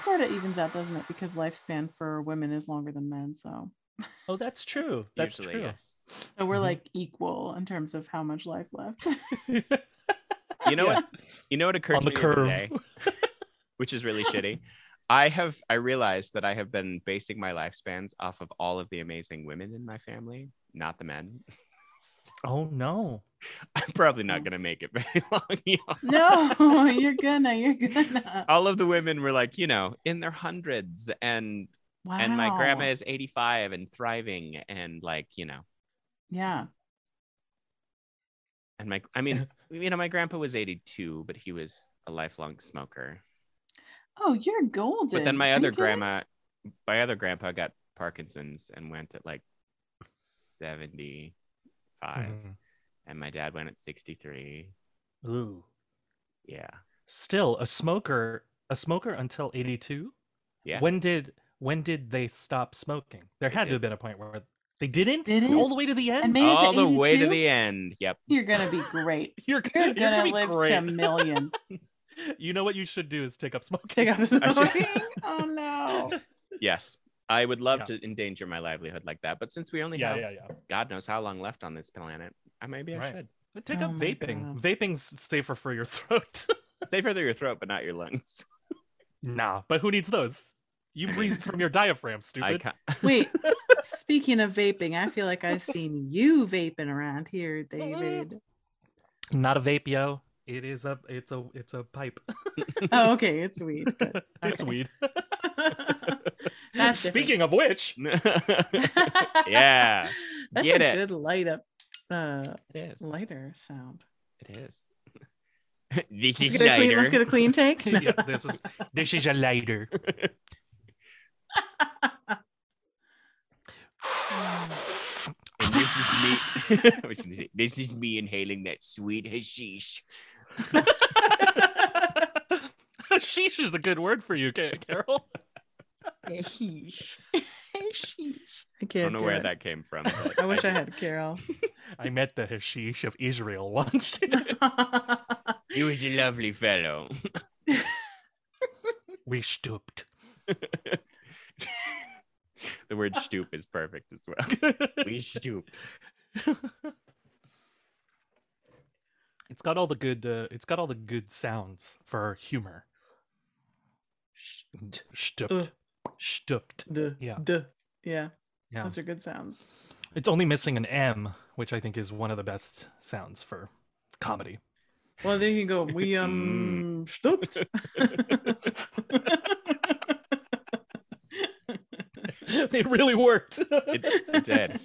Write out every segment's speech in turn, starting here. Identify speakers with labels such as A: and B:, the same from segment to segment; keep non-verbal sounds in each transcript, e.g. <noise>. A: sort of evens out, doesn't it? Because lifespan for women is longer than men, so
B: Oh, that's true. That's
C: Usually,
B: true. <laughs>
C: yes.
A: so we're
B: Mhm.
C: Mm-hmm.
A: like equal in terms of how much life
C: <laughs>
A: left. <laughs>
C: You know
B: Yeah.
C: what? You know what occurred
B: On
C: to
B: the
C: me the other
B: curve.
C: day,
B: <laughs>
C: which is really shitty. I have I realized that I have been basing my lifespans off of all of the amazing women in my family, not the men.
B: <laughs>
C: <laughs>
B: Oh no.
C: I'm probably not
B: Mm-hmm.
A: Oh.
C: gonna make it <laughs> very long. you know.
A: no, you're gonna, you're gonna.
C: All of the women were like, you know, in their hundreds, and
A: Wow.
C: and my grandma is 85 and thriving, and like, you know,
A: Yeah.
C: and my I
B: <laughs>
C: mean, you know, my grandpa was 82, but he was a lifelong smoker.
A: Oh, you're golden.
C: But then my
A: Are you
C: other
A: kidding?
C: grandma, my other grandpa got Parkinson's and went at like 75,
B: Mhm.
C: and my dad went at 63.
B: Ooh.
C: Yeah.
B: Still a smoker, a smoker until 82?
C: Yeah.
B: When did when did they stop smoking? There
C: They
B: had
C: did.
B: to have been a point where they didn't,
A: Didn't?
B: all the way to the end.
A: And made it
C: All
A: to
C: the way to
A: 82?
C: the end. Yep.
A: You're gonna be great.
B: <laughs> you're,
C: <laughs>
A: You're,
B: you're
A: gonna,
B: be
A: live
B: great.
A: to a million.
B: <laughs> You know what you should do is take up smoking.
A: Take
B: <laughs>
A: up
C: should-
A: smoking. oh no.
C: Yes. I would love
B: Yeah.
C: to endanger my livelihood like that. But since we only
B: yeah,
C: have
B: yeah, yeah.
C: God knows how long left on this planet, I maybe I
B: Right.
C: should.
B: But take
A: Oh
B: up
A: my
B: vaping.
A: God.
B: Vaping's safer for your <laughs> throat.
C: They further your throat, but not your lungs.
B: nah, but who needs those? You
C: I mean-
B: breathe from your diaphragm,
C: I
B: <laughs> stupid.
C: can't.
A: Wait, speaking of vaping, I feel like I've seen you vaping around here, David.
B: Not a vape, yo. It is a it's a it's a pipe.
C: Mm-hmm.
A: Oh, okay, it's weed. but
B: <laughs> it's
A: okay.
B: weed.
A: <laughs> That's <laughs> different.
B: Speaking of which,
C: <laughs> <laughs> Yeah,
A: <laughs> That's
C: get
A: a
C: it.
A: good light up uh
C: It is.
A: lighter sound.
C: It is. <laughs> this
A: Let's
C: is
A: get, a clean, let's
C: lighter.
A: get a clean
C: <laughs>
A: take. <laughs>
B: <laughs> yeah, this is this is a <laughs> lighter.
C: And this is me.
A: <laughs>
C: <laughs> I was gonna say, this is me inhaling that sweet hashish.
B: Sheesh is a good word for you, Ca- Carol.
C: <laughs>
A: I
C: I
A: can't
C: don't know
A: do
C: where
A: it.
C: that came from. but
A: <laughs> I wish I
C: did.
A: had
C: <laughs>
A: Carol.
B: <laughs> I met the hashish of Israel once. <laughs>
C: He was a lovely fellow. <laughs>
B: we stooped.
C: The word stoop is perfect as well.
A: <laughs>
C: We stoop.
B: it's got all the good. Uh, it's got all the good sounds for humor. Stooped. Stooped.
A: Duh,
B: Yeah.
A: duh. Yeah,
B: Yeah.
A: those are good sounds.
B: It's only missing an M, which I think is one of the best sounds for <laughs> comedy.
A: Well, there you
C: <laughs>
A: go. We um
C: Mm.
A: stooped.
B: it really worked.
C: It, it did.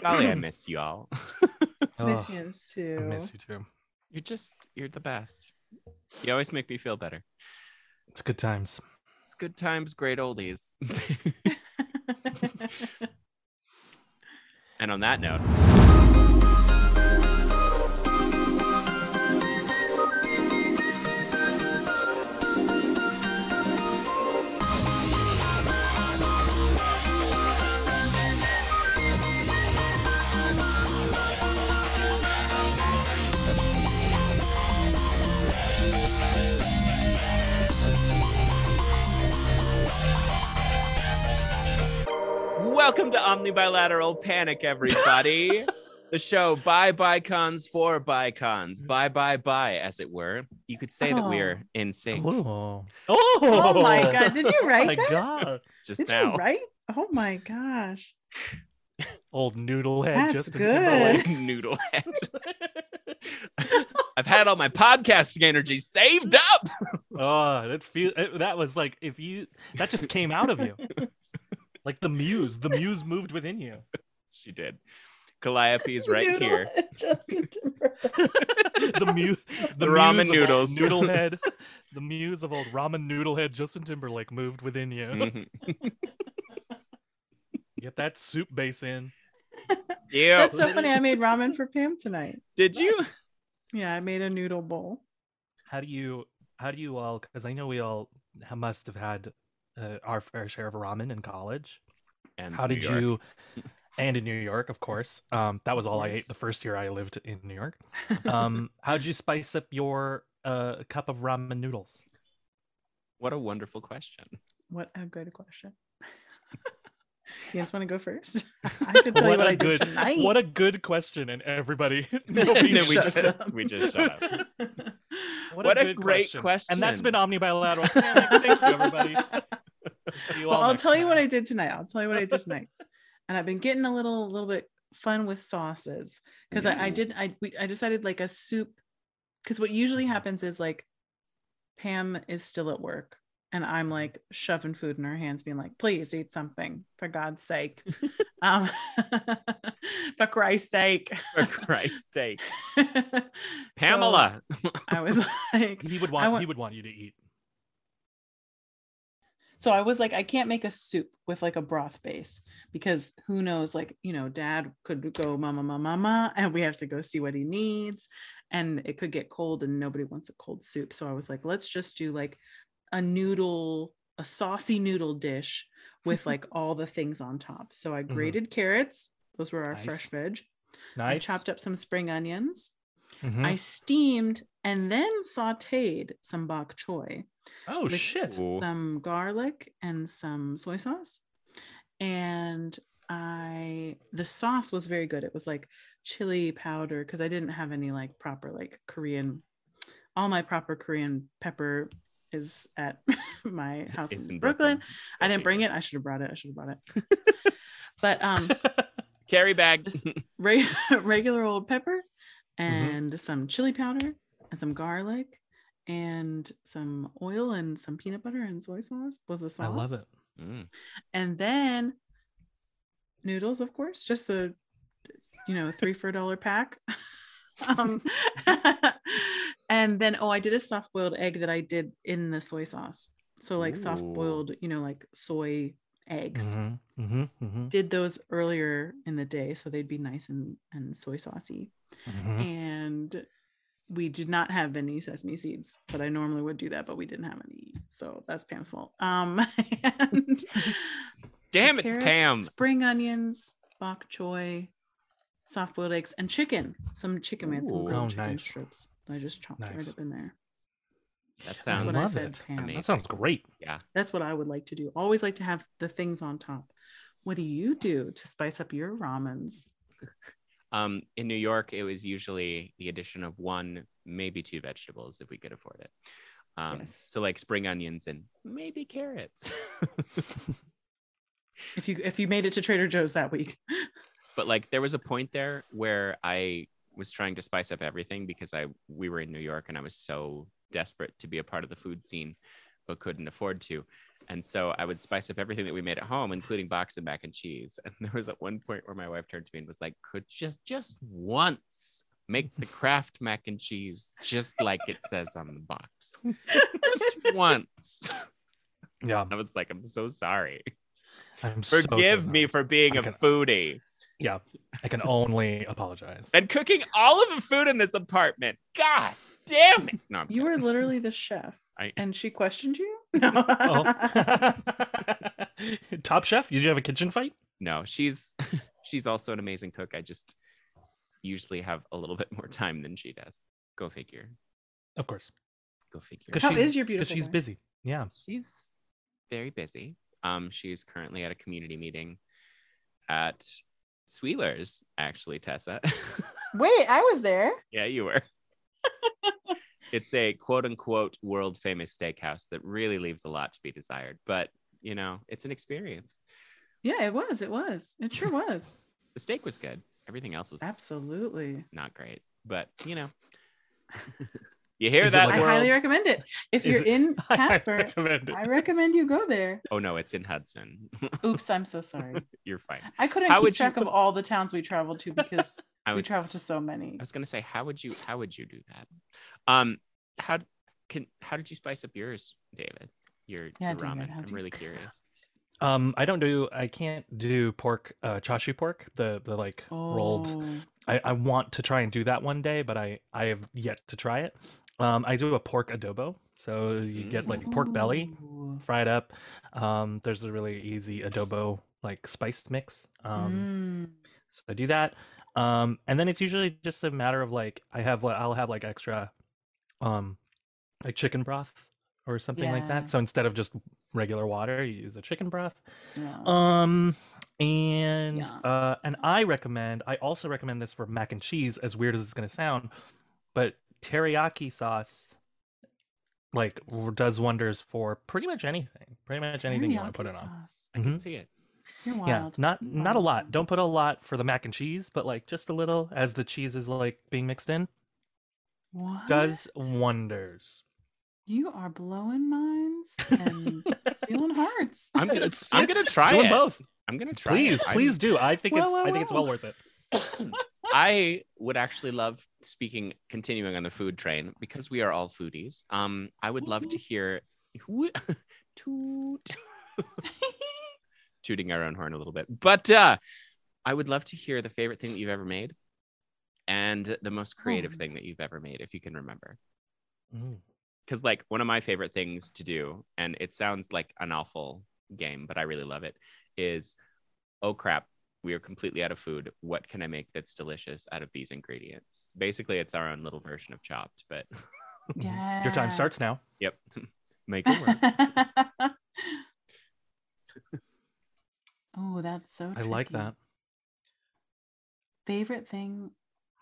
C: Golly, I miss y'all.
B: <laughs> Oh,
A: Missions
B: I
A: too.
B: miss you too.
C: <laughs> You're just, you're the best. You always make me feel better.
B: It's good times.
C: It's good times,
A: <laughs>
C: great oldies. <laughs> and on that note, Welcome to Omnibilateral
A: <laughs>
C: Panic, everybody. the show by bicons for bicons, bye bye bye, as it were. You could say that
A: Oh.
C: we're in sync
B: Oh.
A: oh my god!
C: <laughs>
A: Did you
B: Oh
A: write
B: my
A: that?
B: god.
C: just
A: Did
C: now.
A: you
C: <laughs>
A: write? Oh my gosh!
B: Old noodlehead
A: That's
B: Justin
A: good.
B: Timberlake.
C: Noodle
A: <laughs>
C: head. I've had all my podcasting energy saved up.
B: oh, that feel it- that was like if you that just came out
A: <laughs>
B: of you. like the muse, the muse moved within you.
C: She did. Calliope's right here.
A: <laughs> Justin Timberlake. <laughs>
B: the muse, the muse of
C: ramen
B: old
C: noodles.
B: noodlehead, the muse of old ramen noodlehead Justin Timberlake moved within you.
A: Mm.
C: Mhm.
B: Get that soup base in.
C: <laughs> Ew.
A: That's so funny. I made ramen for Pam tonight.
C: Did you?
A: Yeah, I made a noodle bowl.
B: How do you? How do you all? Because I know we all ha- must have had uh, our fair share of ramen in college.
C: And
B: How
C: New
B: did
C: York. <laughs>
B: you? And in New York, of course. Um, that was all I ate the
A: course.
B: first year I lived in
A: <laughs>
B: New York. Um, how'd you spice up your uh, cup of ramen noodles?
A: <laughs>
C: What a wonderful question.
A: What a good <laughs> question. you guys want to go first? I could tell you
B: What
A: what
B: a
A: I did
B: good-
A: tonight. <laughs>
B: What a good question, and everybody. <laughs>
C: And <laughs>
B: nobody
C: then we
B: shut
C: just,
B: up.
C: we just shut up.
B: What,
C: What
B: a,
C: a
B: good
C: great
B: And that's
C: question.
A: <laughs>
B: been Omnibilateral. Panic. Thank you, everybody. See you
A: Well,
B: all
A: I'll
B: next
A: tell you what
B: time.
A: I did tonight. I'll tell you what I
B: <laughs>
A: did tonight. and I've been getting a little, little bit fun with sauces because I, I
C: Nice.
A: did. I we, I decided like a soup because what usually
B: Mm-hmm.
A: happens is like Pam is still at work and I'm like shoving food in her hands, being like, "Please eat something for God's
B: <laughs>
A: sake, um, <laughs> for Christ's sake, <laughs>
C: For Christ's sake.
A: So,
C: Pamela.
A: I was <laughs> like,
B: He would want.
A: wa-
B: he would want you to eat.
A: So I was like, I can't make a soup with like a broth base because who knows? Like, you know, dad could go mama, mama, mama, and we have to go see what he needs. And it could get cold and nobody wants a cold soup. So I was like, let's just do like a noodle, a saucy noodle dish
B: <laughs>
A: with like all the things on top. So I
B: Mhm.
A: grated carrots. Those were our
B: Nice.
A: fresh veg. I
B: Nice.
A: chopped up some spring onions.
B: Mhm.
A: I steamed and then sauteed some bok choy
B: oh
A: with-
B: shit!
C: Ooh.
A: some garlic and some soy sauce and i the sauce was very good it was like chili powder because i didn't have any like proper like korean all my proper korean pepper is at <laughs> my house
C: It's
A: in brooklyn i didn't bring
C: Brooklyn.
A: it i should have brought it i should have brought it <laughs> but
C: <laughs>
A: um
C: Carry bag. <laughs> Mm.
A: Just- re- <laughs> regular old pepper
B: Mm-hmm.
A: and some chili powder and some garlic and some oil and some peanut butter and soy sauce was the sauce.
B: I love it.
C: Mm.
A: And then noodles, of course, just a you know three for a dollar pack. <laughs> um, <laughs> and then oh, I did a soft boiled egg that I did in the soy sauce. So like soft
C: Ooh.
A: boiled, you know, like soy eggs
B: Mhm, mhm, mhm,
A: did those earlier in the day so they'd be nice and, and soy saucy
C: Mm-hmm.
B: mhm.
A: and we did not have any sesame seeds but i normally would do that but we didn't have any so that's pam's fault um <laughs> and
C: Damn it,
A: carrots,
C: Pam.
A: spring onions bok choy soft boiled eggs and chicken some chicken we had some
C: Ooh.
A: grilled
B: Oh,
A: chicken
B: nice.
A: strips that i just chopped right
B: Nice.
A: up in there
C: That
A: that's what
C: sounds
A: i
B: Love
A: fed
B: it.
A: pam
C: Amazing.
B: That sounds great.
A: that's what I would like to do. Always like to have the things on top. What do you do to spice up your ramens?
C: um in New York it was usually the addition of one, maybe two vegetables if we could afford it. Um
A: Yes.
C: so like spring onions and maybe carrots. <laughs>
A: If you if you made it to Trader Joe's that week, <laughs>
C: but like there was a point there where I was trying to spice up everything because I we were in New York and I was so desperate to be a part of the food scene but couldn't afford to. And so I would spice up everything that we made at home, including box of mac and cheese. And there was at one point where my wife turned to me and was like, could just just once make the craft mac and cheese just like it says on the box. Just once.
B: Yeah,
C: I was like, I'm so sorry.
B: I'm so, so
C: Forgive me
B: sorry.
C: for being
B: I
C: a
B: can-
C: foodie.
B: Yeah, I can only apologize.
A: <laughs>
C: and cooking all of the food in this apartment. God damn it! No, I'm
A: you
C: kidding.
A: were literally the chef,
C: I-
A: and she questioned you. <laughs> No.
B: oh. <laughs> Top Chef, did you have a kitchen fight?
C: no. She's <laughs> she's also an amazing cook. I just usually have a little bit more time than she does. Go figure.
B: Of course,
C: Go figure.
B: 'Cause
A: How
B: she's-
A: is your
B: because
A: beautiful?
B: she's
A: wife?
B: busy. Yeah, <laughs>
C: She's very busy. Um, she's currently at a community meeting at Sweeler's, actually, Tessa. <laughs>
A: Wait, I was there.
C: yeah, you were. it's a quote unquote world famous steakhouse that really leaves a lot to be desired, but you know, it's an experience.
A: Yeah, it was. It was. It sure
B: <laughs>
A: was.
C: the steak was good. Everything else was
A: Absolutely.
C: not great, but you
A: <laughs>
C: know, you hear
B: Is it
C: that
B: like
A: I
B: a-
C: world?
A: highly recommend it. If
B: Is
A: you're
B: it-
A: in
B: <laughs> I
A: Casper,
B: recommend it.
A: I recommend you go there.
C: oh no, it's in Hudson. <laughs>
A: Oops, I'm so sorry.
C: You're fine.
A: I couldn't
C: How
A: keep
C: would you-
A: track of all the towns we traveled to
B: <laughs>
A: because
C: I
A: we
C: was I
A: traveled to so many.
C: was gonna say, how would you how would you do that? Um, how can how did you spice up yours, David? Your,
A: Yeah,
C: your
A: David,
C: ramen.
A: how
C: I'm
A: do you
C: really
A: spice
C: curious.
B: Um, I don't do. I can't do pork, uh, chashu pork, the the like
A: Oh.
B: rolled. I, I want to try and do that one day, but I I have yet to try it. Um, I do a pork adobo, so you get like pork belly
A: Ooh.
B: fried up. Um, there's a really easy adobo like spiced mix. Um,
A: Mm.
B: so i do that um and then it's usually just a matter of like i have like i'll have like extra um like chicken broth or something like
A: Yeah.
B: that so instead of just regular water. You use the chicken broth.
A: Mm, Yeah.
B: Um, and
A: Yeah.
B: uh, and I recommend. I also recommend this for mac and cheese. As weird as it's gonna sound, but teriyaki sauce, like, r- does wonders for pretty much anything. Pretty much anything you want to put it
A: Teriyaki
B: on.
A: sauce.
C: I can
B: Mhm.
C: see it.
A: You're wild.
B: Yeah, not not a
A: Wild.
B: lot. Don't put a lot for the mac and cheese, but like just a little as the cheese is like being mixed in
A: What?
B: does wonders.
A: you are blowing
B: <laughs>
A: minds and stealing hearts? <laughs>
C: I'm gonna.
B: It's-
C: I'm gonna try
B: Doing
C: it.
B: both.
C: I'm gonna try.
B: Please,
C: it. I'm-
B: please do. I think
A: Whoa,
B: it's
A: whoa,
B: I think it's well
A: whoa.
B: worth it.
C: I would actually love speaking, continuing on the food train because we are all foodies. Um, I would love to hear who, <laughs> toot, tooting our own horn a little bit, but uh, I would love to hear the favorite thing that you've ever made and the most creative
A: Oh.
C: thing that you've ever made, if you can remember.
B: Mm.
C: Because like one of my favorite things to do, and it sounds like an awful game, but I really love it, is oh crap, we are completely out of food. What can I make that's delicious out of these ingredients? Basically, it's our own little version of Chopped, but <laughs>
A: yeah.
B: Your time starts now.
C: yep, make
A: <laughs>
C: it work.
A: oh, that's so.
B: I like
A: tricky.
B: that.
A: Favorite thing.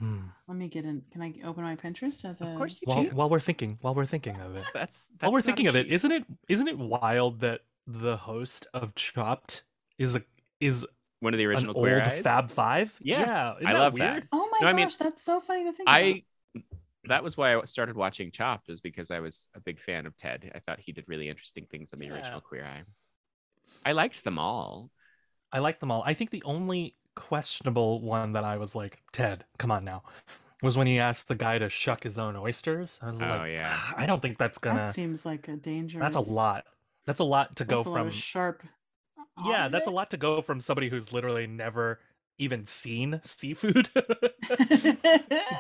B: Mm.
A: Let me get in. Can I open my Pinterest as a?
C: <laughs> Of course you
B: While
C: do.
B: while we're thinking, while we're thinking of
C: <laughs>
B: it,
C: That's, that's
B: while we're
C: not a
B: thinking of it,
C: cheat.
B: isn't it isn't it wild that the host of Chopped is a is
C: one of the
B: an
C: original
B: old
C: queer eyes?
B: Fab Five?
C: Yes,
B: yeah, isn't
C: I love
B: weird?
C: that.
A: Oh my
C: No, I
A: gosh,
C: mean,
A: that's so funny to think.
C: I that was why I started watching Chopped was because I was a big fan of Ted. I thought he did really interesting things on the
B: Yeah.
C: original Queer Eye. I liked them all.
B: I like them all. I think the only questionable one that I was like, Ted, come on now, was when he asked the guy to shuck his own oysters. I was
C: Oh,
B: like,
C: yeah.
B: "Ah, I don't think that's
A: about.
B: gonna.
A: that seems like a dangerous.
B: That's a lot. That's a lot to
A: That's a
B: go
A: lot
B: from.
A: of sharp.
B: yeah, that's a lot to go from somebody who's literally never even seen
A: <laughs>
B: seafood. <laughs>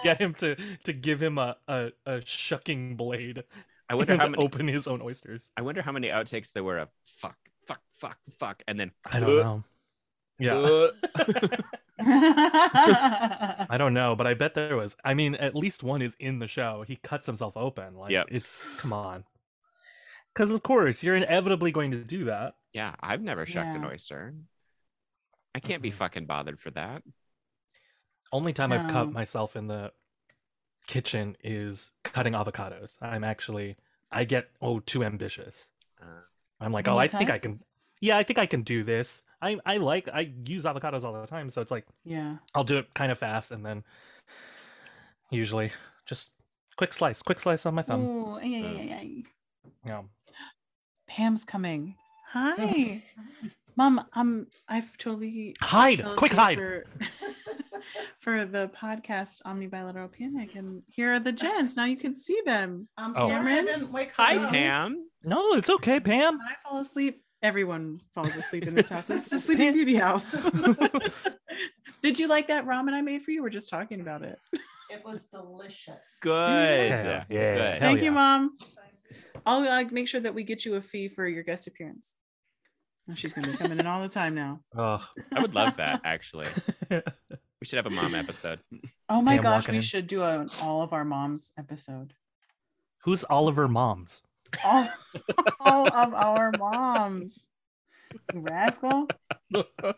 B: Get him to to give him a a, a shucking blade.
C: I wonder how
B: to
C: many
B: open his own oysters.
C: I wonder how many outtakes there were of fuck, fuck, fuck, fuck, and then
B: I don't know. Yeah,
C: uh,
B: I don't know, but I bet there was. I mean, at least one is in the show. He cuts himself open. Like
C: Yep.
B: it's come on. Because of course you're inevitably going to do that.
C: <laughs> yeah, I've never shucked an
A: Yeah.
C: oyster. I can't be
B: Mhm.
C: fucking bothered for that.
B: Only time I've cut
A: No.
B: myself in the kitchen is cutting avocados. I'm actually I get oh too ambitious.
C: Uh,
B: I'm like,
A: When
B: oh,
A: you
B: I think
A: cut?
B: I can. Yeah, I think I can do this. I I like I use avocados all the time, so it's like
A: <laughs> yeah.
B: I'll do it kind of fast and then usually just quick slice, quick slice on my thumb.
A: Ooh, yeah, yeah,
C: Uh,
A: yeah, yeah.
B: Yeah.
A: Pam's coming.
B: <laughs>
A: Hi, Mom. Um, I've totally
B: Hide,
A: Well,
B: quick
A: see,
B: hide.
A: For, <laughs> for the podcast Omnibilateral Panic, and here are the gents. Now you can see them.
D: I'm
B: Oh.
D: sorry I
A: Cameron?
D: didn't wake her
C: hi,
D: up.
C: Pam.
B: No, it's okay,
A: <laughs>
B: Pam.
A: When I fall asleep, everyone falls asleep in this house. It's
B: <laughs>
A: the Sleeping Beauty house. <laughs> Did you like that ramen I made for you? We're just talking about it.
D: It was delicious.
C: Good.
B: Yeah, yeah.
C: Good.
B: Hell
A: Thank you,
B: yeah.
A: Mom. I'll uh, make sure that we get you a fee for your guest appearance. Oh, she's going to be coming in all the time now.
B: Ugh.
C: I would love that
B: <laughs>
C: actually.
B: yeah,
C: We should have a mom episode.
A: <laughs> Oh my
B: Pam
A: gosh,
B: walking
A: we
B: in.
A: should do an all of our moms episode.
B: Who's Oliver Moms?
A: all, <laughs> all of our moms. You rascal.
C: Uh,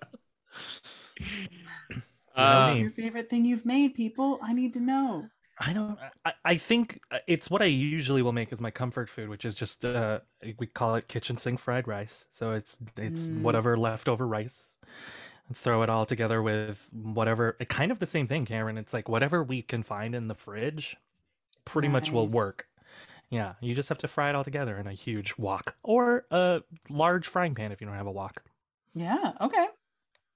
B: Hey.
A: Your favorite thing you've made, people. I need to know.
B: I don't. I, I think uh, it's what I usually will make as my comfort food, which is just uh, we call it kitchen sink fried rice. So it's it's
A: Mm.
B: whatever leftover rice, and throw it all together with whatever. uh, Kind of the same thing, Cameron. It's like whatever we can find in the fridge, pretty much will
A: Nice.
B: work. Yeah, you just have to fry it all together in a huge wok or a large frying pan if you don't have a wok.
A: Yeah. Okay.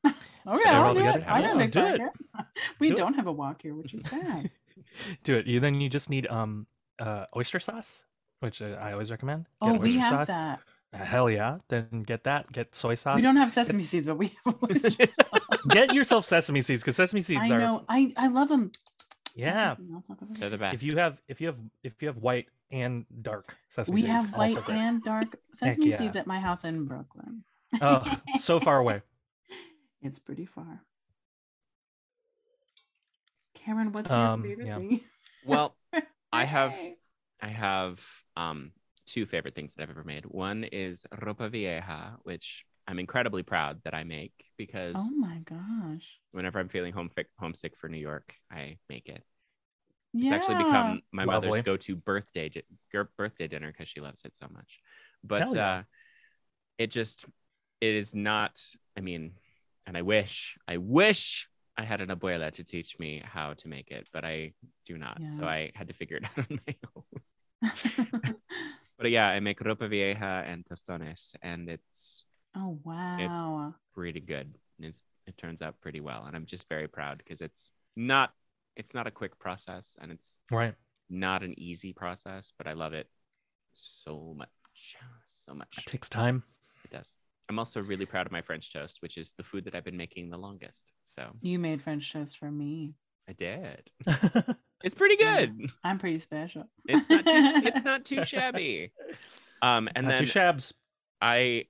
A: <laughs> Okay,
B: they're
A: I'll
B: all
A: do it.
B: together?
A: I
B: Yeah,
A: don't
B: do
A: expect
B: it.
A: it. <laughs> We
B: Do it.
A: don't have a walk here,
B: <laughs>
A: which is sad.
B: Do it. You then you just need um uh oyster sauce, which uh, I always recommend. Get
A: oh, we
B: oyster
A: have
B: sauce.
A: that.
B: Uh, Hell yeah! Then get that. Get soy sauce.
A: We don't have sesame seeds, but we
B: <laughs>
A: have oysters.
B: get yourself sesame seeds because sesame
A: <laughs>
B: seeds
A: I
B: are
A: know. I, I love them.
B: yeah.
C: They're the best.
B: If you have if you have if you have white and dark sesame
A: We
B: seeds,
A: have white
B: also great.
A: and dark sesame
B: yeah.
A: seeds at my house in Brooklyn. <laughs>
B: Ugh, Oh, so far away.
A: It's pretty far. Cameron, what's
B: Um,
A: your favorite
B: yeah.
A: thing?
C: well, I have
D: Hey.
C: I have um two favorite things that I've ever made. One is ropa vieja, which I'm incredibly proud that I make because
A: Oh my gosh.
C: whenever I'm feeling homesick, homesick for New York, I make it.
A: Yeah.
C: It's actually become my
B: Lovely.
C: mother's go-to birthday di- gir- birthday dinner because she loves it so much. But
B: Hell yeah.
C: uh, it just it is not. I mean, and I wish I wish I had an abuela to teach me how to make it, but I do not. So
A: Yeah.
C: I had to figure it <laughs> out on my own. But yeah, I make ropa vieja and tostones, and it's
A: <laughs> oh wow.
C: pretty good. And it's, it turns out pretty well, and I'm just very proud because it's not it's not a quick process, and it's
B: Right.
C: not an easy process, but I love it so much. So much.
B: It takes <laughs> time.
C: It does. I'm also really proud of my French toast, which is the food that I've been making the longest. So
A: You made French toast for me.
C: I did.
B: That's
C: It's pretty
A: Yeah.
C: good.
A: I'm pretty special.
C: It's not too, it's not too shabby. Um, and
B: two
C: then <laughs>
B: shabs.
C: I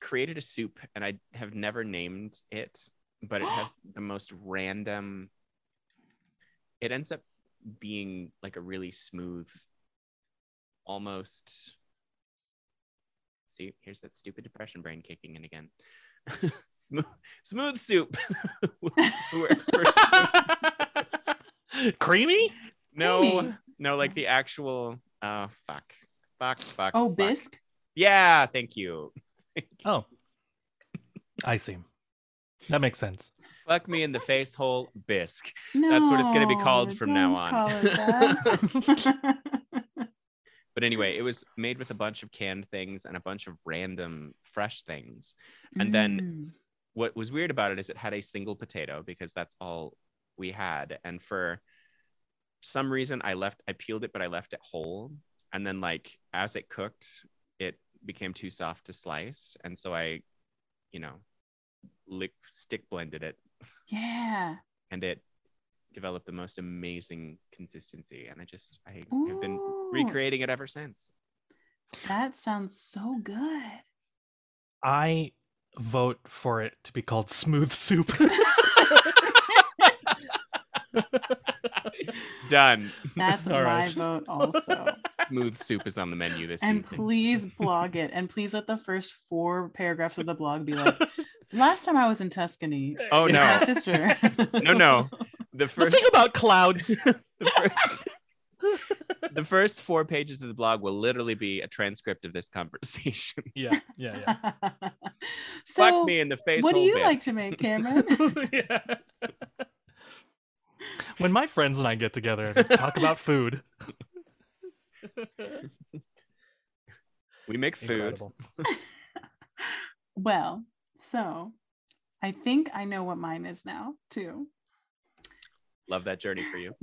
C: created a soup and I have never named it, but it has the most random. It ends up being like a really smooth, almost. See, here's that stupid depression brain kicking in again. <laughs> smooth, smooth soup. <laughs> We're-
B: <laughs>
C: we're-
B: Creamy?
C: no,
A: Creamy.
C: no, like the actual. Uh, fuck, fuck, fuck.
A: oh,
C: fuck.
A: bisque.
C: Yeah, thank you.
B: Oh. I see. That makes sense.
C: Fuck me in the face hole bisque.
A: No,
C: That's what it's gonna be called from now
A: don't
C: on.
A: call it that.
C: But anyway, it was made with a bunch of canned things and a bunch of random fresh things. <laughs> And
A: Mm,
C: then- What was weird about it is it had a single potato because that's all we had. And for some reason, I left, I peeled it, but I left it whole. And then, like, as it cooked, it became too soft to slice. And so I, you know, lick, stick blended it
A: Mm. yeah.
C: and it developed the most amazing consistency. And I just, I have been
A: Ooh,
C: recreating it ever since.
A: That sounds so good.
C: <laughs>
B: I vote for it to be called smooth soup.
C: Done.
A: <laughs> That's
B: <laughs> All
A: my
B: right.
C: <laughs>
A: vote also.
C: Smooth soup is on the menu this
A: and
C: evening. <laughs>
A: please blog it. And please let the first four paragraphs of the blog be
C: <laughs>
A: like, last time I was in Tuscany,
C: Oh,
A: with <laughs>
C: no.
A: my
C: <laughs>
A: sister.
C: no, no.
A: <laughs>
C: The
B: The
C: first,
B: thing about clouds.
C: the <laughs> first, the first four pages of the blog will literally be a transcript of this conversation.
B: <laughs>
C: <laughs>
B: Yeah, yeah, yeah.
A: <laughs> so,
C: Fuck me in the face.
A: what do
C: whole
A: you like
C: bisque.
A: to make,
B: <laughs>
A: Cameron? <laughs>
B: Yeah. When my friends and I get together <laughs> and talk about food,
C: We make food.
B: Incredible.
A: well, so I think I know what mine is now, too. <laughs>
C: Love that journey for you.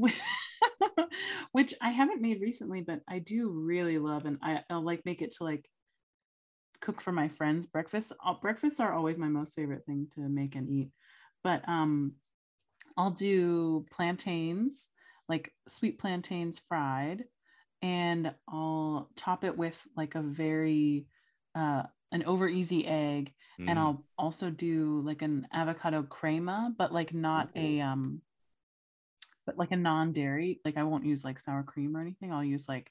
A: which I haven't made recently, but I do really love, and I, I'll like make it to like cook for my friends. Breakfast, uh, breakfasts are always my most favorite thing to make and eat, but um, I'll do plantains, like sweet plantains fried, and I'll top it with like a very uh, an over easy egg
C: Mm.
A: and I'll also do like an avocado crema, but like not a um, but like a non-dairy. Like I won't use like sour cream or anything. I'll use like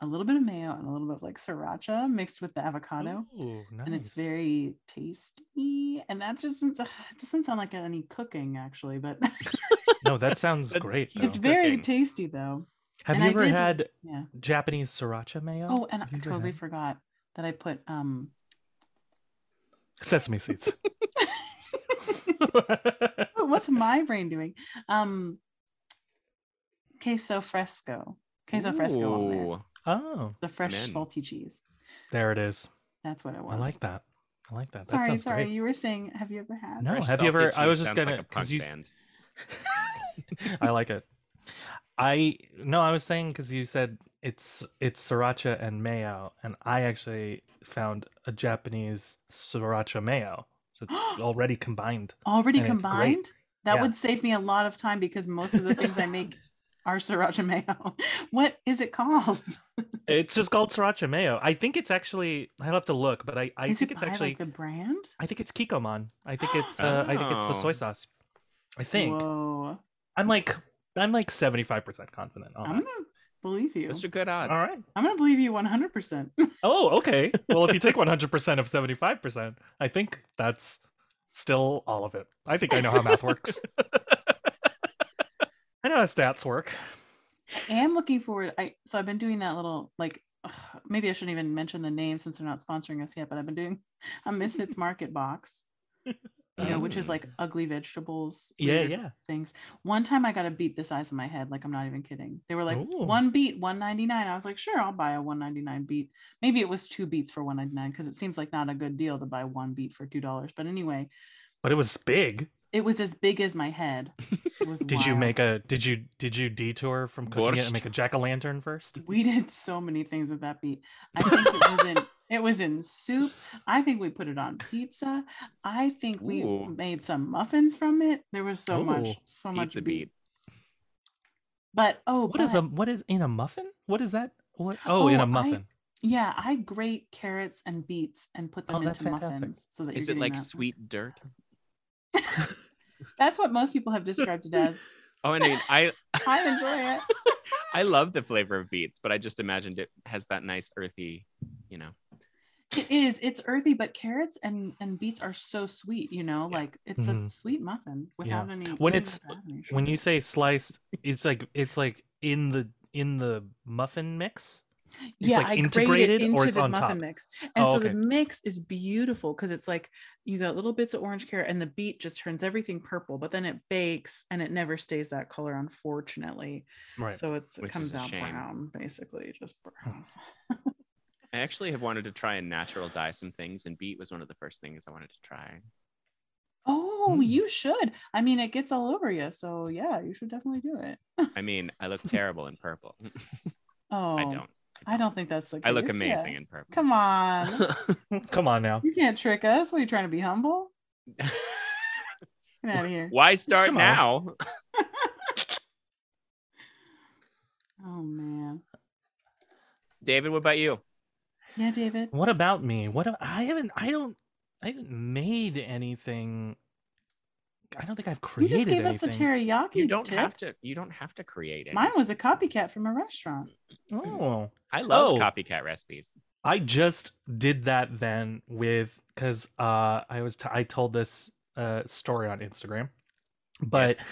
A: a little bit of mayo and a little bit of like sriracha mixed with the avocado,
B: Ooh, nice.
A: and it's very tasty. And that just doesn't, it doesn't sound like any cooking actually, but <laughs>
B: no, that sounds
C: That's
B: great.
C: cute.
B: Though.
A: it's very
C: Cooking.
A: tasty though.
B: Have
A: and
B: you
A: I
B: ever
A: did-
B: had
A: Yeah.
B: Japanese sriracha mayo?
A: Oh, and I
B: Have you ever
A: totally
B: had-
A: forgot that I put um <laughs>
B: sesame seeds.
A: what's my brain doing? Um queso fresco. Queso fresco on there.
C: Ooh.
B: oh,
A: The fresh
C: in.
A: salty cheese.
B: there it is.
A: That's what it was.
B: I like that. I like that. that
A: sorry,
B: sounds
A: sorry.
B: great.
A: You were saying, have you ever had?
B: No,
C: Fresh
B: have you ever?
C: salty
B: I was
C: cheese
B: just
C: sounds
B: gonna
C: like a
B: because
C: punk
B: you.
C: band.
B: I like it. I no, I was saying because you said it's it's sriracha and mayo, and I actually found a Japanese sriracha mayo, so <gasps> it's already combined.
A: Already
B: and it's great.
A: combined? That
B: Yeah.
A: would save me a lot of time because most of the things I
B: <laughs>
A: make are sriracha mayo. <laughs> what is it called?
B: It's just called sriracha mayo. I think it's actually I'll have to look, but I I
A: is
B: think
A: it
B: it's
A: by,
B: actually
A: like the brand?
B: I think it's Kikkoman. I think it's uh, I think it's the
C: Oh.
B: soy sauce. I think
A: Whoa.
B: I'm like I'm like seventy five percent confident on
A: I'm
B: that.
A: gonna believe you.
C: Those are good odds.
B: All right.
A: I'm gonna believe you 100. percent
B: Oh, okay. Well, if you take 100% of 75%, I think that's still all of it. I think I know how math <laughs> works. I know how stats work.
A: I am looking forward. I so I've been doing that little like <sighs> ugh, maybe I shouldn't even mention the name since they're not sponsoring us yet, but I've been doing a
B: <laughs>
A: Misfits Market box, you know, which is
C: Um,
A: like ugly vegetables.
B: Oh. Yeah,
A: weird
B: yeah.
A: Things. One time I got a beat the size of my head. Like I'm not even kidding. They were like
B: Ooh.
A: one beat, 199. I was like, sure, I'll buy a 199 beat. Maybe it was two beats for 199 because it seems like not a good deal to buy one beat for two dollars. But anyway,
B: But it was big.
A: it was as big as my
B: <laughs>
A: head. It was
B: Did you
A: wild.
B: make a did you did you detour from cooking it
C: Borscht.
B: and make a jack-o'-lantern first? <laughs>
A: We did so many things with that beet. I think it was in it was in soup. I think we put it on pizza. I think we
C: Ooh.
A: made some muffins from it. There was so
B: Ooh,
A: much, so much
C: Pizza
A: beet.
C: beat.
A: But oh,
B: What is
A: but-
B: a what is in a muffin? What is that? What oh, in
A: Oh,
B: a
A: I-
B: muffin.
A: yeah? I grate carrots and beets and put them
B: Oh, that's
A: into
B: fantastic.
A: muffins so that
C: Is
A: you're
C: it
A: getting
C: like
A: that.
C: sweet dirt?
A: That's what most
B: <laughs>
A: people have described it as.
C: Oh, and I mean, I
A: I enjoy it.
D: <laughs>
C: I love the flavor of beets, but I just imagined it has that nice earthy, you know.
A: It is. It's earthy, but carrots and and beets are so sweet. You know,
C: Yeah.
A: like it's a
B: Mhm.
A: sweet muffin without any.
B: When it's-
A: without any
B: When
A: sugar.
B: you say sliced, it's like it's like in the in the muffin mix. It's, like,
A: grate it
B: integrated or it's
A: the
B: on
A: muffin
B: top?
A: mix. And
B: Oh,
A: so the
B: okay.
A: mix is beautiful because it's like you got little bits of orange carrot and the beet just turns everything purple, but then it bakes and it never stays that color, unfortunately.
B: Right.
A: So it's, it
C: Which
A: comes
C: is a
A: out
C: shame.
A: brown, basically, just brown.
B: Hmm.
C: I actually have wanted to try and natural dye some things, and beet was one of the first things I wanted to try.
A: Oh,
B: Mm.
A: you should. I mean, it gets all over you. So yeah, you should definitely do it.
C: I mean, I look terrible in purple. <laughs>
A: Oh,
C: I don't.
A: I don't think that's the case.
C: I look
A: Yeah.
C: amazing in purple. <laughs>
A: Come on.
B: <laughs> <laughs> Come on now.
A: you can't trick us. What are you trying to be humble? Get out of
B: <laughs>
A: here.
C: Why start
B: Come on.
C: now?
A: Oh man.
C: David, what about you?
A: Yeah, David.
B: What about me? What ab- I haven't I don't I haven't made anything. I don't think I've
A: You
B: created
A: just gave us
B: anything.
A: the teriyaki.
C: You don't
A: tip.
C: have to. You don't have to create it.
A: Mine was a copycat from a restaurant.
B: oh.
C: I love
B: Oh.
C: copycat recipes.
B: I just did that then with cuz uh I was t- I told this uh story on Instagram. But
C: Yes.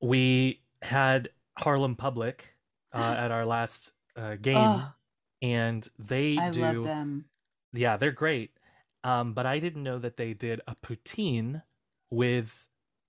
B: we had Harlem Public uh,
A: <gasps>
B: at our last uh, game
A: Ugh,
B: and they
A: I
B: do
A: love them.
B: Yeah, they're great. Um, but I didn't know that they did a poutine with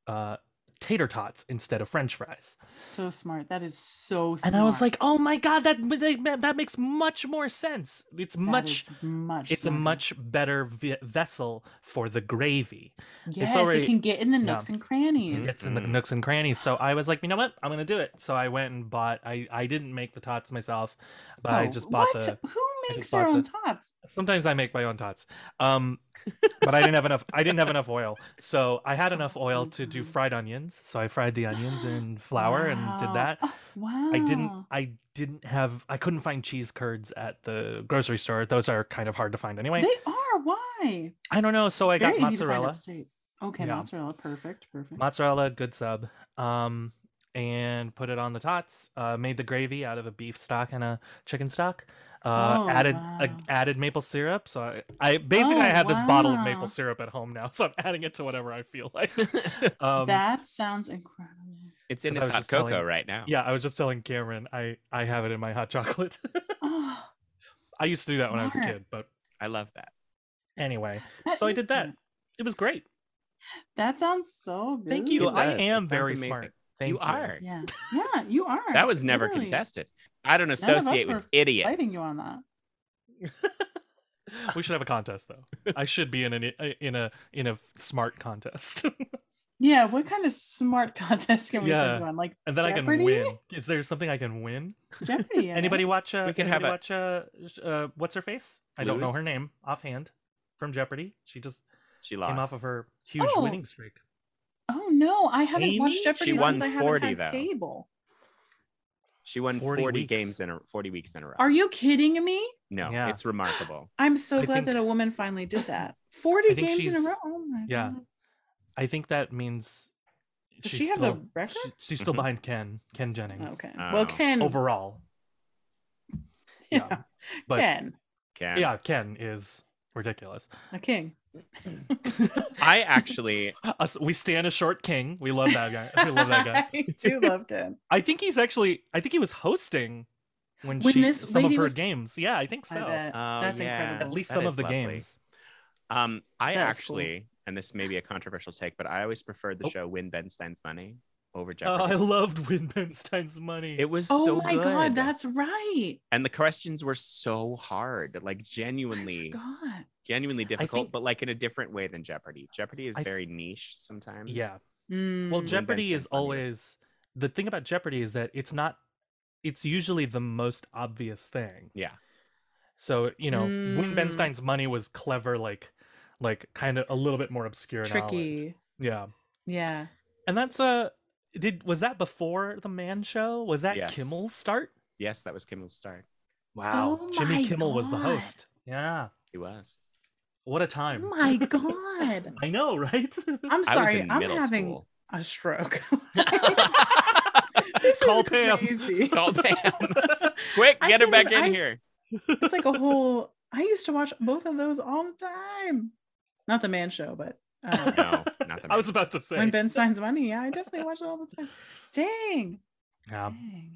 B: uh, tater tots instead of French fries.
A: So smart. That is so smart.
B: And I was like, oh my god, that that that makes much more sense. It's
A: That
B: "Oh, much.
A: is much.
B: It's a
A: smarter.
B: much better ve- vessel for the gravy.
A: Yes,
B: already-
A: it can get in the
B: Yeah.
A: nooks and crannies.
B: It gets in the
A: mm.
C: Mhm.
B: nooks and crannies. So I was like, you know what? I'm gonna do it. So I went and bought. I I didn't make the tots myself, but I
A: Oh,
B: just bought
A: what?
B: the
A: Who
B: I
A: makes
B: just
A: their
B: bought
A: own
B: the-
A: tots?
B: sometimes i make my own tots
A: <laughs>
B: um but i didn't have enough i didn't have enough oil so i
A: Oh,
B: had enough oil to do
A: God.
B: fried onions so i fried the onions in flour and did
A: Wow.
B: that
A: Oh, wow.
B: i didn't i didn't have i couldn't find cheese curds at the grocery store those are kind of hard to find anyway
A: They are. Why?
B: i don't know so i
A: Very
B: got
A: easy to find
B: mozzarella
A: upstate. Okay,
B: Yeah.
A: mozzarella. Perfect. Perfect.
B: mozzarella good sub um and put it on the tots uh made the gravy out of a beef stock and a chicken stock uh
A: Oh,
B: added a,
A: wow.
B: added maple syrup so i, I basically i
A: Oh,
B: have this bottle of
A: wow.
B: maple syrup at home now <laughs> so i'm adding it to whatever i feel
A: <laughs>
B: like um
A: that sounds incredible.
B: <laughs>
C: It's in
B: Because I
C: his
B: was
C: hot
B: just
C: cocoa
B: telling-
C: right now.
B: yeah i was just telling cameron i i have it in my hot chocolate <laughs>
A: Oh,
B: i used to do that when i was a
A: Smart.
B: kid but
C: I love that.
B: anyway So I
A: is
B: did that.
A: smart.
B: it was great
A: That sounds so good.
B: thank you
C: It
B: i
C: does. It
B: am
C: sounds
B: very
C: amazing.
B: smart thank you,
C: you are.
B: <laughs>
A: Yeah. Yeah, you are.
C: That was never
A: Really
C: contested. I don't
A: us
C: associate
A: were
C: with idiots.
A: Fighting you on that.
B: we should have a contest though i should be in an i- in a in a smart contest
A: Yeah, what kind of smart <laughs> contest can we
B: Yeah.
A: send you on?
B: <laughs>
A: Like
B: and then
A: Jeopardy?
B: I can win. Is there something I can win?
A: Jeopardy. yeah.
B: Anybody watch? Uh,
C: We could have
B: anybody
C: a-
B: watch. Uh, sh- uh, what's her face? I don't know
C: Lose?
B: her name offhand. From Jeopardy, she just
C: She lost.
B: came off of her huge
A: Oh.
B: winning streak.
A: Oh no, I haven't
B: Amy?
A: watched Jeopardy
C: She won
A: since I
C: 40,
A: haven't had
C: though.
A: cable.
C: She won
B: 40
C: 40,
B: weeks.
C: games in a 40 weeks in a row.
A: Are you kidding me?
C: No,
B: Yeah.
C: it's remarkable.
A: I'm so
B: I
A: glad
B: think-
A: that a woman finally did
B: <laughs>
A: that.
B: I
A: Forty
B: think
A: games in a
B: she's-
A: row. Oh my
B: yeah.
A: god.
B: I think that means.
A: Does
B: she's
A: she have
B: still,
A: the record?
B: she- she's still
C: Mhm.
B: behind Ken. Ken Jennings.
A: Okay. <laughs>
C: Oh.
A: Well, Ken.
B: Overall, Yeah. But-
A: Ken,
C: Can.
B: Yeah, Ken is ridiculous.
A: a king.
C: I actually
B: Us, Uh, we stand a short king. We love that guy. We love
A: <laughs>
B: that guy.
A: I do love
B: <laughs>
A: Ken.
B: I think he's actually. I think he was hosting when,
A: When
B: she
A: this
B: some of
A: lady
B: her
A: was-
B: games. Yeah, I think
A: I
B: so. uh,
A: bet.
C: Oh,
A: That's
C: yeah.
A: incredible.
B: At least
C: That
B: some
C: is
B: of the
C: lovely.
B: <laughs> games.
C: um I
A: That was cool.
C: actually and this may be a controversial take, but I always preferred the
B: Oh.
C: show Win Ben Stein's Money over
B: Oh, I
C: Jeopardy.
B: loved Win Benstein's money.
C: it was
A: Oh
C: so
A: my
C: good.
A: god, that's right.
C: and the questions were so hard, like
A: I
C: genuinely,
A: forgot.
C: genuinely difficult,
B: think-
C: but like in a different way than Jeopardy. Jeopardy is
B: I-
C: very niche sometimes.
B: <laughs> yeah. Well,
A: Mm,
C: Win
B: Jeopardy is
C: Benstein's money was-
B: always the thing about Jeopardy is that it's not. It's usually the most obvious thing.
C: Yeah.
B: So you know,
A: Mm.
B: Win Benstein's money was clever, like, like kind of a little bit more obscure, knowledge.
A: tricky.
B: Yeah.
A: Yeah.
B: And that's uh did was that before the man show? Was that
C: Yes.
B: Kimmel's start?
C: Yes, that was Kimmel's start.
A: Wow. Oh
B: Jimmy
A: my
B: Kimmel was the
A: God.
B: host. Yeah.
C: He was.
B: What a
A: Oh
B: time.
A: my god.
B: <laughs> I know, right?
A: <laughs> I'm
C: I was
A: sorry.
C: in
A: I'm
C: middle
A: having <laughs>
C: school.
A: a
C: <laughs>
A: stroke.
B: Call Pam.
A: Crazy.
C: <laughs>
A: <laughs>
C: Call Pam. Oh, Quick,
A: I
C: get her
A: can't
C: back
A: even-
C: in
A: I-
C: here.
A: it's like a whole i used to watch both of those all the time not the man show but
C: <laughs>
A: uh, <laughs>
C: No, not the
B: I was about to say.
A: when ben stein's money yeah i definitely watched it all the time dang,
C: Um,
B: yeah,
A: dang.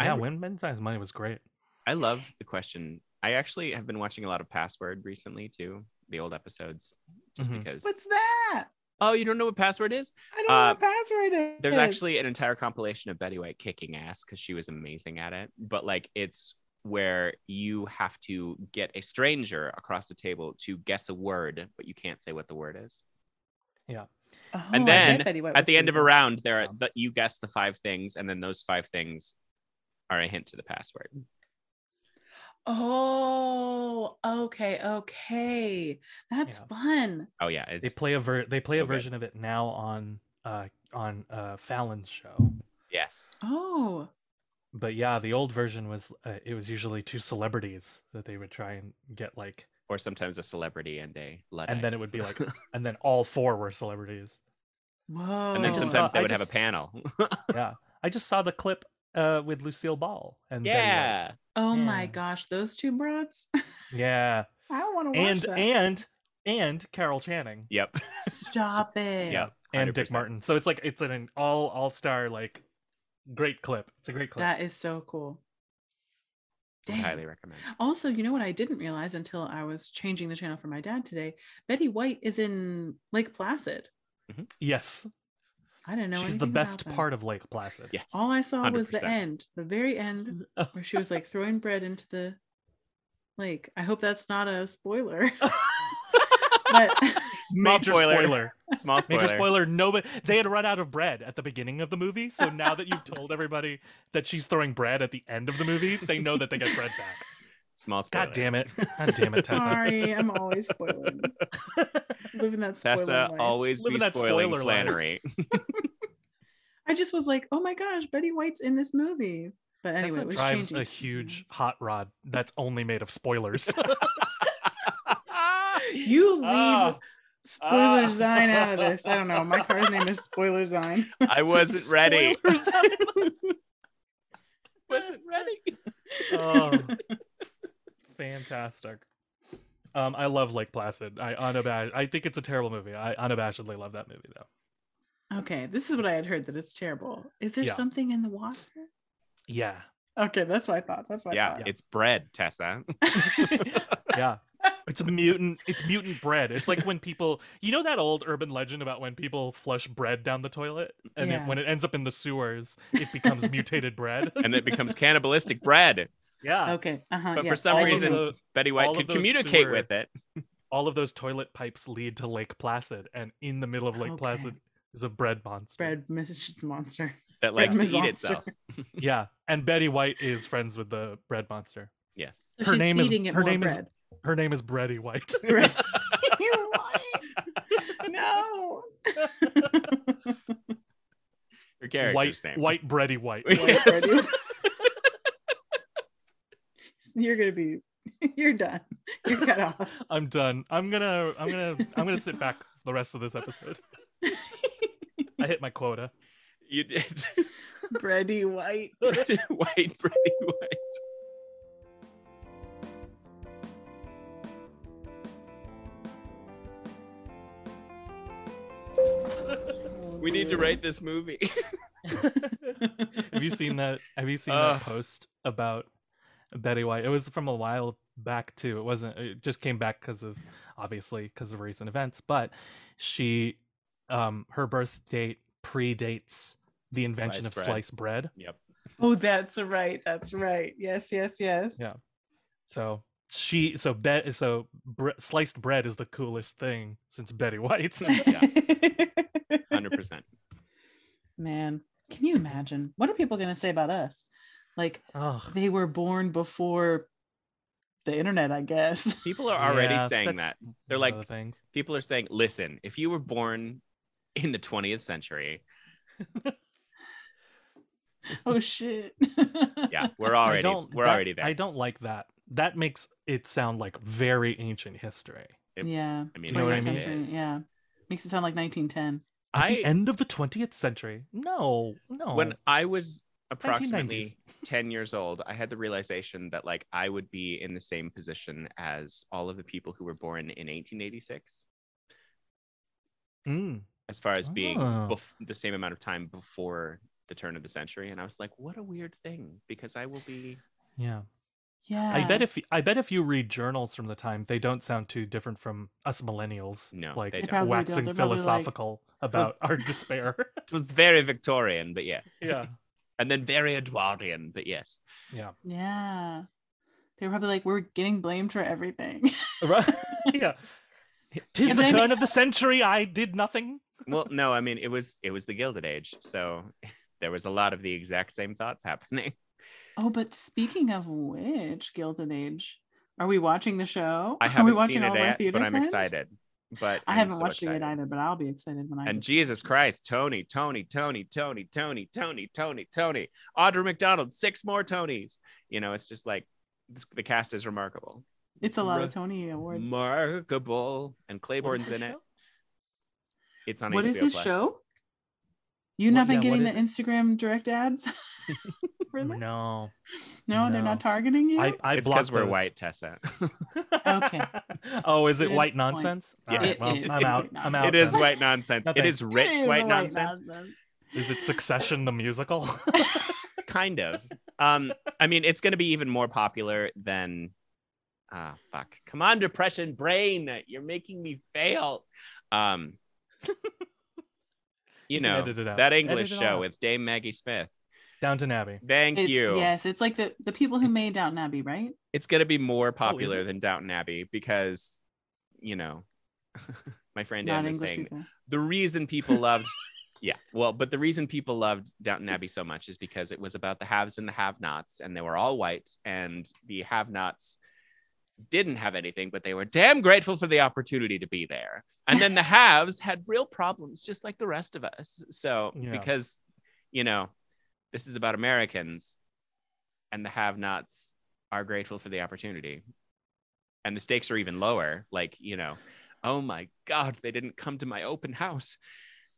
B: yeah,
C: I-
B: when Ben Stein's money was great.
C: I love the question. I actually have been watching a lot of Password recently too, the old episodes, just
B: Mhm.
C: because.
A: what's that
C: Oh, you don't know what Password is?
A: i don't
C: Uh,
A: know what password is
C: There's actually an entire compilation of Betty White kicking ass because she was amazing at it. But like, it's where you have to get a stranger across the table to guess a word, but you can't say what the word is.
A: Oh,
C: and
A: I
C: then
A: bet Betty White
C: At
A: was
C: the end of a
A: thinking.
C: round, there are
B: Yeah.
C: that you guess the five things, and then those five things are a hint to the password.
A: oh okay okay that's
B: Yeah.
A: fun
C: Oh yeah, it's,
B: They play a ver- they play a
C: so good.
B: version of it now on uh on uh Fallon's show.
C: yes.
A: oh
B: But yeah, the old version was uh, it was usually two celebrities that they would try and get like
C: Or sometimes a celebrity and a Luddite.
B: and then it would be like and then all four were celebrities.
A: whoa
C: And then
B: Oh.
C: sometimes
B: Uh,
C: they
B: I
C: would have
B: just-
C: a <laughs> panel.
B: yeah i just saw the clip uh with lucille ball and Betty White.
C: yeah.
A: oh my
B: Yeah.
A: gosh those two broads
B: yeah
A: i want to watch
B: and
A: that
B: and and carol channing
C: Yep.
B: <laughs>
A: stop it
C: Yep.
B: and dick
C: 100%.
B: martin so it's like it's an, an all all-star like great clip it's a great clip
A: That is so cool.
C: I
A: Dang.
C: highly recommend.
A: Also, you know what I didn't realize until I was changing the channel for my dad today? Betty White is in Lake Placid.
B: yes
A: I didn't know.
B: she's the
A: anything about
B: best
A: that.
B: part of lake placid
C: Yes.
A: All I saw was the
C: 100%.
A: end, the very end,
B: <laughs> Oh.
A: where she was like throwing bread into the lake. I hope that's not a
B: <laughs>
A: spoiler. but
C: Small
B: major
C: spoiler.
B: spoiler,
C: <laughs> Small spoiler.
B: major spoiler nobody they had run out of bread at the beginning of the movie so now that you've told everybody that she's throwing bread at the end of the movie they know that they get bread back
C: Small spoiler.
B: <laughs> god damn it <laughs> god damn it Tessa.
A: <laughs> sorry, I'm always
B: <laughs>
A: spoiling. Living that spoiler.
C: Tessa
A: life.
C: always
B: Living
C: be
B: that
C: spoiling
B: spoiler life.
C: Flannery. <laughs>
A: I just was like, oh my gosh, Betty White's in this movie. But anyway,
B: Tessa
A: it was
B: drives
A: changing
B: a
A: to something
B: huge
A: else.
B: hot rod that's only made of
A: <laughs>
B: spoilers. <laughs>
A: You leave
B: Ah,
A: spoiler
C: ah.
A: Zine out of this. I don't know. My car's name
C: <laughs>
A: is Spoiler Zine.
B: <laughs>
C: I wasn't ready.
B: Spoilers.
C: <laughs> wasn't ready.
B: oh, fantastic. Um, I love Lake Placid. I unabashed. I think it's a terrible movie. I unabashedly love that movie though.
A: Okay, this is what I had heard that it's terrible. Is there
B: Yeah.
A: something in the water?
B: Yeah,
A: Okay, that's what I thought. That's what I
C: Yeah,
A: thought.
C: it's bread,
B: <laughs>
C: Tessa.
B: yeah. It's mutant. It's mutant bread. It's like when people, you know, that old urban legend about when people flush bread down the toilet, and
A: Yeah.
B: it, when it ends up in the sewers,
A: <laughs>
B: it becomes mutated bread.
C: And it becomes cannibalistic bread.
B: Yeah.
A: Okay. Uh-huh.
C: But
A: yeah.
C: for some
A: all
B: All
A: of
B: of
C: reason-
A: <laughs> them.
B: the-
C: Betty White
B: All of
C: could
B: those
C: communicate
B: sewer-
C: with it.
B: all of those toilet pipes lead to Lake Placid, and in the middle of Lake
A: Okay.
B: Placid is a bread monster.
A: bread is just a monster.
C: That likes to
A: Miss
C: eat
A: Monster.
C: itself.
B: <laughs> Yeah, and Betty White is friends with the bread monster.
C: Yes.
A: So
B: Her
A: she's
B: name is-
A: eating it
B: her
A: more
B: name is- <laughs>
A: bread.
B: Her name is Bretty White.
A: <laughs> Bread. <laughs> You lied.
B: <laughs>
A: no.
C: Her
B: White,
C: <laughs> character's name.
B: White Bretty White.
C: <laughs> Yes.
A: Bread. <laughs> You're gonna be. <laughs> You're done. You're cut off.
B: I'm done. I'm gonna, I'm gonna, I'm gonna sit back for the rest of
A: <laughs>
B: this episode. I hit my quota.
C: You did. <laughs>
A: Bready White.
C: White, Betty White. We need to rate this movie.
B: Have you seen that? Have you seen
C: Ugh.
B: that post about Betty White? It was from a while back too. It wasn't. It just came back because of obviously because of recent events. But she, um, her birth date predates the invention
C: Sliced
B: of
C: bread.
B: sliced bread.
C: yep.
A: Oh, that's right. That's right. Yes, yes, yes.
B: Yeah. So she, so bet, so bre- sliced bread is the coolest thing since Betty
C: <laughs>
B: White's.
C: Hundred percent.
A: <laughs> Man, can you imagine? What are people going to say about us? Like,
B: <laughs> Ugh.
A: they were born before the internet, I guess. <laughs>
C: People are already
B: Yeah,
C: saying
B: that's
C: that. They're
B: one of
C: like,
B: the things.
C: people are saying, listen, if you were born in the 20th century,
A: Oh, shit.
C: yeah, we're
B: I
C: already
B: don't-
C: we're
B: that-
C: already there.
B: I don't like that. That makes it sound like very ancient history.
A: <laughs>
C: Yep.
A: Yeah.
C: I mean,
B: You know what I
A: 20th
B: mean?
A: century,
C: is.
A: Yeah. Makes it sound like 1910.
B: At
C: I
B: the end of the 20th century. No, no.
C: when I was approximately
B: 1990s.
C: 10 years old, I had the realization that like I would be in the same position as all of the people who were born in 1886
B: Mm.
C: as far as being
B: Oh.
C: bef- the same amount of time before the turn of the century and I was like, what a weird thing because I will
B: <laughs>
C: be
B: Yeah.
A: Yeah.
B: I bet if I bet if you read journals from the time, they don't sound too different from us millennials.
C: No,
B: like
C: they They don't.
A: probably don't.
B: waxing
A: They're probably like,
B: philosophical about
A: <laughs>
B: our despair.
C: it was very Victorian, but yes.
B: yeah.
C: And then very Edwardian, but yes.
B: Yeah.
A: Yeah. They were probably like, we're getting blamed for everything.
B: Right. <laughs> yeah. Tis
A: And
B: the
A: then-
B: turn of the century. I did nothing.
C: well no i mean it was it was the gilded age so <laughs> there was a lot of the exact same thoughts happening <laughs>
A: oh, but speaking of which, Gilded Age, are we watching the show? <laughs>
C: i
A: are we
C: haven't
A: watching
C: seen
A: all
C: it
A: of our
C: yet
A: theater
C: but i'm
A: friends?
C: excited but
A: I
C: I'm
A: haven't
C: so
A: watched it
C: excited.
A: yet either, but I'll be excited when I
C: and jesus christ tony tony tony tony tony tony tony tony audra mcdonald six more tonys you know it's just like this, the cast is remarkable
A: it's a lot
C: Re-
A: of Tony Awards.
C: remarkable and claiborne's in it it's on
A: What
C: HBO
A: is this
C: Plus.
A: show? You
B: What-
A: not been
B: yeah, what
A: getting the
B: is
A: Instagram direct
B: <laughs>
A: ads? <laughs> for this?
B: No.
A: no, they're
B: no.
A: not targeting you.
B: I, I blocked
C: it's because we're
B: those.
C: white tessa <laughs>
A: Okay.
B: <laughs> oh, is
A: Good
B: it white
A: point.
B: nonsense? All
C: It
B: right,
C: is-
B: well,
C: it is
B: I'm out.
A: white
B: I'm
A: nonsense.
B: out.
C: it is
B: then.
C: which nonsense
B: No,
C: it
B: thanks.
C: is rich
A: It is a
C: white nonsense
B: Is it succession the musical?
C: kind of. Um, I mean, it's going to be even more popular than. Ah, fuck. Come on, depression brain. You're making me fail. Um,
B: <laughs>
C: you
B: can
C: know,
B: edit it out.
C: that
B: Edit
C: English
B: it
C: show
B: out.
C: with Dame Maggie Smith.
B: Downton Abbey.
C: Thank
A: It's,
C: you.
A: Yes, it's like the, the people who
C: It's-
A: made Downton Abbey, right?
C: It's going to be more popular
B: Oh, it?
C: than Downton Abbey because, you know, <laughs> my friend
A: Not
C: Anne was
A: English
C: saying
A: people. <laughs>
C: the reason people loved yeah well but the reason people loved downton abbey so much is because it was about the haves and the have nots and they were all white and the have nots didn't have anything but they were damn grateful for the opportunity to be there and then the haves had real problems just like the rest of us so
B: Yeah.
C: because you know this is about americans and the have nots are grateful for the opportunity and the stakes are even lower like you know oh my god they didn't come to my open house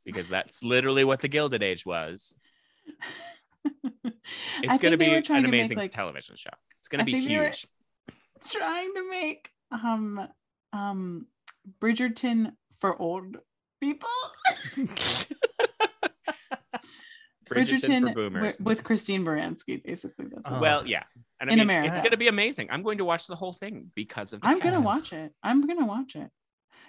C: because that's literally what the gilded age was
A: I
C: it's
A: think
C: going to
A: they
C: be
A: were
C: an
A: trying to make,
C: amazing
A: like-
C: television show it's going
A: I
C: to be
A: think they were-
C: huge
A: trying to make um um Bridgerton for old people.
C: bridgerton, for
A: wi-
C: boomers
A: with Christine Baranski, basically. That's
B: Oh.
A: what
C: well yeah and I
A: In
C: mean,
A: America.
C: it's going to be amazing i'm going to watch the whole thing because of the
A: I'm gonna
B: Yes.
A: watch it. I'm gonna watch it.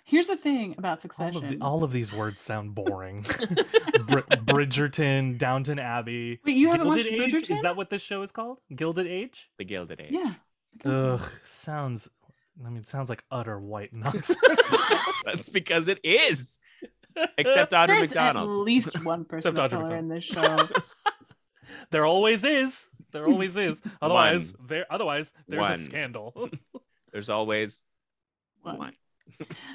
A: Here's the thing about
B: all, of
A: Succession.
B: the, all of these words sound
A: <laughs>
B: boring. <laughs> Br- Bridgerton, Downton Abbey.
A: Wait, you haven't
B: Gilded
A: watched
B: Age?
A: Bridgerton?
B: Is that what this show is called? Gilded Age?
C: the gilded age
A: yeah.
B: Ugh,
A: Mm-hmm.
B: sounds. I mean, it sounds like
A: <laughs>
B: utter white nonsense.
C: <laughs> that's because it is except audrey
A: There's
C: mcdonald
A: at
B: <laughs>
A: least one person of
B: Audra
A: color in
B: McDonald.
A: this show.
B: <laughs> <laughs> there always is. There always is. Otherwise,
C: One.
B: there. Otherwise, there's
C: One.
A: <laughs>
B: a scandal.
C: there's always
B: Oh
A: One.
C: one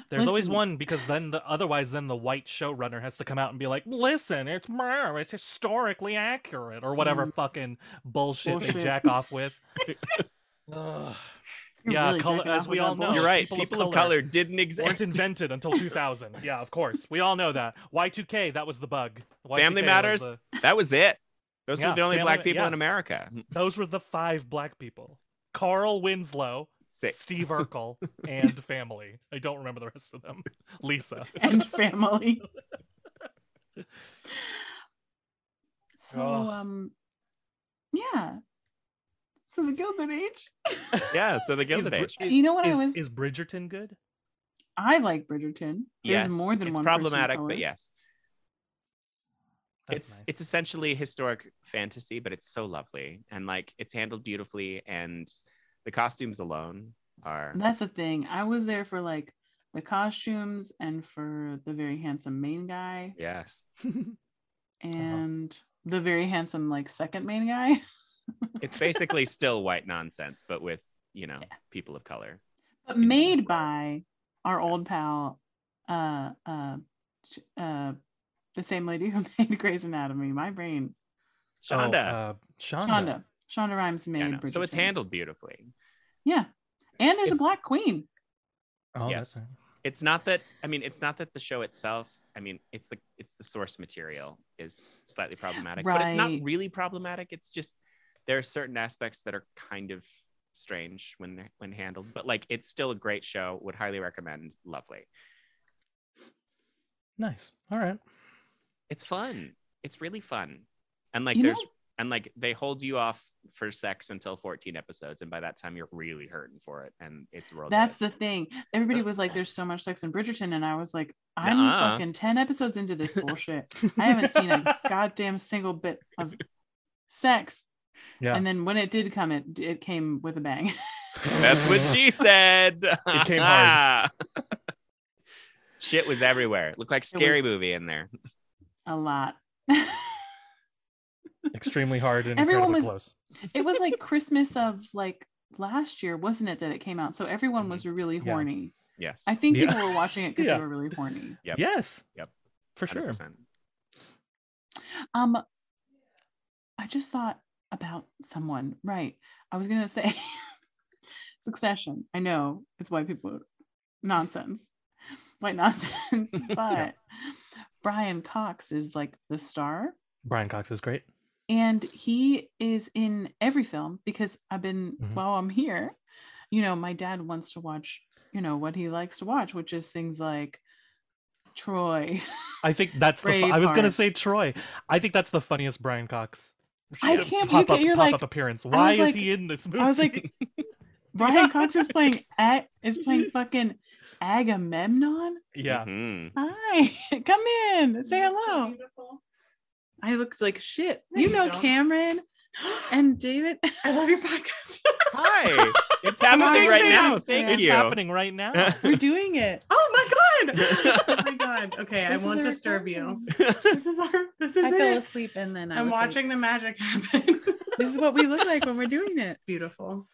B: There's always
A: Listen.
B: one because then the otherwise then the white showrunner has to come out and be like, listen, it's mer, it's historically accurate or whatever
A: Mm.
B: fucking bullshit, they
A: Bullshit.
B: jack
A: <laughs>
B: off with. <laughs> Ugh.
A: You're
B: yeah,
A: really
B: color,
A: jacking
B: as
A: off
B: we
A: with
B: all
A: that
B: know,
A: bullshit.
C: you're right people, of, color, didn't
B: weren't
C: exist
B: invented
C: <laughs>
B: until 2000. Yeah, of course, we all know that. Y2K, that was the bug. Y2K
C: Family
B: was
C: Matters?
B: the-
C: that was it those
B: Yeah,
C: were the only
B: family-
C: black people
B: yeah.
C: in america
B: those were the five black people: Carl Winslow,
C: six <laughs>
B: Steve Urkel, and
C: <laughs>
B: family. I don't remember the rest of them. Lisa.
A: and family. So
B: Oh.
A: um yeah. So the Gilded Age.
C: yeah,
B: <laughs>
C: so the
B: Is
C: Gilded
B: Bri-
C: Age.
A: You know what
B: Is,
A: I was
B: is Bridgerton good?
A: I like Bridgerton. There's
C: yes,
A: more than
C: it's
A: one person of
C: problematic,
A: color.
C: but yes,
B: That's
C: it's
B: nice.
C: it's essentially historic fantasy, but it's so lovely and like it's handled beautifully, and the costumes alone are
A: That's the thing. I was there for like the costumes and for the very handsome main guy
C: yes, Uh-huh.
A: and the very handsome like second main guy.
C: it's
A: <laughs>
C: basically still white nonsense, but with you know people of color.
A: but
C: in
A: made
C: Wars.
A: by our old pal, uh, uh, sh- uh, the same lady who <laughs> made Grey's Anatomy. My brain,
B: Oh,
C: Shonda,
B: uh, Shonda.
A: Shonda, Shonda Rhimes made.
C: yeah, no, so it's
A: Bridgerton.
C: handled beautifully.
A: Yeah, and there's a
C: It's-
A: black queen.
B: Oh,
C: Yes.
B: that's right.
C: It's not that I mean, it's not that the show itself. I mean, it's the it's the source material is slightly problematic, but it's not
A: Right.
C: really problematic. It's just there are certain aspects that are kind of strange when they're when handled, but like it's still a great show. Would highly recommend. Lovely.
B: nice. All <laughs> right.
C: It's fun. It's really fun, and like
A: You
C: there's
A: know-
C: and like they hold you off for sex until 14 episodes, and by that time you're really hurting for it, and it's a world. of
A: That's
C: it.
A: the thing. Everybody was like, "There's so much sex in Bridgerton," and I was like, "I'm
C: Nuh-uh.
A: fucking ten episodes into this
C: <laughs>
A: bullshit. I haven't seen a goddamn single bit of sex."
B: <laughs> Yeah.
A: And then when it did come, it it came with a bang. <laughs>
C: That's
B: <laughs>
C: what she <laughs> said.
B: It came hard.
C: <laughs> Shit was everywhere. It looked like scary
A: was-
C: movie in there.
A: a lot. <laughs>
B: Extremely hard and
A: Everyone
B: incredibly
A: was-
B: close.
A: it was like Christmas of like last year, wasn't it? That it came out, so everyone was really
B: Mm, Yeah.
A: horny.
C: Yes.
A: I think
B: Yeah.
A: people were watching
B: <laughs>
A: it because
B: Yeah.
A: they were really horny.
C: Yep.
B: Yes.
C: Yep.
B: For sure.
C: 100%.
A: Um, I just thought about someone. Right, I was gonna say <laughs> Succession. I know it's white people nonsense, white
B: <laughs>
A: nonsense. But Brian Cox is like the star.
B: Brian Cox is great.
A: and he is in every film because i've been
D: Mm-hmm.
B: Mhm.
A: while i'm here you know my dad wants to watch you know what he likes to watch which is things like troy <laughs>
B: I think that's the. Fu- I was gonna
A: Braveheart.
B: say Troy. I think that's the funniest Brian Cox.
A: I
B: shit
A: can't
B: pop
A: believe
B: up
A: it. You're
B: pop
A: like-
B: up appearance.
A: was
B: Why is
A: like-
B: he in this movie?
A: i was
D: <laughs>
A: like brian cox is playing at is playing fucking agamemnon
B: <laughs> yeah,
C: Mhm.
A: hi <laughs> come in say
D: You look so
A: hello
D: beautiful.
A: i looked like shit
D: No,
A: you
D: you
A: know
D: don't. <gasps>
A: cameron and david
D: I love your podcast.
C: Hi. <laughs> It's
A: Hi,
C: happening right now.
A: thanks,
C: Thank
A: man.
B: it's
C: you.
B: happening
C: <laughs>
B: right now.
A: we're doing
D: <laughs>
A: it
D: Oh my god! Oh my god! Okay, I
A: This is
D: won't
A: a
D: disturb you. <laughs>
A: recording.
D: This is our. This is
A: i fell
D: it.
A: asleep and then i
D: I'm
A: was like,
D: watching the magic happen. <laughs>
A: this is what we look like when we're doing it
D: Beautiful.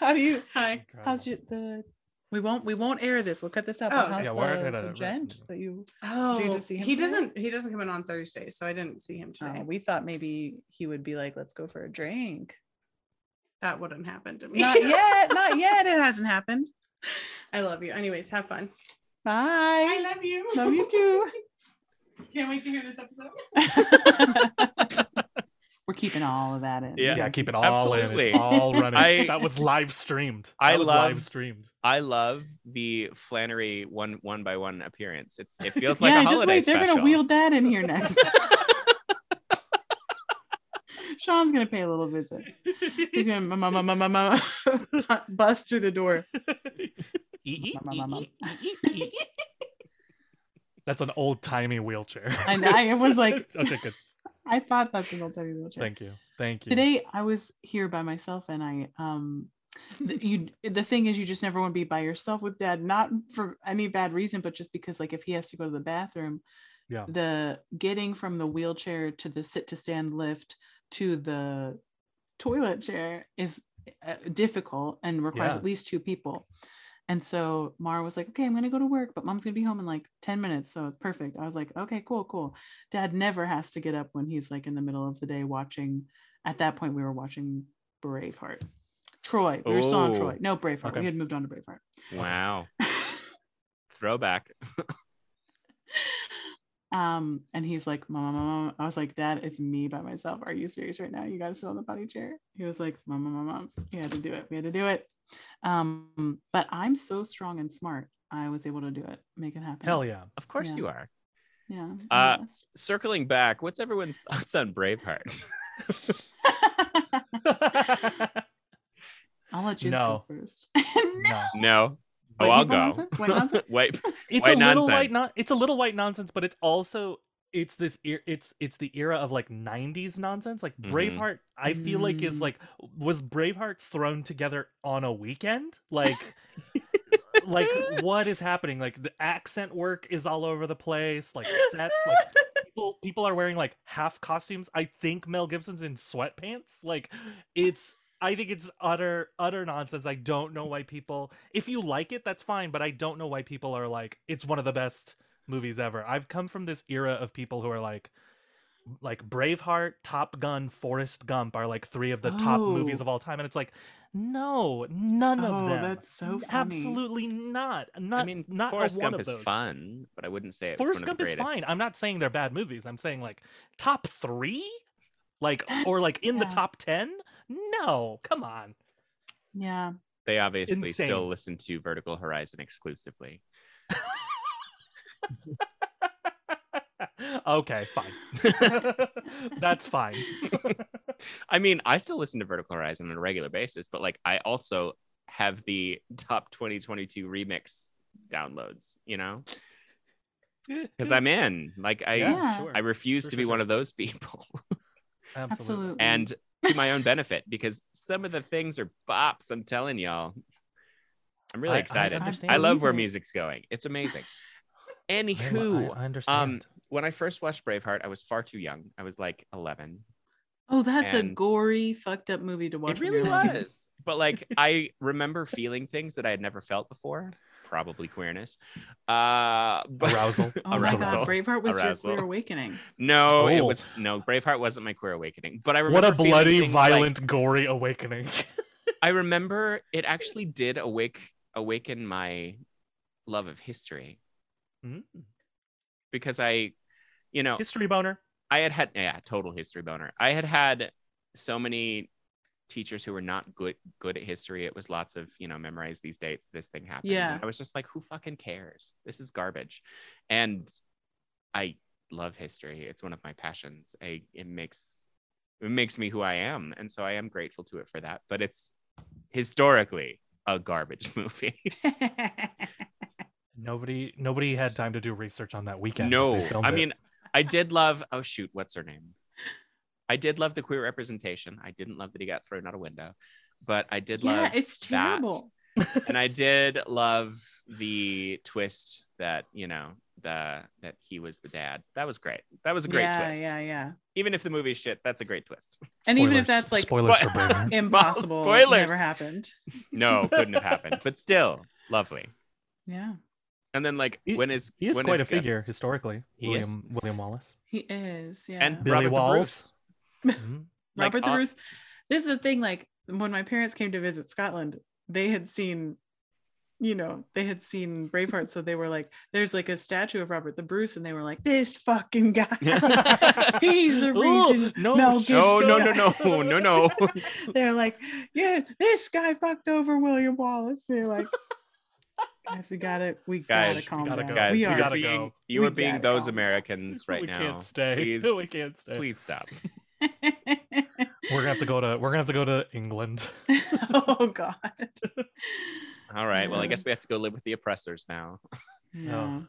A: how do
B: <laughs>
A: you
D: Hi.
A: How's your the? We won't. We won't air this. We'll cut this out.
D: Oh,
A: but
D: okay.
A: how's
B: Yeah, we're
A: the,
B: gonna-
A: the
B: we're-
A: gent that you?
D: Oh,
A: you just see him
D: he
A: today?
D: doesn't. He doesn't come in on Thursday, so I didn't see him today.
A: Oh, we thought maybe he would be like, "Let's go for a <laughs> drink."
D: that wouldn't happen to me. <laughs>
A: Not yet. Not yet. It hasn't happened.
D: I love you. Anyways, have fun. I
A: Bye.
D: love you.
A: Love you
B: <laughs>
A: too. <laughs>
D: Can't wait to hear this episode.
A: We're keeping all of that in.
B: <laughs>
C: Yeah.
B: yeah, keep it all in.
C: Absolutely.
B: It's
C: <laughs>
B: all running.
C: I-
B: that was live streamed. That
C: <laughs> I
B: was
C: love-
B: live streamed.
C: I love the Flannery one one by one appearance. It's it feels like
A: yeah.
C: a
A: just
C: holiday
A: wait. They're
C: special.
A: gonna wheel that in here
C: <laughs>
A: next. Sean's gonna pay a little visit. He's gonna mu- mu- mu- mu- mu- <laughs> bust through the door.
C: Ee, ee,
A: Ma,
C: ee,
A: ma, ma,
C: ee, ee, ee, ee.
B: That's an old timey wheelchair.
A: And I it was like,
B: <laughs> okay, good.
A: I thought that's an old timey wheelchair.
B: Thank you. Thank you.
A: today i was here by myself and i um
B: <laughs>
A: th- you the thing is you just never want to be by yourself with dad not for any bad reason but just because like if he has to go to the bathroom
B: Yeah.
A: the getting from the wheelchair to the sit to stand lift to the toilet chair is uh, difficult and requires
B: Yeah.
A: at least two people and so Mara was like, okay, I'm going to go to work, but mom's going to be home in like 10 minutes. So it's perfect. I was like, okay, cool, cool. Dad never has to get up when he's like in the middle of the day watching. At that point, we were watching Braveheart. Troy. We were still on
C: Oh.
A: Troy. No, Braveheart.
B: Okay.
A: We had moved on to Braveheart. <laughs>
C: Wow. Throwback.
A: um, and he's like, mom, mom, mom. I was like, Dad, it's me by myself. Are you serious right now? You got to sit on the potty chair. He was like, mom, mom, mom, mom. We had to do it. We had to do it. Um, but I'm so strong and smart. I was able to do it, make it happen. <laughs>
B: Hell yeah. <laughs>
C: Of course
A: Yeah.
C: you are.
A: Yeah.
C: Uh, Circling back, what's everyone's thoughts on Braveheart?
A: <laughs> I'll let you
B: No.
A: go first. <laughs>
B: No.
C: <laughs> No. Oh,
A: White
C: I'll
A: people
C: go.
A: nonsense? White
C: <laughs>
A: nonsense?
C: Wait.
B: It's
C: White
B: a little white
C: nonsense.
B: non- it's a little white nonsense, but it's also it's this e- it's it's the era of like 90s nonsense. Like
C: Mhm.
B: Braveheart, I feel like is
A: Mm.
B: like was Braveheart thrown together on a weekend? Like like what is happening? Like the accent work is all over the place, like sets, like people people are wearing like half costumes. I think Mel Gibson's in sweatpants. Like it's I think it's utter utter nonsense. I don't know why people if you like it, that's fine, but I don't know why people are like it's one of the best movies ever. I've come from this era of people who are like like Braveheart, Top Gun, Forrest Gump are like three of the top movies
A: Oh.
B: of all time and it's like no, none
A: oh,
B: of them.
A: that's so funny.
B: Absolutely not. Not
C: I mean,
B: not a
C: Forrest
B: one
C: Gump
B: of
C: is
B: those.
C: fun, but I wouldn't say it's
B: Forrest
C: one of
B: Gump
C: the
B: is
C: greatest.
B: fine. I'm not saying they're bad movies. I'm saying like top three, like or
A: That's-
B: like in the
A: yeah.
B: top ten. No, come on.
A: Yeah.
C: They obviously still
B: Insane.
C: listen to Vertical Horizon exclusively.
B: okay,
C: <laughs>
B: fine. <laughs> That's fine.
C: I mean, I still listen to Vertical Horizon on a regular basis, but like I also have the <laughs> top 2022 remix downloads, you know? Because I'm in. Like I
A: Yeah.
B: sure.
C: I refuse
B: Sure,
C: to be
B: sure, Mm-hmm.
C: one
B: sure.
C: of those people. <laughs>
A: Absolutely.
C: and to my own benefit, because some of the things are bops, I'm telling y'all. I'm really
B: I- I
C: excited. I,
B: understand.
C: love where
A: Amazing.
C: music's going.
B: <sighs>
C: It's amazing.
B: I- I-
C: Anywho,
B: I, understand.
C: when I first watched Braveheart, I was far too young. I was like 11.
A: Oh, that's a
C: and-
A: gory, fucked up movie to watch.
C: it
A: when
C: really
A: you're alone.
C: was. But like I remember feeling things that I had never felt before, probably queerness. Uh but- <laughs>
B: Arousal.
A: Oh my
C: Arousal.
A: God, Braveheart was
C: Arousal.
A: your queer awakening.
C: <laughs>
A: <laughs>
C: No, it
B: Oh.
C: was no Braveheart wasn't my queer awakening. But I remember
B: what a
C: feeling
B: bloody,
C: things like-
B: violent, gory awakening.
C: I remember it actually did awake awaken my love of history Hmm?
B: Mm.
C: because I, you know,
B: <laughs> History boner.
C: I had had yeah, total history boner. I had had so many teachers who were not good good at history. It was lots of you know memorize these dates. This thing happened.
A: Yeah.
C: And I was just like, who fucking cares? This is garbage. And I love history. It's one of my passions. I it makes it makes me who I am, and so I am grateful to it for that. But it's historically a garbage <laughs> movie.
B: Nobody, nobody had time to do research on that weekend. that
C: no,
B: they filmed
C: I
B: it.
C: mean, I did love. Oh shoot, what's her name? I did love the queer representation. I didn't love that he got thrown out a window, but I did
A: yeah,
C: love.
A: it's
C: that.
A: terrible.
C: and I did love the twist that you know the that he was the dad. That was great. That was a great
A: yeah,
C: twist.
A: Yeah, yeah.
C: Even if the movie's shit, that's a great twist.
A: And even if
B: Spoilers-
A: that's like
B: spoilers
C: But-
B: for Braveheart.
C: <laughs>
A: impossible,
C: Spoilers.
A: never happened.
C: No, couldn't have happened, but still lovely.
A: Yeah,
C: And then like
B: He-
C: when is
B: He is
C: when
B: quite a
C: Gus-
B: figure historically.
C: He is.
B: William William
C: <laughs>
B: Wallace.
A: he is. Yeah.
C: and
B: Billy
C: Robert the
B: Walls.
C: Bruce.
B: Mhm.
C: Like,
A: Robert
C: uh,
A: the Bruce. This is the thing. Like when my parents came to visit Scotland, they had seen, you know, they had seen Braveheart, so they were like, "There's like a statue of Robert the Bruce," and they were like, "This fucking
C: <laughs>
A: guy." <laughs> He's the
B: Ooh,
A: reason
B: no,
A: Mel
C: No,
A: Gibson-
C: Oh,
B: <laughs>
C: no, no,
A: <laughs>
C: no, no, no.
A: They're like, "Yeah, this guy fucked over William Wallace." They're like, "Guys, we got it. We
C: Guys,
A: gotta
C: we
A: calm
B: gotta
A: down.
B: go.
C: Guys,
A: we
C: you
A: are <laughs>
B: gotta
C: are being,
B: go.
C: you
A: We
C: are being
A: gotta
C: those
A: go.
C: Americans right
B: we
C: now.
A: <laughs>
B: can't stay. <laughs>
C: Please,
B: we can't stay.
C: please stop.
B: We're gonna have to go to. We're gonna have to go to England.
A: <laughs> oh
B: <laughs>
A: God.
C: All right. Well, I
A: Yeah.
C: guess we have to go live with the oppressors now.
A: Yeah,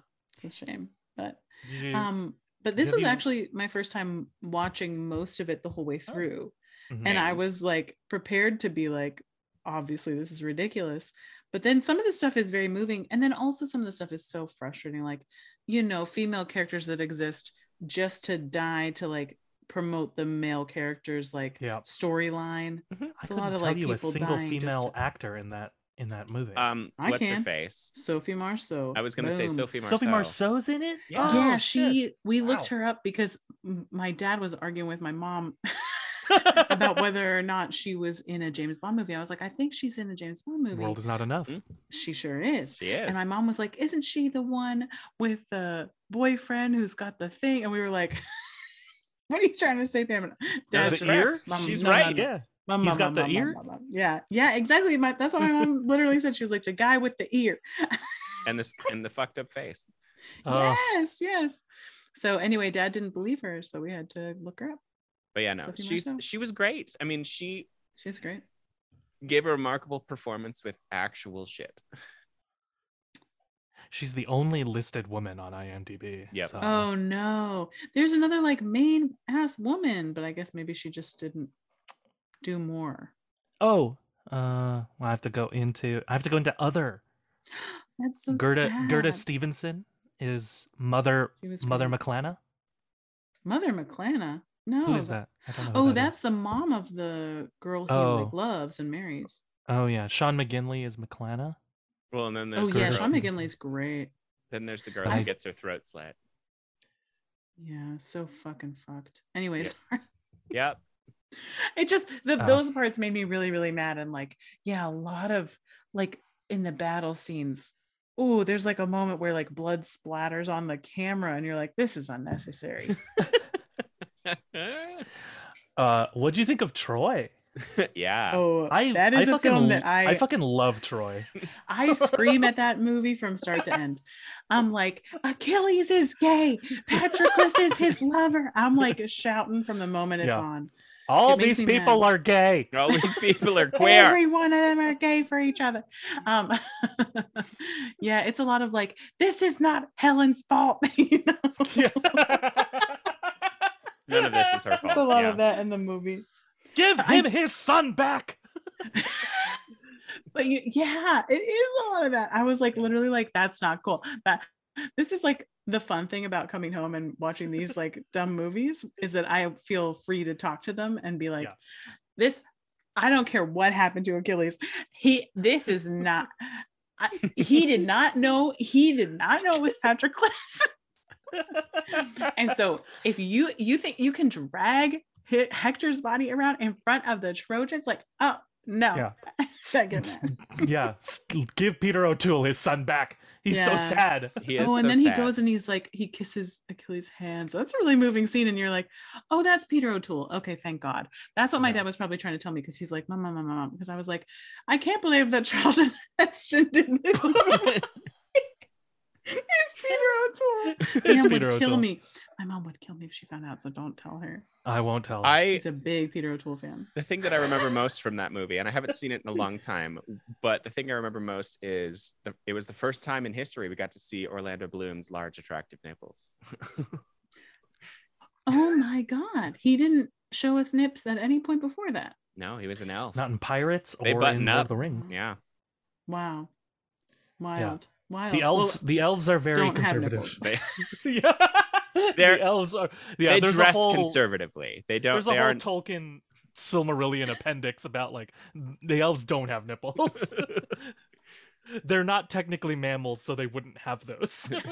A: it's a shame, but
B: You-
A: um but this
B: Have
A: was
B: you-
A: actually my first time watching most of it the whole way
B: Oh.
A: through
B: Mhm.
A: and i
C: And-
A: was like prepared to be like obviously this is ridiculous but then some of the stuff is very moving and then also some of the stuff is so frustrating like you know female characters that exist just to die to like promote the male characters like
B: Yeah.
A: storyline
B: I
A: it's Mm-hmm. a lot
B: couldn't
A: of,
B: tell
A: like,
B: you a
A: people
B: single
A: dying just
B: female
A: to-
B: actor in that in that movie.
C: Um,
A: I
C: what's her
A: can.
C: face?
A: sophie marceau
C: I was gonna say
A: boom.
C: Sophie Marceau.
B: Sophie Marceau's in it.
C: Yeah.
B: Oh,
A: yeah
B: shit.
A: she we looked
B: Wow.
A: her up because m- my dad was arguing with my mom <laughs>
B: <laughs>
A: about whether or not she was in a James Bond movie. I was like, I think she's in a James Bond movie.
B: World is not enough.
C: Mhm.
A: she sure is.
C: She is.
A: And my mom was like, Isn't she the one with the boyfriend who's got the thing? And we were like, <laughs> What are you trying to say, Pam?
B: The
A: just-
B: ear?
A: Mom-
C: She's
A: no, no,
C: right.
A: no.
B: Yeah.
A: Mom,
B: He's
A: mom,
B: got the
A: mom,
B: ear?
A: mom, mom, mom. Yeah, yeah, exactly. My, that's what my
B: <laughs>
A: mom literally said. She was like, The guy with the ear.
C: And this and the fucked up face.
B: Oh,
A: yes, yes. So anyway, dad didn't believe her, so we had to look her up.
C: But yeah, no,
A: Sophie
C: she's
A: Marceau?
C: she was great. I mean, she
A: She's great.
C: gave a remarkable performance with actual shit.
B: She's the only listed woman on IMDb.
C: Yep.
B: so-
A: Oh no. There's another like main ass woman, but I guess maybe she just didn't do more.
B: Oh, uh, well, I have to go into. I have to go into other.
A: That's so
B: Gerda
A: sad.
B: Gerda Stevenson is mother
A: She was
B: mother
A: great.
B: McClana.
A: Mother McClana. No.
B: Who is
A: the-
B: that? I don't know.
A: Oh,
B: who that is.
A: that's the mom of the girl he
B: Oh.
A: like, loves and marries.
B: Oh yeah, Sean McGinley is McClana.
C: Well, and then
A: Oh
C: there's the
A: yeah,
B: Gerda
C: girl-
A: Sean
B: Stevenson.
A: McGinley's great.
C: then there's the girl
B: I-
C: who gets her throat slit.
A: Yeah, so fucking fucked. Anyway, <laughs> sorry.
C: Yep. <laughs>
A: It just the,
B: Oh.
A: those parts made me really, really mad. And like, yeah, a lot of like in the battle scenes. Oh, there's like a moment where like blood splatters on the camera, and you're like, this is unnecessary.
B: Uh, what do you think of Troy?
C: yeah.
A: oh,
B: <laughs> I
A: that is
B: I
A: a
B: fucking
A: film
B: l-
A: that I
B: I fucking
A: <laughs>
B: love Troy.
A: I scream at that movie from start to end. I'm like, Achilles is gay. Patroclus is his lover. I'm like shouting from the moment it's
B: Yeah.
A: on.
B: All
A: makes
B: these
A: me
B: people
A: mad. <laughs>
B: are gay.
C: All these people are queer.
A: Every one of them are gay for each other. Um, <laughs> yeah, it's a lot of like, this is not Helen's fault. <laughs> you know?
C: None of this is her
A: There's a
C: fault.
A: lot
C: Oh, Yeah.
A: of that in the movie.
B: <laughs> Give
A: I
B: him his son back.
A: But you, yeah, it is a lot of that. I was like, literally, like, that's not cool. That this is like the fun thing about coming home and watching these like dumb movies is that I feel free to talk to them and be like,
B: Yeah.
A: this, I don't care what happened to Achilles. He, this is not. I, he did not know. He did not know it was Patroclus. and so, if you you think you can drag H- Hector's body around in front of the Trojans, like, oh no,
B: Yeah.
A: <laughs> second. that.
B: yeah, s- give Peter O'Toole his son back. He's so
A: Yeah. <laughs>
B: sad.
C: He is
A: oh, and
C: so
A: then
C: sad.
A: he goes and he's like, he kisses Achilles' hands. That's a really moving scene. And you're like, oh, that's Peter O'Toole. Okay, thank God. That's what my
B: Yeah.
A: dad was probably trying to tell me because he's like, mom, mom, mom, mom. Because I was like, I can't believe that Charlton <laughs> Heston did this. <laughs> it's Peter O'Toole. My
B: It's
A: mom
B: Peter
A: would
B: O'Toole.
A: kill me. My mom would kill me if she found out. So don't tell her.
B: I won't tell.
C: <laughs> I
A: He's a big Peter O'Toole fan.
C: the thing that I
A: <laughs>
C: remember most from that movie, and I haven't seen it in a long time, but the thing I remember most is the, it was the first time in history we got to see Orlando Bloom's large, attractive nipples.
A: Oh my God. He didn't show us nips at any point before that.
C: No, he was an elf.
B: Not in Pirates or
C: They
B: in
C: button
B: Lord
C: up.
B: of the Rings.
C: yeah.
A: Wow. Wild. Wild.
B: The
A: Well, <laughs>
B: elves, the elves are very
A: don't have
B: conservative.
A: nipples.
B: <laughs>
C: They,
B: yeah,
C: They're-
B: the elves are. Yeah,
C: they
B: there's
C: dress
B: a whole,
C: conservatively. They don't.
B: There's a
C: They
B: whole
C: aren't.
B: Tolkien Silmarillion appendix about like the elves don't have nipples. <laughs> They're not technically mammals, so they wouldn't have
C: <laughs>
B: those. <laughs>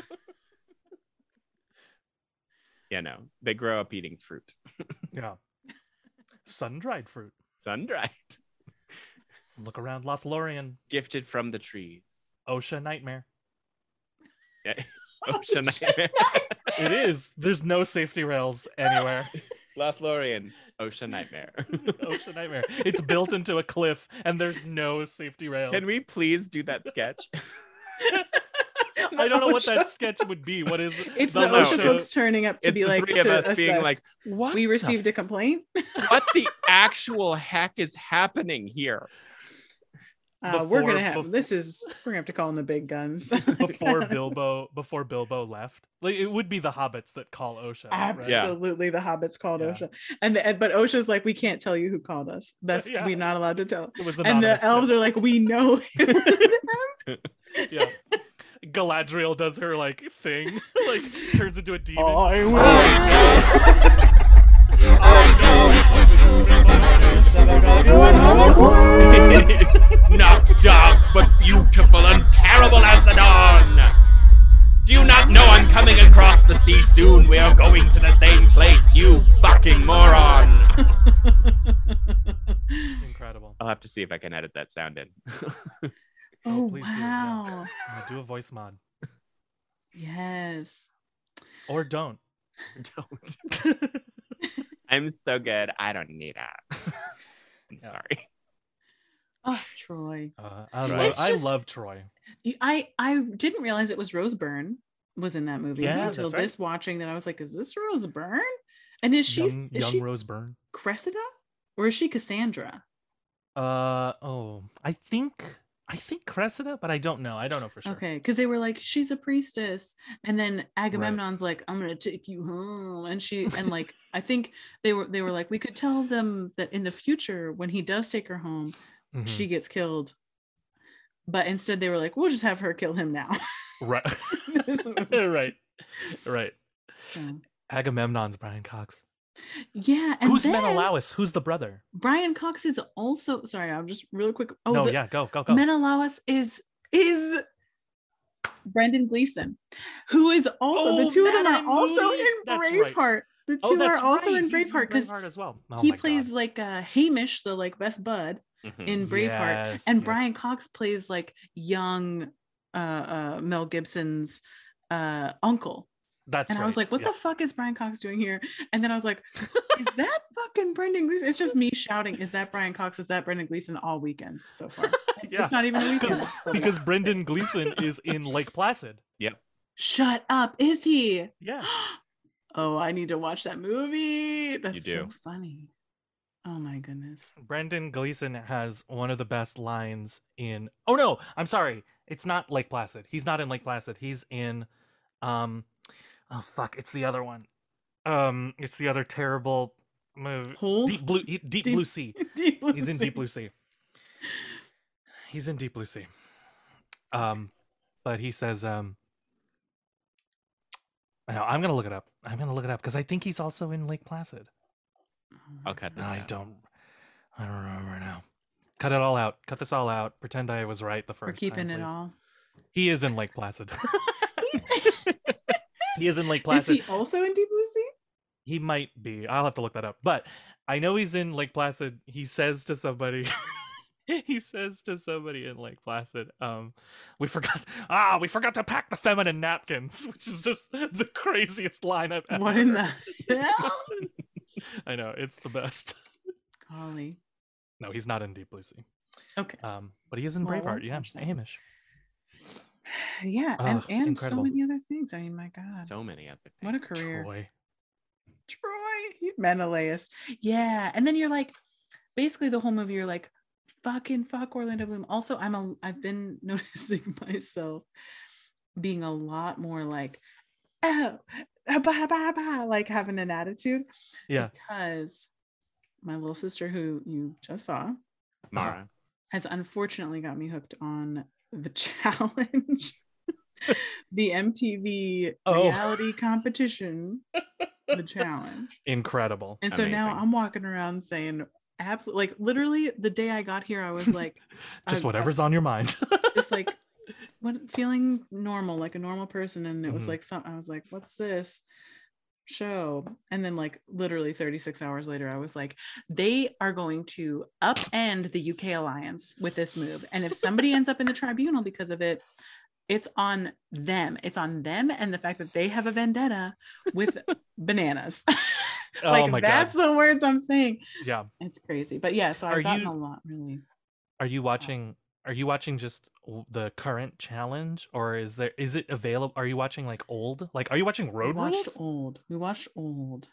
C: yeah, no. They grow up eating fruit,
B: yeah, sun-dried fruit.
C: sun dried,
B: Look around Lothlorien,
C: <laughs> gifted from
A: <laughs>
C: the trees.
B: OSHA nightmare.
C: Yeah.
A: Oh,
C: Ocean nightmare.
B: It is. There's no safety rails
C: <laughs>
B: anywhere. <laughs>
C: Lothlorien. Ocean
A: <laughs>
C: nightmare.
B: OSHA nightmare. It's built into a cliff, and there's no safety rails.
C: Can we please do that sketch?
B: <laughs> I don't know what
A: that's.
B: that sketch would be. What
C: <laughs>
B: is
A: It's the,
B: the
C: no,
A: OSHA
B: OSHA-
A: folks turning up to
C: it's
A: be
C: the
A: like
C: three of
A: to
C: us being
A: assess,
C: like, what?
A: we received a complaint.
C: what the actual heck is happening here?
A: Uh, we're
B: Before-
A: gonna have
B: bef-
A: this is we're gonna have to call in the big
B: <laughs>
A: guns.
B: before Bilbo before Bilbo left? Like it would be the hobbits that call OSHA. right?
C: Yeah.
A: Absolutely, the hobbits called
B: Yeah.
A: OSHA, and the, but OSHA's like, we can't tell you who called us. That's
B: Yeah.
A: we're not allowed to tell.
B: It was
A: And the
B: anonymous.
A: elves are like, we
B: <laughs>
A: know. it was them."
B: yeah. Galadriel does her like thing, <laughs> like turns into a demon.
A: I
E: <laughs> Not dark, but beautiful and terrible as the dawn. Do you not know I'm coming across the sea soon? We are going to the same place, you fucking moron.
A: will.
B: Incredible.
C: I'll have to see if I can edit that sound in.
A: <laughs> oh
B: please do, yeah.
A: wow!
B: Yeah, do a voice mod <laughs>
A: Yes.
B: or don't.
C: don't. I'm so good. I don't need it. I'm
B: Yeah.
C: sorry.
A: Oh, Troy.
B: Uh, I,
C: Right.
B: love,
A: It's
B: I
A: just-
B: love Troy.
A: You- I I didn't realize it was Rose Byrne was in that movie
B: Yeah,
A: until
B: that's right.
A: this watching that I was like, is this Rose Byrne? And is she
B: young,
A: is
B: young
A: she
B: Rose Byrne.
A: Cressida or is she Cassandra?
B: Uh oh, I think I think Cressida, but I don't know. I don't know for sure.
A: Okay, because they were like, she's a priestess, and then Agamemnon's like, I'm gonna take you home, and she and
B: <laughs>
A: like I think they were they were like, we could tell them that in the future when he does take her home,
B: Mhm. <laughs>
A: she gets killed. But instead, they were like, we'll just have her kill him
B: <laughs>
A: now. <laughs>
B: Right.
A: This movie.
B: right. Right.
A: So,
B: Agamemnon's Brian Cox.
A: yeah, and
B: Who's
A: then
B: Menelaus? Who's the brother?
A: Brian Cox is also sorry. I'm just real quick. Oh,
B: no,
A: the-
B: yeah, go, go, go.
A: Menelaus is is Brendan Gleeson, who is also
B: Oh,
A: the two of them
B: that
A: are also
B: movie.
A: in
B: That's right.
A: Braveheart. The two
B: Oh,
A: are
B: that's
A: also
B: right.
A: in
B: He's
A: Braveheart because
B: Braveheart as well. Oh
A: he
B: my
A: plays
B: God.
A: like uh, Hamish, the like best bud
C: Mhm.
A: in Braveheart,
B: Mm, Yes,
A: and
B: yes.
A: Brian Cox plays like young uh, uh, Mel Gibson's uh, uncle.
B: That's
A: and I was
B: right,
A: like, "What
B: yeah.
A: the fuck is Brian Cox doing here?" And then I was like, "Is
B: <laughs>
A: that fucking Brendan Gleeson?" It's just me shouting, "Is that Brian Cox? Is that Brendan Gleeson?" All weekend so
B: <laughs>
A: far.
B: Yeah.
A: It's not even a weekend.
B: Because-
A: so far.
B: Because Brendan Gleeson is in Lake Placid.
A: Shut up. Is he? <gasps>
B: Yeah.
A: oh, I need to watch that movie. That's so
C: do.
A: funny. Oh my goodness.
B: Brendan Gleeson has one of the best lines in Oh no, I'm sorry. It's not Lake Placid. He's not in Lake Placid. He's in um oh fuck, it's the other one. Um it's the other terrible movie
A: Holes?
B: Deep Blue Deep,
A: Deep-
B: Blue Sea.
A: <laughs> Deep Blue
B: He's in Deep
A: Sea.
B: Blue Sea. He's in Deep Blue Sea. Um but he says um no, I'm gonna look it up. I'm gonna look it up because I think he's also in Lake Placid.
A: Oh
C: I'll cut this.
B: I
C: out.
B: don't. I don't remember now. Cut it all out. Cut this all out. Pretend I was right the first.
A: We're keeping
B: time,
A: it
B: please.
A: all.
B: He is in Lake
A: <laughs>
B: Placid. <laughs> he is in Lake
A: Is
B: Placid.
A: he also in Deep Blue Sea?
B: He-, might be. I'll have to look that up. But I know he's in Lake Placid. He says to somebody. <laughs> he says to somebody in Lake Placid, um, "We forgot. <laughs> Ah, we forgot to pack the feminine napkins," <laughs> which is just the craziest line I've ever.
A: What in the
B: <laughs>
A: <laughs>
B: heard.
A: hell?
B: I know it's the best. <laughs>
A: Golly.
B: No, he's not in Deep Blue Sea.
A: Okay.
B: Um, but he is in
A: Well, I won't
B: Braveheart. Yeah,
A: watch that.
B: Hamish.
A: Yeah.
B: Ugh,
A: and and so
B: incredible.
A: many other things. I mean, my God.
C: So many other things.
A: what a career.
B: Troy.
A: Troy Menelaus. Yeah. And then you're like, basically the whole movie, you're like, fucking fuck Orlando Bloom. Also, I'm a I've been <laughs> noticing myself being a lot more like, oh, ah, bah, bah, bah, like having an attitude.
B: Yeah.
A: Because my little sister who you just saw
C: Mara.
A: has unfortunately got me hooked on the <laughs> challenge. the MTV
B: Oh.
A: reality competition, the challenge.
B: Incredible.
A: And so now
C: Amazing.
A: I'm walking around saying, absolutely, like literally the day I got here, I was like,
B: Just
A: I-
B: whatever's on your mind. <laughs>
A: I- just like, what, feeling normal, like a normal person. And it was
B: Mhm.
A: like, some, I was like, what's this show? And then, like, literally 36 hours later, I was like, they are going to upend the UK alliance with this move. And if somebody ends up in the tribunal because of it, it's on them. It's on them and the fact that they have a vendetta
B: <laughs>
A: with bananas. <laughs> like
B: oh my
A: that's
B: god.
A: the words I'm saying.
B: Yeah.
A: It's crazy, but yeah. So I've
B: Are
A: gotten
B: you-
A: a lot, really.
B: Are you watching are you watching just w- the current challenge or is there is it available are you watching like old? Like are you watching Road
A: we watched
B: Rules?
A: old. We watched old.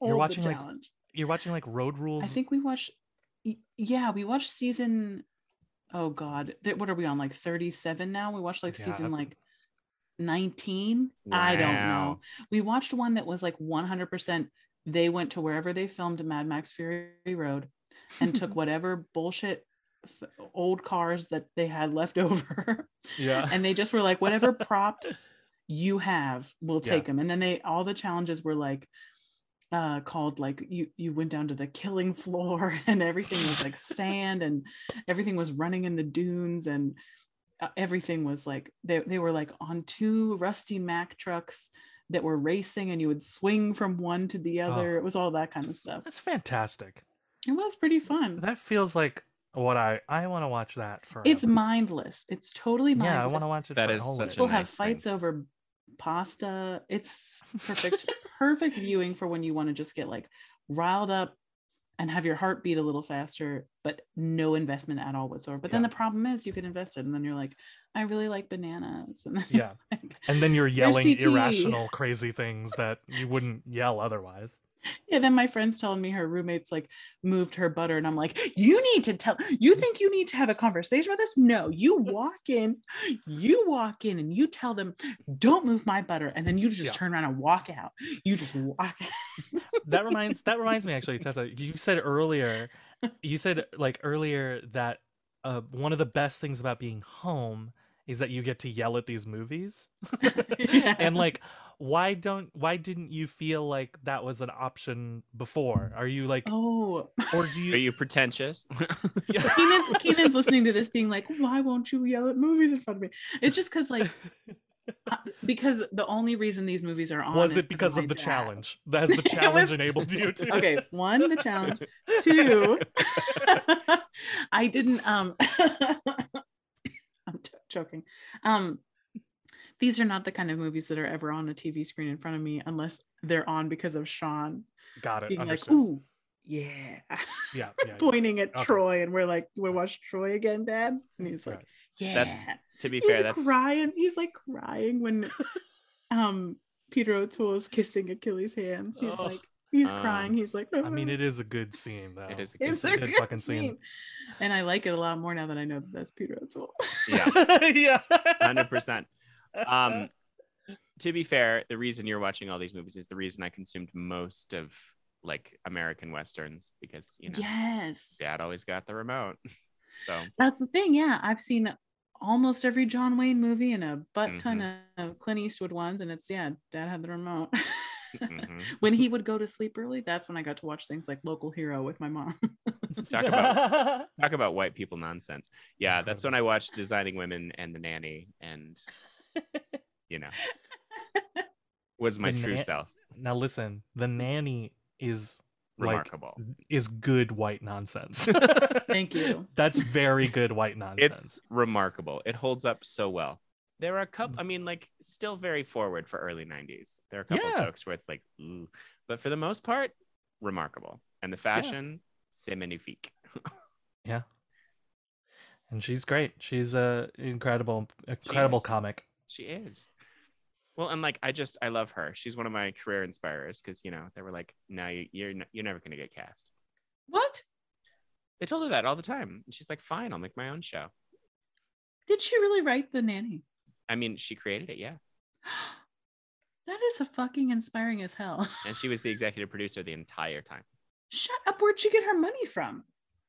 B: You're
A: Old, the
B: watching, like,
A: challenge.
B: You're watching like Road Rules?
A: I think we watched. y- Yeah, we watched season. Oh God, th- what are we on? Like thirty-seven now. We watched like
B: Yeah,
A: season
B: I've-
A: like nineteen. I don't know.
C: Wow.
A: We watched one that was like one hundred percent. They went to wherever they filmed Mad Max Fury Road, and
B: <laughs>
A: took whatever bullshit f- old cars that they had left <laughs> over
B: Yeah.
A: and they just were like
B: <laughs>
A: whatever props you have we'll
B: Yeah.
A: take them and then they all the challenges were like uh called like you you went down to the killing floor <laughs> and everything was like sand and everything was running in the dunes and uh, everything was like they, they were like on two rusty mac trucks that were racing and you would swing from one to the other it was all that kind of stuff
B: That's fantastic.
A: it was pretty fun
B: That feels like what I I want to watch that for
A: it's mindless it's totally mindless
B: Yeah, I want to watch it
C: That
B: for
C: is
B: holidays.
C: such a
A: people have
C: nice thing.
A: fights over pasta. It's perfect, perfect viewing for when you want to just get like riled up and have your heart beat a little faster, but no investment at all whatsoever. But then
B: Yeah.
A: the problem is you get invested and then you're like, I really like bananas. <laughs> And then you're
B: Yeah.
A: like,
B: And then you're yelling
A: CTE.
B: irrational, crazy things that you wouldn't yell otherwise.
A: yeah, then my friend's telling me her roommate's like moved her butter. And I'm like, you need to tell, you think you need to have a conversation about this? No, you
B: <laughs>
A: walk in, you walk in and you tell them, don't move my butter. And then you just
B: Yeah.
A: turn around and walk out. You just walk out.
B: that reminds that reminds me actually tessa you said earlier you said like earlier that uh, one of the best things about being home is that you get to yell at these movies
A: Yeah.
B: <laughs>
A: <laughs>
B: and like why don't why didn't you feel like that was an option before are you like
A: Oh,
B: or do
C: Are
B: you,
C: you pretentious? <laughs>
A: Keenan's, Keenan's listening to this being like, why won't you yell at movies in front of me? It's just because,
B: <laughs>
A: like, uh, because the only reason these movies are on
B: was
A: is
B: it because of
A: my
B: the
A: dad. <laughs>
B: challenge has the
A: It
B: challenge
A: was-
B: enabled you to
A: Okay, one, the challenge. Two, <laughs> I didn't. Um, <laughs> I'm jo- joking. Um, these are not the kind of movies that are ever on a TV screen in front of me unless they're on because of Sean
B: <laughs> got it
A: being
B: understood
A: like, "Ooh, yeah."
B: yeah, yeah, yeah.
A: <laughs> pointing at
B: Okay.
A: Troy, and we're like, "We watch Troy again, Dad," and he's like,
B: Right.
A: "Yeah."
C: That's- to be
A: he's
C: fair, that's
A: crying. He's like crying
B: <laughs>
A: when, um, Peter O'Toole is kissing Achilles' hands. He's
B: Oh.
A: like, he's
C: Um,
A: crying. He's like,
B: i mean it is a good scene though
C: it is a good
A: It's
B: a
A: a
B: good
A: good
B: fucking scene.
A: scene. and I like it a lot more now that I know that that's Peter
B: <laughs>
A: O'Toole.
C: yeah,
B: yeah
C: hundred percent.
B: <laughs>
C: Um, to be fair, the reason you're watching all these movies is the reason I consumed most of like American westerns because you know
A: Yes,
C: Dad always got the remote, <laughs> so
A: that's the thing. Yeah, I've seen almost every John Wayne movie and a butt ton
B: Mm-hmm.
A: of Clint Eastwood ones, and it's yeah, Dad had the remote. <laughs>
B: Mm-hmm.
C: mhm.
A: when he would go to sleep early, that's when I got to watch things like Local Hero with my mom. <laughs>
C: talk about
B: <laughs>
C: talk about white people nonsense. Yeah, that's when I watched Designing Women and The Nanny, and you know, was my
B: The
C: true
B: Na-
C: self
B: now listen the nanny is like
C: remarkable.
B: is good white nonsense
A: <laughs> Thank you.
B: that's very good white nonsense
C: it's remarkable. It holds up so well. There are a couple. I mean, like, still very forward for early '90s. There are a couple
B: Yeah.
C: jokes where it's like, ooh, but for the most part, remarkable. And the fashion, c'est magnifique.
B: and she's great she's a incredible incredible
C: is.
B: comic
C: She is. Well, and like, I just, I love her. She's one of my career inspirers because you know they were like, no, you, you're n- you're never gonna get cast.
A: What
C: They told her that all the time. And she's like, fine, I'll make my own show.
A: did she really write the nanny?
C: I mean, she created it, yeah.
A: That is a fucking inspiring as hell.
C: And she was the executive producer the entire time.
A: <laughs> Shut up. Where'd she get her money from?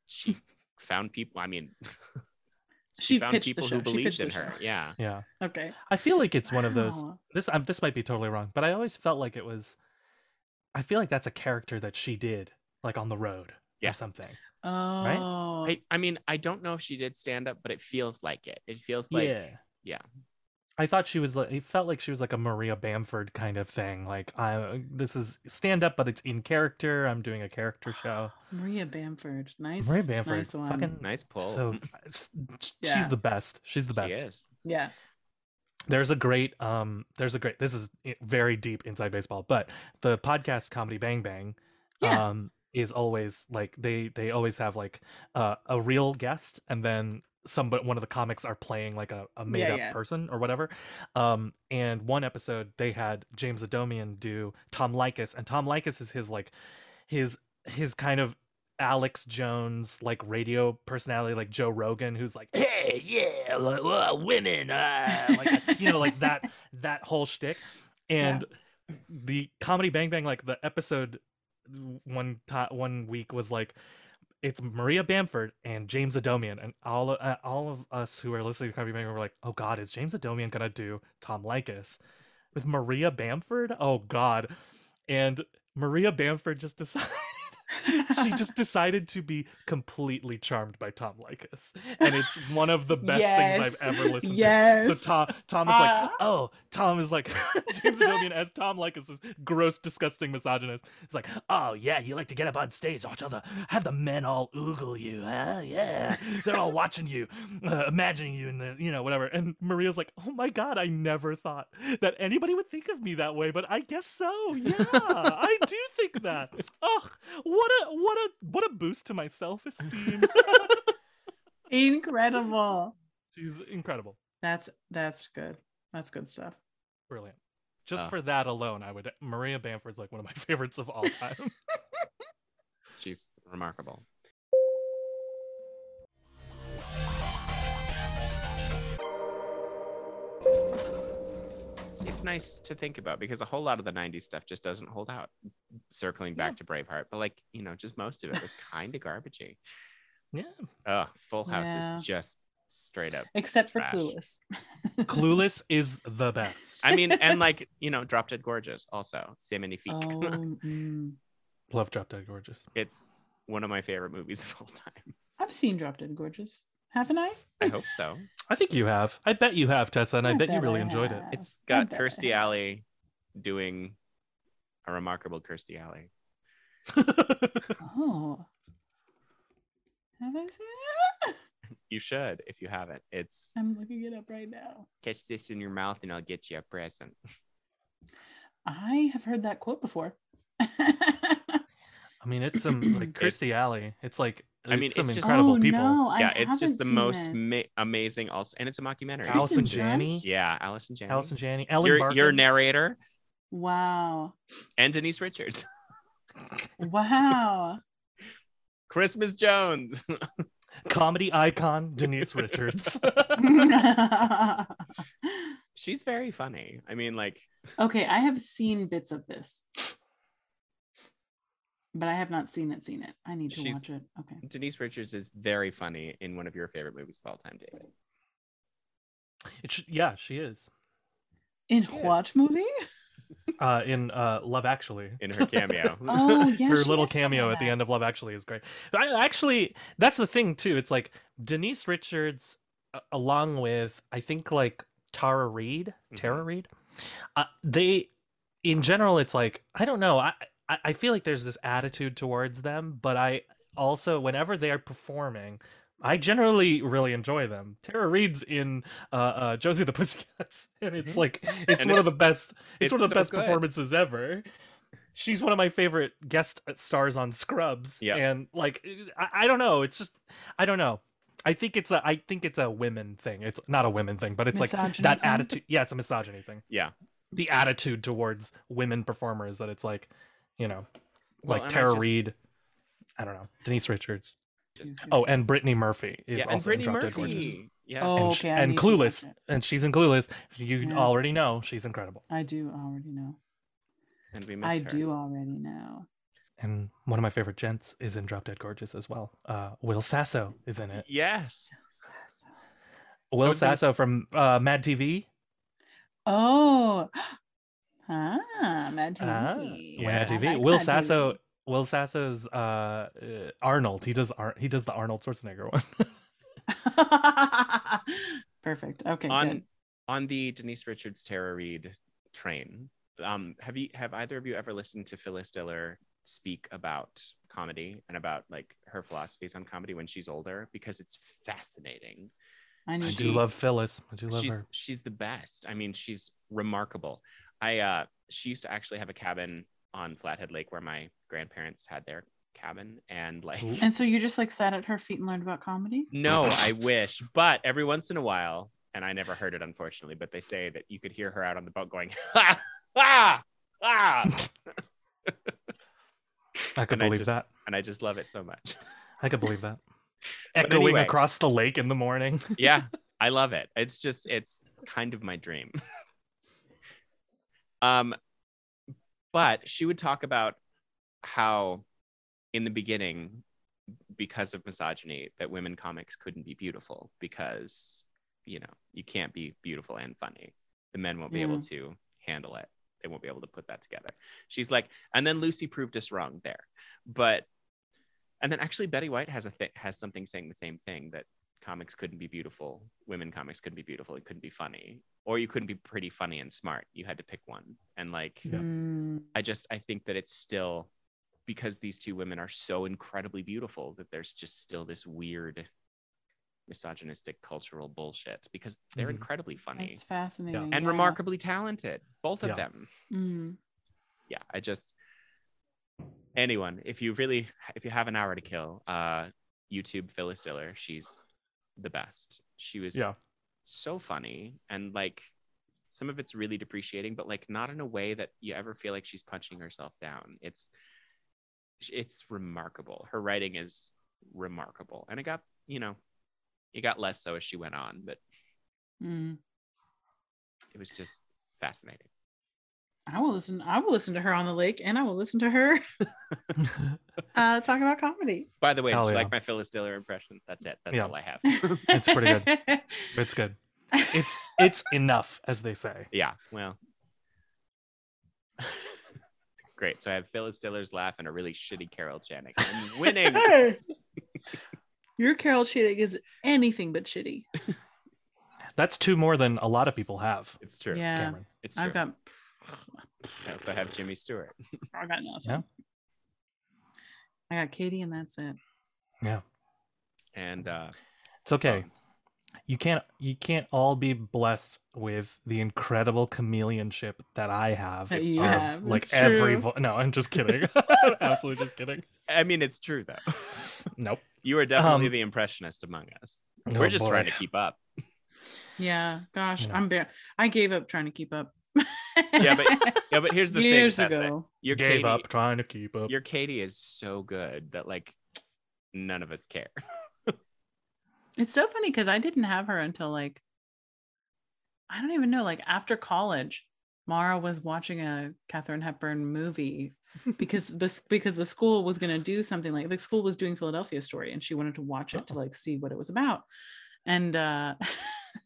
C: She found people. I mean, <laughs>
A: She
C: found
A: pitched the
C: people
A: show.
C: who
A: She pitched
C: believed
A: the
C: in her.
A: show.
C: Yeah.
B: yeah
A: Okay.
B: i feel like it's one of those
A: Wow.
B: this um, this might be totally wrong but i always felt like it was i feel like that's a character that she did like on the road
C: Yeah.
B: or something
A: Oh.
C: I, I mean, I don't know if she did stand up, but it feels like it. It feels like yeah.
B: I thought she was like it felt like she was like a Maria Bamford kind of thing. Like I this is stand up, but it's in character. I'm doing a
C: <sighs>
B: character show.
A: Maria Bamford. Nice.
B: Maria Bamford,
A: Nice one.
B: fucking-
C: nice pull.
B: So
C: Mm,
B: s- she's
A: Yeah.
B: the best. She's the best.
C: She is.
A: Yeah.
B: There's a great um there's a great this is i- very deep inside baseball, but the podcast comedy Bang Bang
A: Yeah.
B: um is always like they they always have like uh, a real guest and then some but one of the comics are playing like a, a made up
A: yeah.
B: person or whatever um and one episode they had james adomian do tom Likas, and tom Likas is his like his his kind of alex jones like radio personality like joe rogan who's like hey yeah l- l- women uh, like you know like that <laughs> that whole shtick and the comedy bang bang like the episode w- one time one week was like it's Maria Bamford and James Adomian, and all uh, all of us who are listening to Comedy Bang Bang were like, "Oh God, is James Adomian gonna do Tom Likas with Maria Bamford? Oh God!" And Maria Bamford just decided <laughs> <laughs> she just decided to be completely charmed by Tom Likas, and it's one of the best things I've ever listened to.
A: yes.
B: So Tom, Tom is like,
A: Ah.
B: oh, Tom is like, <laughs> James Adomian as Tom Likas is gross, disgusting misogynist. He's like, oh yeah, you like to get up on stage, watch all the, have the men all oogle you, huh? Yeah, they're all watching you, uh, imagining you, and the, you know, whatever. And Maria's like, oh my god, I never thought that anybody would think of me that way, but I guess so. Yeah, I do think that. Oh, what a what a what a boost to my self esteem.
A: Incredible.
B: She's incredible.
A: That's that's good. That's good stuff.
B: Brilliant. Just
C: Uh.
B: for that alone, I would. Maria Bamford's like one of my <laughs> favorites of all time.
C: She's remarkable. It's nice to think about because a whole lot of the 90s stuff just doesn't hold out. Circling back to Braveheart, but like, you know, just most of it was kind of garbagey.
B: yeah.
C: Ugh, Full House
A: Yeah.
C: is just straight up.
A: Except for
C: Trash.
A: Clueless.
B: Clueless is the best.
C: I mean, and like,
A: <laughs>
C: you know, Drop Dead Gorgeous also. Simon Feet.
A: Oh,
B: <laughs>
A: mm.
B: Love Drop Dead Gorgeous.
C: <laughs> It's one of my favorite movies of
A: <laughs>
C: all time.
A: I've seen Drop Dead Gorgeous. Haven't I?
C: I hope so.
B: I think you have. I bet you have, Tessa, and I, bet, you really
A: I
B: enjoyed it.
A: have.
C: It's
A: I
C: got
A: bet I
C: Kirstie
A: have.
C: Alley doing a remarkable Kirstie Alley.
A: Oh. Have I seen it?
C: You should if you haven't. It's
A: I'm looking it up right now.
C: catch this in your mouth and I'll get you a present.
A: I have heard that quote before.
B: I mean, it's some like Kirstie Alley. It's like
C: I mean,
B: it's some
C: it's just-
B: incredible
A: <laughs> oh,
B: people.
A: No, I
C: yeah, it's just
A: haven't
C: the
A: seen this.
C: most ma- amazing. Also, and it's a mockumentary.
B: Alice
A: Kirsten
B: and
C: It's just-
A: Dunst?
B: Janney,
C: Yeah, Allison Janney.
B: Alice and Janney, Ellen
C: your,
B: Barkin.
C: your narrator
A: Wow.
C: and Denise Richards, <laughs>
A: Wow.
C: Christmas Jones. <laughs>
B: comedy icon Denise Richards.
A: <laughs>
C: She's very funny. I mean, like
A: okay, I have seen bits of this. But I have not seen it, seen it. I need to
C: She's-
A: watch it. Okay.
C: Denise Richards is very funny in one of your favorite movies of all time, David.
B: It sh- yeah, she is.
A: In
C: she is.
A: what
B: <laughs>
A: movie?
B: Uh, in uh, Love Actually.
A: <laughs>
C: In her cameo.
A: Oh, yeah.
B: <laughs> her
A: she
B: little
A: is in
B: cameo at the
A: that.
B: end of Love Actually is great. But I actually, that's the thing too. It's like Denise Richards, a- along with I think like Tara Reid, Tara Reid. Uh, they, in general, it's like I don't know. I I I feel like there's this attitude towards them, but I also whenever they are performing. I generally really enjoy them. Tara Reid's in uh, uh, Josie the Pussycats, <laughs> and it's
C: Mhm.
B: like it's
C: And
B: one of the
C: it's-
B: best it's, one
C: It's
B: of the
C: so
B: best
C: good.
B: performances ever. She's one of my favorite guest stars on Scrubs.
C: Yeah.
B: And like I, I don't know. It's just I don't know. I think it's a I think it's a women thing. It's not a women thing, but it's like
A: Misogyny
B: that
A: thing?
B: attitude. Yeah, it's a misogyny thing.
C: Yeah.
B: The attitude towards women performers that it's like, you know,
C: Well,
B: like
C: and I
B: Tara
C: just-
B: Reid. I don't know. Denise Richards.
C: Just-
B: Oh, and Brittany Murphy is
C: yeah, and
B: also in
C: Brittany
B: Drop Dead
C: Murphy.
B: Gorgeous.
C: Yes.
A: Oh,
B: and,
A: okay,
B: sh-
A: I
B: and
A: need to watch
B: Clueless.
A: it.
B: And she's in Clueless. You
A: Yeah.
B: already know she's incredible.
A: I do already know.
C: and we miss
A: I
C: her.
A: do already know.
B: and one of my favorite gents is in Drop Dead Gorgeous as well. Uh, Will Sasso is in it.
C: Yes.
B: Will
C: was gonna
B: Sasso from uh, Mad TV.
A: Oh. <gasps> Ah, Mad
B: Ah,
A: TV.
B: Mad
A: I
B: TV.
A: like
B: Will
A: Mad
B: Sasso.
A: TV.
B: Will Sasso's uh, uh, Arnold. He does. Ar- he does the Arnold Schwarzenegger one.
A: <laughs> Perfect. Okay.
C: On
A: good.
C: on the Denise Richards Tara Reid train. Um, have you have either of you ever listened to Phyllis Diller speak about comedy and about like her philosophies on comedy when she's older? Because it's fascinating.
A: I
B: I
A: need
B: do
A: to-
B: love Phyllis. I do love
C: she's
B: her.
C: she's the best. I mean, she's remarkable. I uh she used to actually have a cabin on Flathead Lake where my grandparents had their cabin and like
B: Ooh.
A: And so you just like sat at her feet and learned about comedy?
C: No, I wish. But every once in a while, and I never heard it unfortunately, but they say that you could hear her out on the boat going, <laughs> ah, ah, ah.
B: I could
C: and I
B: believe
C: just-
B: that.
C: And I just love it so much.
B: I could
C: <laughs>
B: believe that.
C: But
B: Echoing
C: anyway.
B: across the lake in the
C: <laughs>
B: morning.
C: yeah, I love it. It's just, it's kind of my dream. <laughs> um, but she would talk about how in the beginning, because of misogyny, that women comics couldn't be beautiful because, you know, you can't be beautiful and funny. The men won't be able to handle it. They won't be able to put that together. She's like, and then Lucy proved us wrong there. But and then actually Betty White has a thi- has something saying the same thing that comics couldn't be beautiful, women comics couldn't be beautiful, it couldn't be funny, or you couldn't be pretty funny and smart. You had to pick one. And like
B: Yeah.
A: Mm,
C: I just I think that it's still because these two women are so incredibly beautiful that there's just still this weird misogynistic cultural bullshit because they're
B: Mhm.
C: incredibly funny
A: that's fascinating.
C: and
A: yeah.
C: remarkably talented, both of
B: Yeah.
C: them.
A: Mm,
C: Yeah, I just anyone, if you really if you have an hour to kill, uh YouTube Phyllis Diller, she's the best. She was
B: Yeah.
C: so funny and like some of it's really depreciating, but like not in a way that you ever feel like she's punching herself down. It's it's remarkable. Her writing is remarkable. And it got, you know, it got less so as she went on, but
A: Mm.
C: it was just fascinating.
A: I will listen. I will listen to her on the lake, and I will listen to her <laughs> uh, talk about comedy.
C: <laughs> By the way, did
B: Hell
C: you
B: yeah.
C: like my Phyllis Diller impression? That's it. That's
B: Yeah.
C: all I have.
B: <laughs>
A: It's
B: pretty good.
A: <laughs> good.
B: it's good. It's it's enough, as they say.
C: Yeah, well. <laughs> Great. So I have Phyllis Diller's laugh and a really shitty Carol Janik. I'm winning.
A: Your Carol Chittick is anything but shitty.
B: That's two more than a lot of people have.
C: It's true.
A: Yeah,
B: Cameron.
C: It's true.
A: I've got.
C: I also have Jimmy Stewart.
A: I got nothing.
B: Yeah.
A: I got Katie, and that's it.
C: And uh
B: It's okay.
C: Bones.
B: You can't you can't all be blessed with the incredible chameleonship that I have.
A: That
B: It's
A: you
B: of,
A: have.
B: Like
A: It's
B: every
A: true.
B: vo- no,
A: <laughs>
B: I'm just kidding. <laughs> Absolutely just kidding.
C: I mean it's true though. <laughs>
B: Nope.
C: You are definitely
B: Um,
C: the impressionist among us.
B: Oh,
C: <laughs> We're just
B: boy.
C: trying to keep up.
A: Yeah. Gosh,
B: Yeah.
A: I'm bare. I gave up trying to keep up. <laughs>
C: Yeah, but yeah, but here's the
A: years
C: thing. Tessa.
A: ago.
C: Your
B: gave
C: Katie,
B: up trying to keep up.
C: Your Katie is so good that like none of us care. <laughs>
A: It's so funny because I didn't have her until like I don't even know, like after college. Mara was watching a Katherine Hepburn
B: <laughs>
A: movie because this because the school was gonna do something like the school was doing Philadelphia story and she wanted to watch
B: Oh.
A: it to like see what it was about. And uh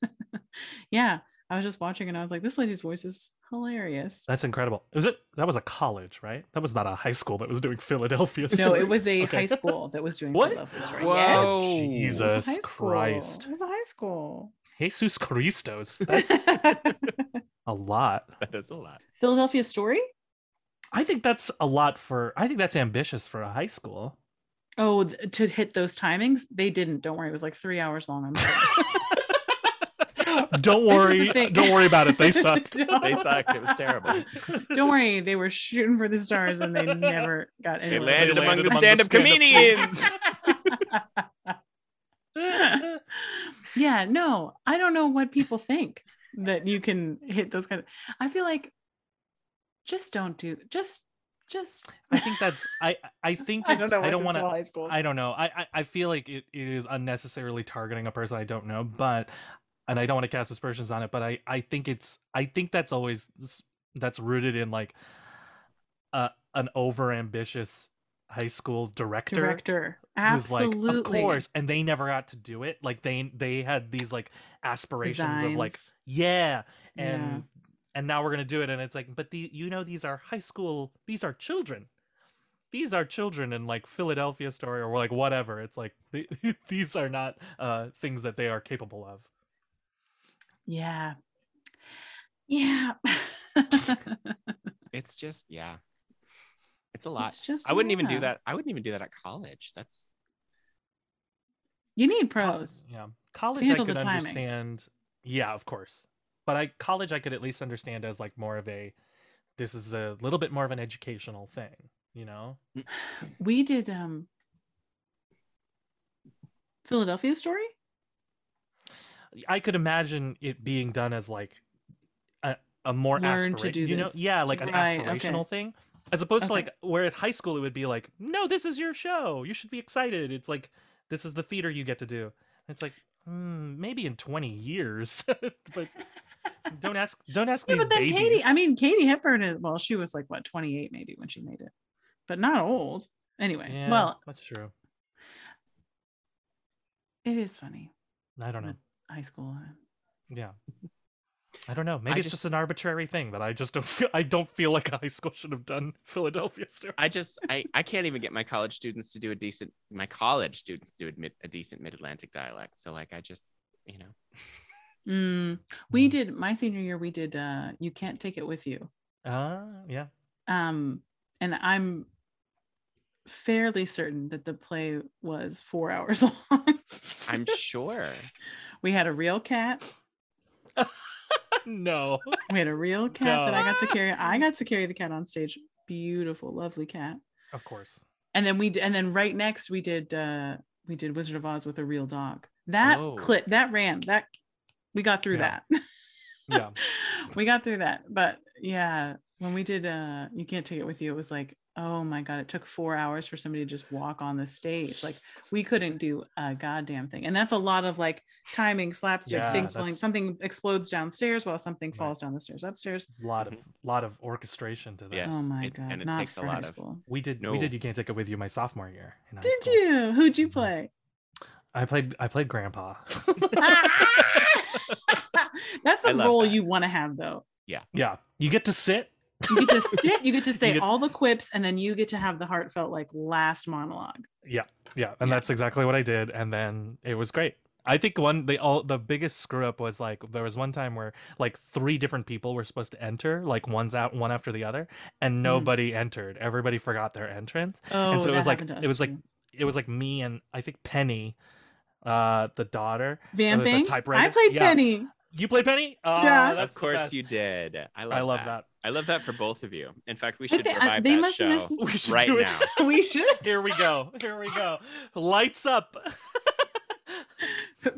A: <laughs> yeah, I was just watching and I was like, this lady's voice is hilarious.
B: That's incredible. Was it that was a college, right? That was not a high school that was doing Philadelphia.
A: No,
B: story. <laughs>
A: it was a
B: Okay.
A: high school that was doing
B: What?
A: Philadelphia story.
C: Whoa.
A: Yes.
C: Oh,
A: It was a
B: Jesus
A: high school.
B: Christ.
A: It was a high school.
B: Jesus Christos. That's a lot.
C: That is a lot.
A: <laughs> Philadelphia story?
B: I think that's a lot for I think that's ambitious for a high
A: <laughs>
B: school.
A: Oh, th- to hit those timings, they didn't. Don't worry, it was like three hours long. I'm sorry. <laughs>
B: Don't worry.
A: thing.
B: Don't worry about
A: <laughs>
B: it. They sucked.
A: don't,
C: They sucked. It was
A: <laughs>
C: terrible.
A: Don't worry, they were shooting for the stars and they never got
C: They
A: anywhere.
B: landed
C: landed, among the
B: among the
C: stand-up
B: stand-up <laughs>
C: comedians.
A: <laughs> yeah, no, I don't know what people think that you can hit those kind of. I feel like just don't do just just.
B: I think that's I I think
A: <laughs> I don't
B: it's,
A: know.
B: I don't want to
A: high school.
B: I don't know. I, I I feel like it, it is unnecessarily targeting a person I don't know, but and I don't want to cast aspersions on it, but I I think it's I think that's always s- that's rooted in like uh, an over ambitious high school director.
A: director.
B: who's
A: Absolutely,
B: like, of course, and they never got to do it. Like they they had these like aspirations of like,
A: Designs.
B: yeah,
A: Yeah.
B: and and now we're gonna do it, and it's like, but the you know these are high school, these are children, these are children in like Philadelphia story or like whatever. It's like <laughs> th- these are not uh things that they are capable of.
A: Yeah. Yeah. <laughs>
C: It's just yeah. It's a lot.
A: It's just
C: I wouldn't even do
A: yeah.
C: that. I wouldn't even do that at college. That's
A: You need
B: Col-
A: pros.
B: Yeah, college I
A: handle
B: could
A: the timing.
B: understand. Yeah, of course, but I college I could at least understand as like more of a, this is a little bit more of an educational thing. You know,
A: We did um Philadelphia story?
B: I could imagine it being done as like a, a more
A: Learn to
B: aspira-
A: do
B: you know,
A: this.
B: yeah, like an
A: Right, okay.
B: aspirational thing, as opposed to
A: Okay.
B: like where at high school it would be like, no, this is your show, you should be excited. It's like this is the theater you get to do. It's like hmm, maybe in twenty years, <laughs> but don't ask, don't ask
A: Yeah,
B: these
A: but then
B: babies.
A: Katie, I mean Katie Hepburn is well, she was like what 28 maybe when she made it. But not old. Anyway,
B: Yeah,
A: well,
B: that's true.
A: it is funny.
B: I don't
A: Mm.
B: know.
A: High school. huh? Hmm.
B: Yeah. I don't know. Maybe it's
C: just-
B: just, an arbitrary thing that I just don't feel. I don't feel like a high school should have done Philadelphia story.
C: I just I I can't even get my college students to do a decent my college students to admit a decent mid Atlantic dialect. So like I just you know
A: Mm, we
B: Mhm.
A: did my senior year, we did uh You Can't Take It With You.
B: Ah, yeah.
A: um and i'm fairly certain that the play was four <laughs> hours long <laughs>
C: I'm sure.
A: we had a real cat
B: no.
A: we had a real cat that i got to
B: No.
A: carry i got to carry the cat on stage beautiful lovely cat
B: Of course.
A: and then we d- and then right next we did uh we did Wizard of Oz with a real dog. That
C: Oh.
A: clip that ran that we got through
B: Yeah.
A: that.
B: Yeah.
A: <laughs> we got through that. But yeah, when we did uh you can't take it with you, it was like, oh my god, it took four hours for somebody to just walk on the stage. Like we couldn't do a goddamn thing. And that's a lot of like timing, slapstick,
B: Yeah,
A: things falling,
B: that's-
A: something explodes downstairs while something
B: Right.
A: falls down the stairs upstairs.
B: lot of lot of orchestration to that.
C: Yes,
A: oh my
C: it-
A: god,
C: and it
A: not
C: takes a
A: for high
C: lot of-
A: school.
B: We did
C: No.
B: we did you can't take it with you my sophomore year. in high
A: Did
B: school.
A: you? Who'd you
B: Mhm.
A: play? <laughs>
B: I played I played grandpa. <laughs>
A: That's
C: I
A: a
C: love
A: role
C: that.
A: you want to have though.
B: yeah. You get to sit.
A: You
B: <laughs>
A: get to sit, you get to say
B: get-
A: all the quips, and then you get to have the heartfelt like last monologue.
B: Yeah. Yeah. And
A: Yeah.
B: that's exactly what I did. And then it was great. I think one the all the biggest screw up was like there was one time where like three different people were supposed to enter, like one's out one after the other, and
A: Hmm.
B: nobody entered. Everybody forgot their entrance.
A: Oh,
B: so it
A: that
B: was like-
A: happened to
B: it
A: us
B: was like
A: too.
B: It was like me and I think Penny, uh the daughter.
A: vamping. I
B: typewriter-
A: played
B: yeah.
A: Penny.
B: You play Penny? Oh,
A: Yeah. Of
B: that's
C: of
B: the
C: course
B: best.
C: you did. I love,
B: I love that.
C: I love that for both of you. In fact, we
A: I
C: should
A: thi- I-
C: revive
A: they
C: that
A: must
C: show
A: have missed <laughs> this-
B: We should
C: right
B: do it.
A: <laughs>
C: now.
A: we should.
B: Here we go. <laughs> Here we go. Lights <laughs> up.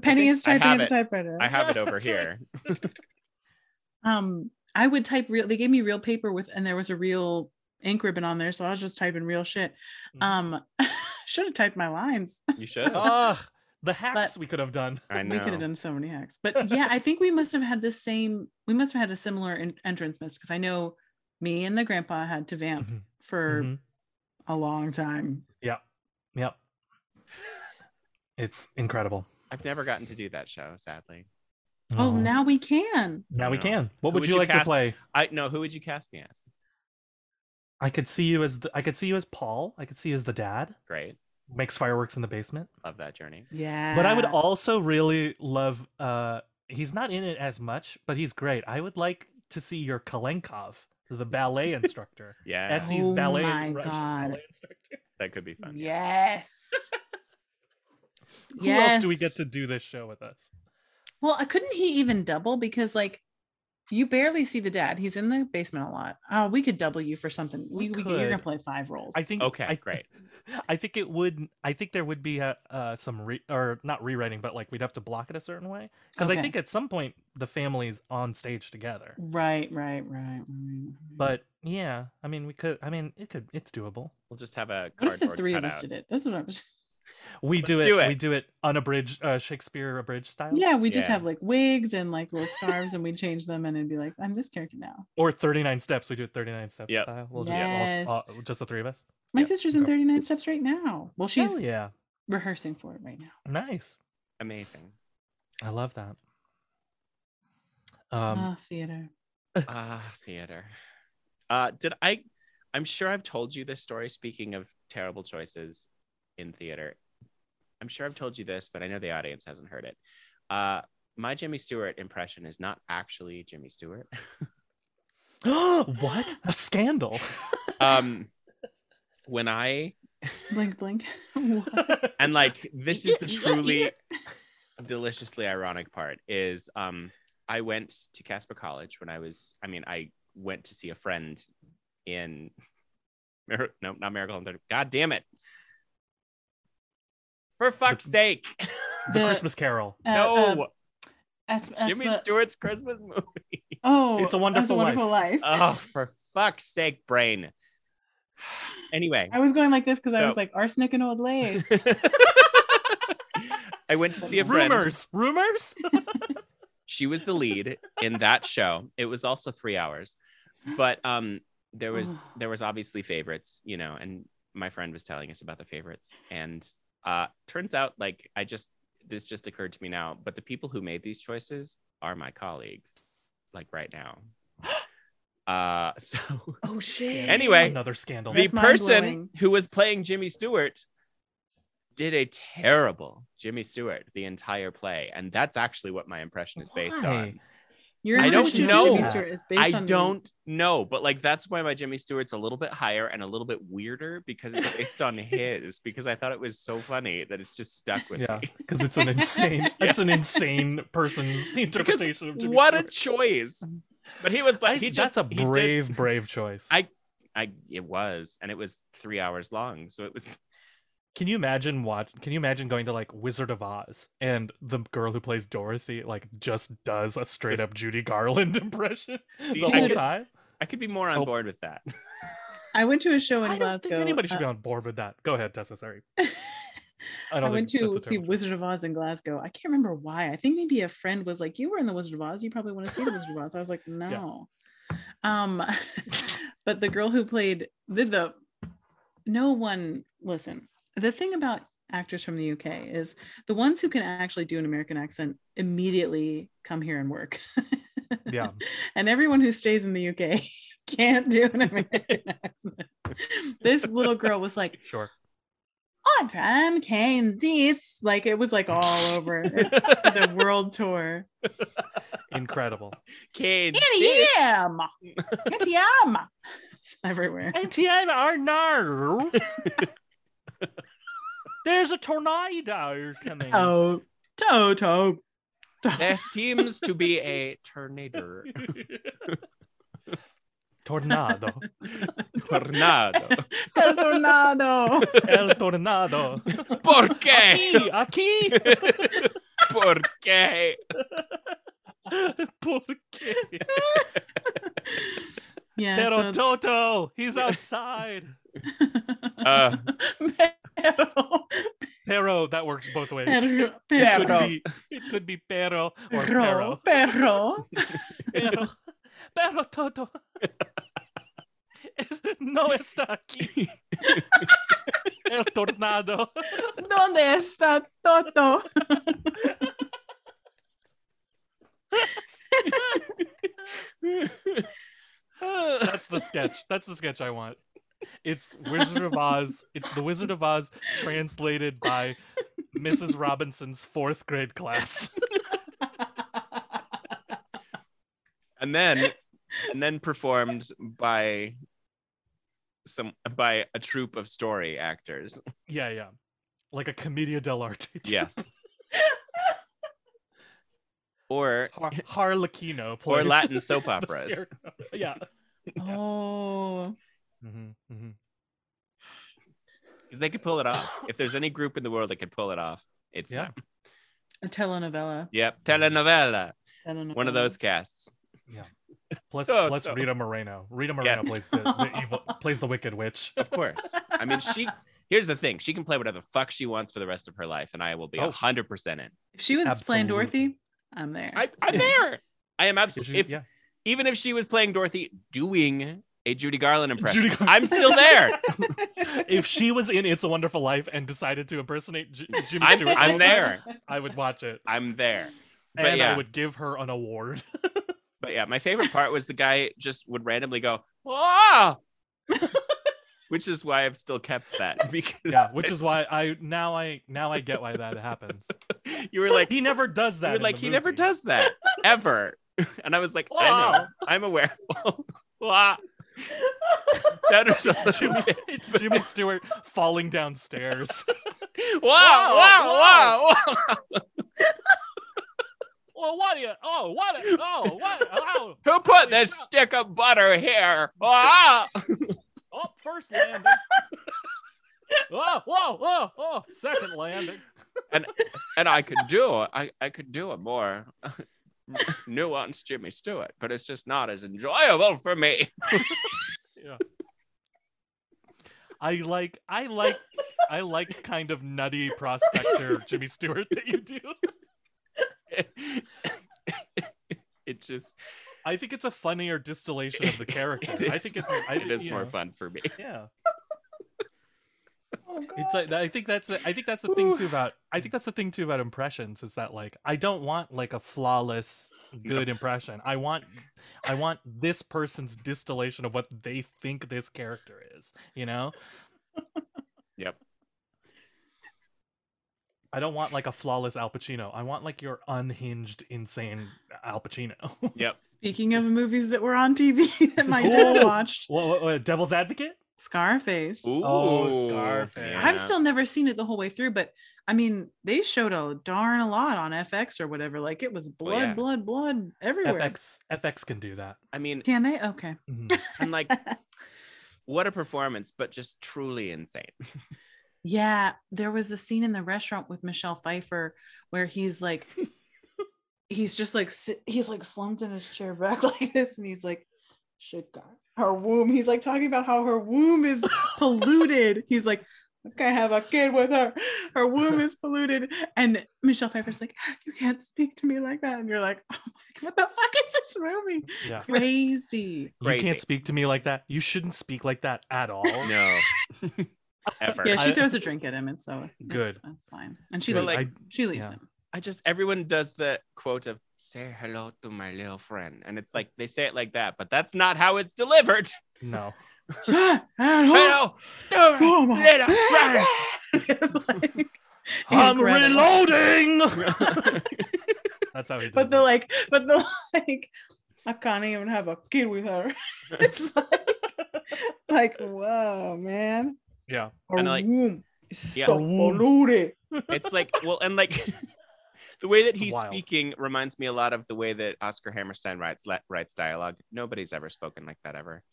A: Penny
C: think
A: is
C: <laughs> I
A: typing at
C: have
A: a
C: it.
A: typewriter.
C: I have it
A: <laughs>
C: over
B: That's right.
C: here.
A: um, I would type real. They gave me real paper with, and there was a real ink ribbon on there, so I was just typing real shit.
C: Mm.
B: Mhm.
A: Um, <laughs> should have typed my lines. <laughs>
C: You should.
B: Ugh, the hacks we could have done.
C: I know.
A: Oh, we could have done so many
C: <laughs>
A: hacks but yeah i think we must have had the same we must have had a similar en- entrance miss because i know me and the grandpa had to vamp
C: Mm-hmm.
B: Mhm,
A: for
B: mhm.
A: a long time
B: Yep. It's incredible.
C: I've never gotten to do that show, sadly.
A: oh
B: Mhm.
A: now we can
B: now we
C: No.
B: can.
C: Who
B: What would
C: would
B: you,
C: you
B: like to
C: cast?
B: play?
C: I no. Who would you cast me as?
B: I could see you as the, I could see you as Paul. I could see you as the dad.
C: Great.
B: Makes fireworks in the basement.
C: Love that journey.
A: yeah
B: But I would also really love. uh He's not in it as much, but he's great. I would like to see your Kalenkov, the ballet <laughs> instructor.
C: Yeah,
B: Essie's
A: Oh
B: ballet,
A: my
B: Russian
A: God.
B: ballet instructor.
C: that could be fun. Yeah.
A: yes
B: <laughs> Who else do we get
A: Yes.
B: to do this show with us?
A: well uh, couldn't he even double because like you barely see the dad he's in the basement a lot oh we could double you for something we, we, you're gonna
B: could.
A: play five roles
B: I think
C: Okay,
B: I,
C: great.
B: <laughs> I think it would. I think there would be a, uh, some re, or not rewriting, but like we'd have to block it a certain way because
A: Okay.
B: I think at some point the family's on stage together.
A: right right right, right.
B: But yeah, I mean we could. I mean it could. It's doable.
C: We'll just have a
A: what if
C: cardboard
A: the three of
C: cutout.
A: us did it that's what i was
B: We do it,
C: Let's do it.
B: We do it unabridged uh, Shakespeare abridged style.
A: <laughs> Yeah, we just
C: Yeah.
A: have like wigs and like little scarves, and we change them, and it'd be like, I'm this character now.
B: Or thirty nine steps. We do it thirty nine steps
C: Yep.
B: style. We'll just
A: Yes.
B: all, all, just the three of us.
A: My
C: Yeah,
A: sister's in
B: okay.
A: 39 steps right now. Well, she's
B: Hell yeah,
A: rehearsing for it right now.
B: nice.
A: <laughs>
C: Amazing.
B: I love that. Um,
A: Ah, theater.
C: Ah, theater. Uh, did I? I'm sure I've told you this story. Speaking of terrible choices in theater, I'm sure I've told you this, but I know the audience hasn't heard it. Uh, my Jimmy Stewart impression is not actually Jimmy
A: <laughs>
C: Stewart.
A: Uh.
B: <gasps> what
A: <laughs>
B: a scandal!
C: um, when I
A: Blink, blink. <laughs> What?
C: and like this is the truly <laughs> deliciously ironic part is um i went to casper college when i was i mean i went to see a friend in <laughs> Mir- no not miracle on 30 god damn it for fuck's sake
B: the
A: The-
B: Christmas Carol.
A: Uh,
C: no
A: uh, Asp-
C: jimmy
A: Aspa-
C: stewart's christmas movie
A: Oh,
B: It's a Wonderful
A: life.
B: Uh,
C: oh for <laughs> fuck's sake brain <sighs> anyway
A: I was going like this because I
C: No.
A: was like arsenic and old
B: <laughs>
A: lace.
C: i <laughs> went to see a friend
B: Rumors, rumors.
C: she was the lead in that
A: <laughs>
C: show it was also three hours but um there was
A: Ugh.
C: there was obviously favorites you know and my friend was telling us about the favorites and uh turns out like i just this just occurred to me now but the people who made these choices are my colleagues like
A: <gasps>
C: right now uh <laughs> so
A: oh shit.
C: Anyway,
B: another scandal.
C: the
A: That's mind-blowing.
C: person who was playing jimmy stewart did a terrible jimmy stewart the entire play and that's actually what my impression is based on
B: Why?
A: Your
C: I don't
A: impression of
C: know
A: Jimmy
B: that.
A: Stewart is
C: I
A: based on the-
C: don't know, but like that's why my Jimmy Stewart's a little bit higher and a little bit weirder because it's
B: <laughs>
C: based on his. Because I thought it was so funny that it's just stuck with
B: Yeah,
C: me.
B: because it's an
C: <laughs>
B: insane, it's an insane person's <laughs> interpretation of Jimmy
C: What a
B: Stewart.
C: choice! But he was like,
B: I-
C: he just
B: that's a
C: he did-
B: brave, brave choice.
C: I- I it was, and it was three hours long. So it was
B: Can you imagine watch? Can you imagine going to like Wizard of Oz and the girl who plays Dorothy like just does a straight
C: Just-
B: up Judy Garland <laughs> impression
C: <laughs> See,
B: the
A: I
B: whole
A: could-
B: time?
C: I could be more on
B: Oh.
C: board with that. <laughs>
A: I went to a show in
B: I don't
A: Glasgow.
B: think anybody should
A: uh,
B: be on board with that. Go ahead, Tessa. Sorry. I
A: I
B: don't
A: went
B: think
A: to
B: that's a
A: see
B: term.
A: Wizard of Oz in Glasgow. I can't remember why. I think maybe a friend was like, "You were in the Wizard of Oz. You probably want to see the Wizard of Oz." I was
B: <laughs>
A: like, "No." Um, <laughs> but the girl who played the, the no one listen. The thing about actors from the UK is the ones who can actually do an American accent immediately come here and work.
B: Yeah.
A: <laughs> and everyone who stays in the UK <laughs> can't do an
B: <laughs>
A: American accent. This little girl was like,
B: Sure.
A: I'm from Kansas. Like it was like all
C: <laughs>
A: over the world tour.
B: Incredible.
C: Kids,
A: Antiam. Antiam. It's everywhere.
B: ATM Arnar. There's a tornado coming.
A: Oh, toe, toe.
C: there seems to be a
B: <laughs>
C: tornado.
B: Tornado. <laughs>
C: Tornado.
A: <laughs> El tornado.
B: El tornado.
C: ¿Por qué?
B: Aquí, aquí.
C: ¿Por qué?
B: Por qué?
A: Yeah. so-
B: Pero Toto, he's outside.
A: <laughs>
C: Uh,
B: <laughs>
A: pero,
B: Pero, that works both ways.
A: pero,
B: It could
A: pero,
B: be, it could be pero or
A: ro,
B: pero.
A: perro.
B: Pero, pero Toto. Es, no está
A: <laughs>
B: aquí. El tornado.
A: ¿Dónde está Toto?
C: <laughs>
B: That's the sketch. That's the sketch I want. It's Wizard of Oz. It's the Wizard of Oz translated by Mrs. Robinson's fourth grade class. <laughs>
C: and then and then performed by some by a troupe of story actors.
B: Yeah, yeah. Like a commedia dell'arte.
C: <laughs> Yes. or
B: Har- Harlequino.
C: or
B: plays <laughs>
C: Latin <laughs> soap
B: the
C: operas.
B: scarecrow. yeah.
A: Oh.
B: Mm-hmm, mm-hmm.
C: Because they could pull it off. If there's any group in the world that could pull it off, it's
B: Yeah.
C: them.
A: A telenovela.
C: Yep. Telenovela.
A: Telenovela.
C: One of those casts.
B: Plus,
C: Oh,
B: plus
C: no.
B: Rita Moreno. Rita Moreno plays the,
C: <laughs>
B: the evil, plays the wicked witch.
C: Of course. I mean, she here's the thing. She can play whatever the fuck she wants for the rest of her life, and I will be
B: Oh.
C: hundred percent in.
A: If she was playing
B: Absolutely.
A: Dorothy, I'm there. <laughs>
C: I, <laughs> I'm
B: Yeah.
C: there. I am
B: Is
C: absolutely
B: she-
C: if
B: yeah.
C: even if she was playing Dorothy doing a Judy Garland impression,
B: Judy Garland.
C: <laughs> I'm
B: <laughs>
C: still there.
B: If she was in It's a Wonderful Life and decided to impersonate J- Jimmy
C: I'm,
B: Stewart,
C: I'm there.
B: I would watch it.
C: I'm there. But
B: and I
C: yeah.
B: would give her an award.
C: But yeah, my favorite part was the guy just would randomly go,
B: <laughs>
C: "Ah," which is why I've still kept that because
B: <laughs> Yeah, which is why I now I now I get why that happens.
C: <laughs> you were like,
B: He never does <laughs> that.
C: you were
B: in
C: like
B: the
C: he never
B: movie.
C: does
B: <laughs>
C: that ever, <laughs> and I was like, I know,
B: Wow.
C: I'm aware. <laughs>
B: <laughs>
C: Wah. that was a little
B: Jimmy,
C: bit.
B: it's Jimmy Stewart falling downstairs. <laughs>
C: Wow!
B: Wow,
C: Wow! Wow!
B: oh, what? Are you, oh, what? a- Oh, what? Oh,
C: Who put this stick of butter here? Wow!
B: oh first landing. Whoa, whoa, whoa, oh, second landing.
C: and I could do I, I could do a more <laughs> nuanced Jimmy Stewart, but it's just not as enjoyable for me. <laughs>
B: I like, I like, I like kind of nutty prospector Jimmy Stewart that you do.
C: it's just
B: I think it's a funnier distillation of the character.
C: it
B: I
C: is-
B: think it's, I,
C: it is
B: you
C: more
B: know,
C: fun for me.
B: Yeah.
A: Oh,
B: It's
A: God.
B: like I think that's the, I think that's the thing too about I think that's the thing too about impressions is that like I don't want like a flawless good impression. I want I want this person's distillation of what they think this character is, you know?
C: Yep.
B: I don't want like a flawless Al Pacino. I want like your unhinged insane Al Pacino. <laughs>
C: Yep.
A: Speaking of movies that were on TV <laughs> that my dad
B: Ooh.
A: watched,
B: Whoa, whoa, whoa, Devil's Advocate?
A: Scarface.
B: Oh, Scarface.
A: I've
B: yeah.
A: still never seen it the whole way through, but I mean, they showed a darn a lot on FX or whatever. Like it was blood,
C: yeah.
A: blood, blood everywhere.
B: FX FX can do that. Mm-hmm.
C: I
A: <laughs>
C: mean,
A: Can they? Okay.
B: Mhm.
C: I'm like what a performance, but just truly insane.
A: Yeah, there was a scene in the restaurant with Michelle Pfeiffer where he's
B: <laughs>
A: like, he's just like sit- he's like slumped in his chair back <laughs> like this, and he's like, "Shikar, her womb." He's like talking about how her womb
B: <laughs>
A: is polluted. He's like, "I can't have a kid with her. Her womb
B: <laughs>
A: is polluted." And Michelle Pfeiffer's like, "You can't speak to me like that." And you're like, "Oh my god, what the fuck is this movie?
B: Yeah.
A: Crazy."
B: You
C: Crazy.
B: can't speak to me like that. You shouldn't speak like that at all.
C: No.
B: <laughs>
C: Ever.
A: Yeah, she
B: I-
A: throws a drink at him, and so that's-
B: Good.
A: That's fine. And she
B: Good.
A: leaves.
B: I-
A: she leaves
B: yeah.
A: him.
C: I just everyone does the quote of "say hello to my little friend," and it's like they say it like that, but that's not how it's delivered.
B: no.
A: <laughs>
C: Hello to my
A: Oh my
C: little
A: God.
C: friend.
A: <laughs> It's
B: <laughs>
A: like-
B: I'm
A: Incredible.
B: reloading. That's how he does
A: but
B: it.
A: the like, but the like, I can't even have a kid with her. <laughs> it's like, like, whoa, man.
B: Yeah.
A: Her
C: And, like,
A: womb is
C: yeah.
A: so
B: <laughs>
A: polluted.
C: it's like well, and like <laughs> the way that
B: It's
C: he's
B: wild.
C: speaking reminds me a lot of the way that Oscar Hammerstein writes le- writes dialogue. Nobody's ever spoken like that ever.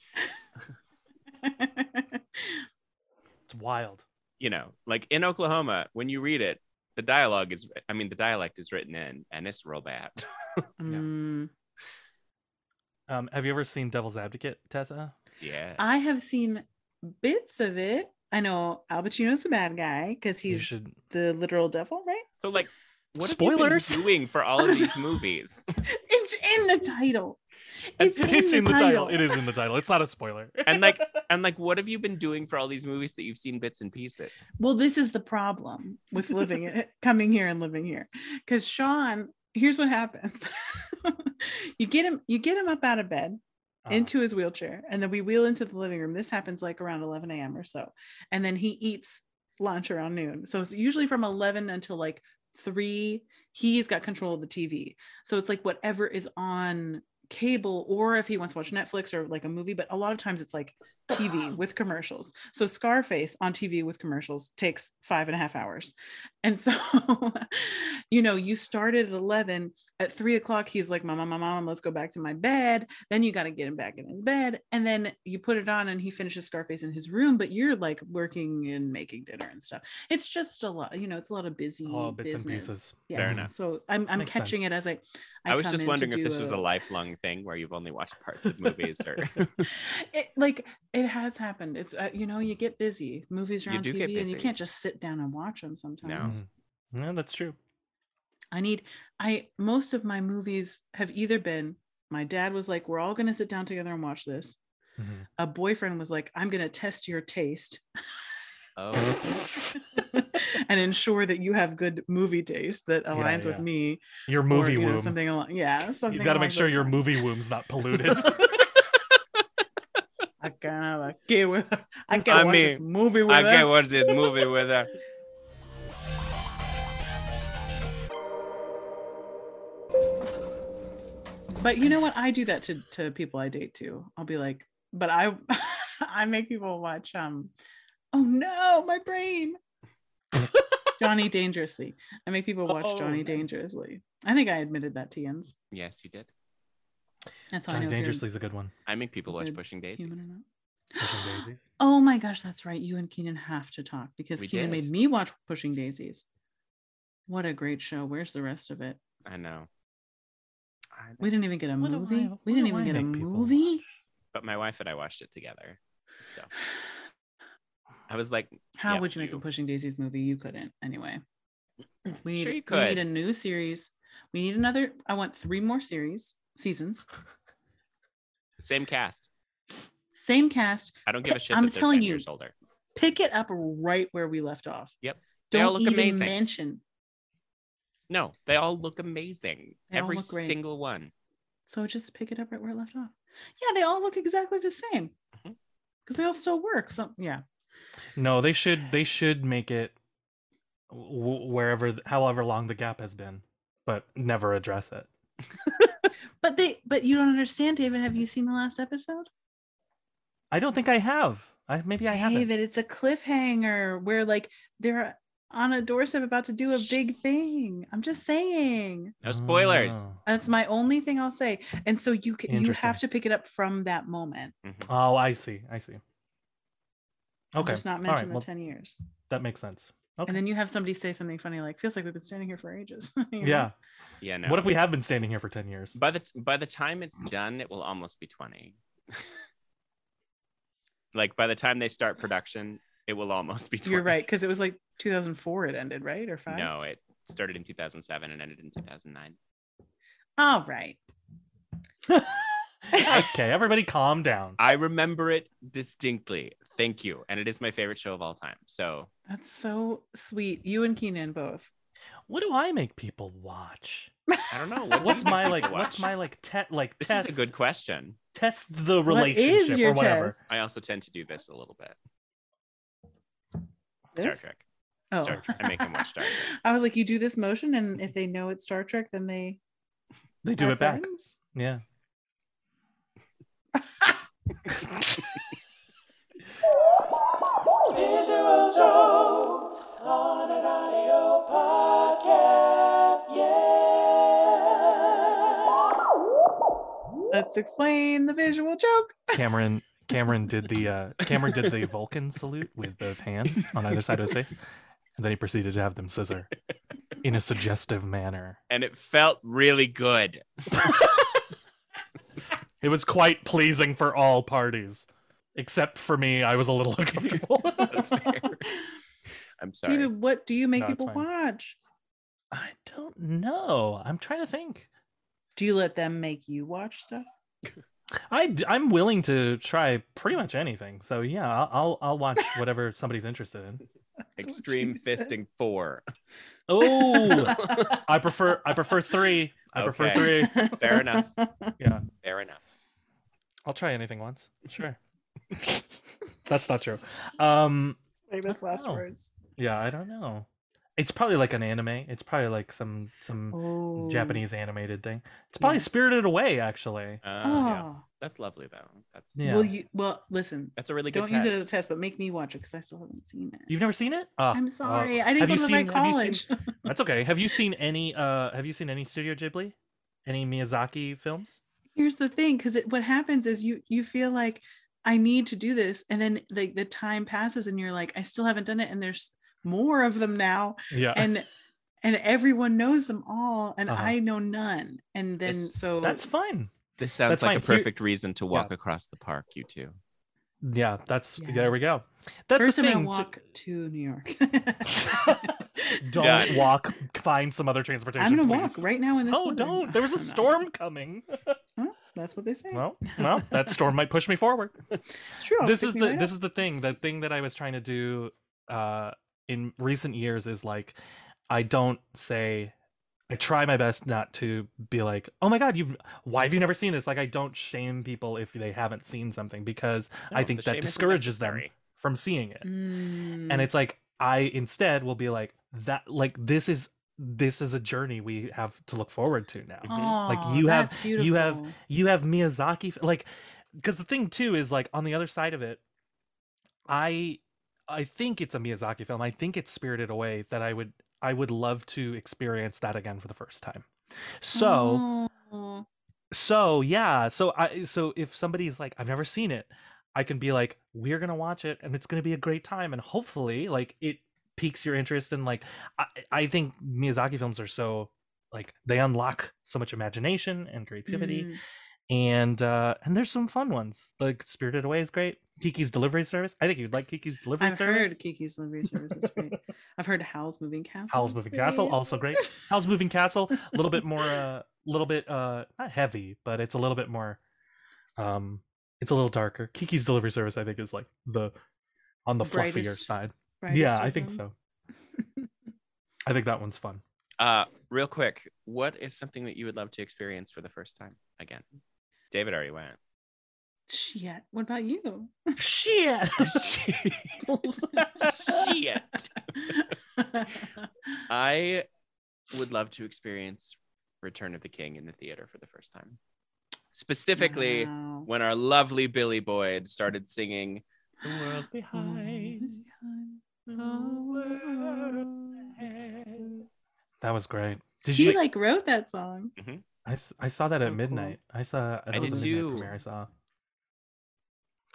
B: It's wild.
C: You know, like in Oklahoma, when you read it, the dialogue is, I mean, the dialect is written in, and it's real bad. <laughs>
A: Mm,
B: Um, have you ever seen Devil's Advocate, Tessa?
C: yeah.
A: I have seen bits of it. I know Al Pacino's the bad guy because
B: you
A: he's
B: should.
A: the literal devil,
B: <laughs>
A: right?
C: So like, what
B: Spoilers.
C: Spoilers. doing for all of these
B: <laughs>
C: movies?
A: It's in the title.
B: It's, in the title. It is in the title. It's not
A: <laughs>
B: a spoiler. Uh,
C: And like, and like, what have you been doing for all these movies that you've seen bits and pieces?
A: Well, this is the problem with living it, coming here and living here. Because Sean, here's what happens: <laughs> you get him, you get him up out of bed
B: Uh,
A: into his wheelchair, and then we wheel into the living room. This happens like around 11 a.m. or so, and then he eats lunch around noon. So it's usually from 11 until like three. He's got control of the TV, so it's like whatever is on cable or if he wants to watch Netflix or like a movie but a lot of times it's like
B: <gasps>
A: TV with commercials. So Scarface on TV with commercials takes five and a half hours. And so, <laughs> you know, you started at 11. At three o'clock, he's like, Mama, Mama, Mama, let's go back to my bed. Then you got to get him back in his bed. And then you put it on and he finishes Scarface in his room, but you're like working and making dinner and stuff. It's just a lot, you know, it's a lot of busy
B: All bits and
A: business.
B: pieces.
A: Yeah.
C: Fair enough.
A: So I'm, I'm
B: Makes
A: catching
B: sense.
A: it as I,
C: I, was
A: come
C: just
A: in to
C: wondering if
A: do
C: this was a
A: a-
C: lifelong thing where you've only watched parts of movies
B: <laughs>
A: <laughs>
C: or <laughs>
A: it like it has happened it's uh, you know you get busy movies are
C: You
A: on
C: do
A: tv
C: get
A: and you
C: busy.
A: can't just sit down and watch them sometimes
B: Mhm. Yeah, that's true.
A: i need i most of my movies have either been my dad was like we're all going to sit down together and watch this
B: Mhm.
A: a boyfriend was like i'm going to test your taste <laughs>
C: oh
A: and ensure that you have good movie taste that aligns with
B: yeah.
A: me
B: Your
A: or,
B: movie
A: you know,
B: womb.
A: something along yeah something
B: You've got to
A: along
B: make sure
A: those
B: your
A: lines.
B: movie womb's
A: <laughs>
B: not polluted.
A: i can't have a kid with i can't
C: I
A: watch this
C: mean,
A: movie with
C: I
A: her.
C: can't watch this movie
A: <laughs>
C: with her.
A: But you know what? I do that to to people I date too. I'll be like, but I <laughs> I make people watch um oh no, my brain. Johnny Dangerously. I make people watch
B: Oh,
A: Johnny
B: nice.
A: Dangerously. I think I admitted that to Jens.
C: Yes, you did.
A: That's how I
B: Johnny
A: know if you're
B: Dangerously is a good one.
C: I make people watch
A: Good
C: Pushing
A: human
C: Daisies.
A: or not. <gasps>
B: Pushing Daisies.
A: Oh my gosh, that's right. You and Keenan have to talk because
C: We
A: Keenan
C: did.
A: made me watch Pushing Daisies. What a great show. Where's the rest of it?
C: I know. I know.
A: We didn't even get a
B: Why do
A: movie.
B: I-
A: we
B: why
A: didn't
B: do
A: even
B: I
A: get a
B: make people
A: movie.
C: But my wife and I watched it together. So I was like,
A: How
C: Yeah,
A: would you make a
C: you-
A: Pushing Daisies movie? You couldn't,
C: <clears throat>
A: anyway. We need,
C: Sure you
A: we need
C: could.
A: a new series. We need another. I want three more series, seasons,
C: same cast.
A: same cast. <sighs>
C: I don't give a shit
A: I'm
C: that they're
A: telling
C: 10
A: you.
C: years older.
A: Pick it up right where we left off.
C: Yep. They
A: Don't
C: all look
A: even
C: amazing.
A: mention.
C: No, they all look amazing.
A: They all
C: Every
A: look great.
C: single one.
A: So just pick it up right where it left off. Yeah, they all look exactly the same because
C: Mhm.
A: they all still work. So yeah,
B: No, they should they should make it w- wherever th- however long the gap has been, but never address it.
A: but they but you don't understand, David. Have you seen the last episode?
B: I don't think I have. I maybe I haven't.
A: David, it's a cliffhanger where like they're on a doorstep about to do a big thing. I'm just saying.
C: No spoilers.
B: Oh.
A: That's my only thing I'll say. And so you can you
B: Interesting.
A: have to pick it up from that moment.
B: Oh, I see. I see. Okay.
A: Just not
B: All right,
A: mention the
B: well-
A: 10 years.
B: That makes sense. Okay.
A: And then you have somebody say something funny like, feels like we've been standing here for ages. <laughs> You know?
B: yeah.
C: Yeah, no.
B: What if we have been standing here for 10 years?
A: <laughs>
C: by the t- by the time it's done, it will almost be twenty. <laughs> like by the time they start production, it will almost be twenty.
A: You're right. Because it was like 2004 it ended, right? Or five?
C: No, it started in 2007 and ended in 2009.
A: All
B: <laughs>
A: right.
B: okay, everybody calm down.
C: I remember it distinctly. Thank you, and it is my favorite show of all time. So
A: That's so sweet. You and Keenan both.
B: What do I make people watch?
C: I don't know. What do
B: What's
C: you
B: my
C: people
B: like what's
C: watch?
B: my like te- like
C: This
B: test
C: is a good question.
B: test the
A: What is
B: relationship
A: your
B: or whatever.
A: test?
C: I also tend to do this a little bit.
A: This?
C: Star Trek.
A: Oh.
C: Star Trek. I make them
A: <laughs>
C: watch Star Trek. Mm-hmm.
A: I was like, you do this motion, and if they know it's Star Trek, then they
B: They do
A: are
B: it back.
A: friends?
B: Yeah.
A: Let's explain the visual joke. <laughs>
B: Cameron Cameron did the uh Cameron did the Vulcan salute with both hands on either side of his face. And then he proceeded to have them scissor in a suggestive manner.
C: And it felt really good.
B: It was quite pleasing for all parties. Except for me, I was a little <laughs> uncomfortable.
C: <laughs> That's fair. I'm sorry.
A: David, what do you make
B: No, it's
A: people
B: fine.
A: watch?
B: I don't know. I'm trying to think.
A: Do you let them make you watch stuff?
B: I am willing to try pretty much anything. So yeah, I'll I'll, I'll
C: <laughs>
B: watch whatever somebody's interested in.
C: Extreme
A: That's what she
C: Fisting 4.
B: Oh,
A: <laughs>
B: I prefer I prefer three. I prefer
C: Okay.
B: three.
A: said. <laughs>
C: Fair <laughs> enough.
B: Yeah,
C: Fair enough.
B: I'll try anything once. Sure. That's not true. Um,
A: Famous last
B: Oh.
A: words.
B: yeah, I don't know. It's probably like an anime. It's probably like some some
A: Oh.
B: Japanese animated thing. It's probably
A: Yes.
B: Spirited Away, actually.
C: Uh,
A: Oh.
C: yeah. That's lovely, though. That's,
B: Yeah.
A: Will you? Well, listen.
C: that's a really good
A: Don't use
C: test.
A: it as a test, but make me watch it because I still haven't seen it.
B: You've never seen it? Ah,
A: I'm
B: well,
A: sorry, I didn't
B: have
A: go
B: you
A: to my
B: seen- have you seen-
A: college.
B: That's
A: <laughs>
B: okay. Have you seen any? Uh, have you seen any Studio Ghibli? Any Miyazaki films?
A: here's the thing because what happens is you you feel like i need to do this and then like the time passes and you're like i still haven't done it and there's more of them
B: <laughs>
A: now
B: Yeah,
A: and and everyone knows them all and
B: Uh-huh.
A: i know none and then
C: It's-
A: so
B: that's fine.
C: This sounds
B: That's
C: like a
B: fine. You-
C: perfect reason to walk across the park, you two.
B: Yeah, that's
A: Yeah.
B: there we go. That's
A: first i'm
B: the thing.
A: gonna
B: to-
A: walk to new york <laughs>
B: <laughs> don't
C: Done.
B: walk. Find some other transportation.
A: i'm gonna
B: please.
A: walk right now in this
B: No,
A: weather. <laughs>
B: don't. There was a
A: I'm not.
B: storm coming.
A: Huh? that's what they say
B: Well, well, that storm might push me forward.
A: <laughs> it's true I'll
B: this
A: pick
B: is
A: me
B: the
A: right
B: this
A: up.
B: is the thing. The thing that I was trying to do uh, in recent years is like, I don't say. I try my best not to be like, oh my god, you've why have you never seen this? Like, I don't shame people if they haven't seen something because I
C: No,
B: think
C: the shame
B: that
C: isn't
B: discourages them
C: necessary.
B: from seeing it.
A: Mm,
B: and it's like i instead will be like that like this is this is a journey we have to look forward to now
A: aw,
B: you have-
A: that's
B: you have-
A: beautiful.
B: you have miyazaki f- like because the thing too is like on the other side of it i i think it's a miyazaki film i think it's spirited away that i would i would love to experience that again for the first time so
A: Oh.
B: so yeah so i so if somebody's like i've never seen it i can be like we're gonna watch it and it's gonna be a great time and hopefully like it piques your interest and like i, I think miyazaki films are so like they unlock so much imagination and creativity
A: Mm.
B: and uh and there's some fun ones like spirited away is great kiki's delivery service i think you'd like kiki's delivery
A: I've
B: service
A: heard Kiki's Delivery Service is
B: <laughs>
A: great. I've heard Howl's Moving Castle.
B: Howl's
A: is
B: Moving
A: great.
B: Castle, also great. Howl's
A: <laughs>
B: Moving Castle, a little bit more, a little bit, uh, not heavy, but it's a little bit more, um, it's a little darker. Kiki's Delivery Service, I think, is like the on the fluffier
A: Brightest-
B: side.
A: Right,
B: yeah,
A: so
B: I think
A: fun.
B: so.
A: <laughs>
B: I think that one's fun.
C: Uh, real quick, what is something that you would love to experience for the first time again? David already went.
A: Shit. What about you?
B: Shit.
C: Shit. <laughs> I would love to experience Return of the King in the theater for the first time. Specifically,
A: Wow.
C: when our lovely Billy Boyd started singing The World
A: Mm,
C: Behind.
A: is behind the world.
B: <laughs> that was great. Did
A: He
B: you?
A: like wrote that song.
B: I, s- I saw that at
A: Oh, cool.
B: midnight. I saw. That
C: I
B: was
C: did
B: a midnight
C: too.
B: premiere I saw.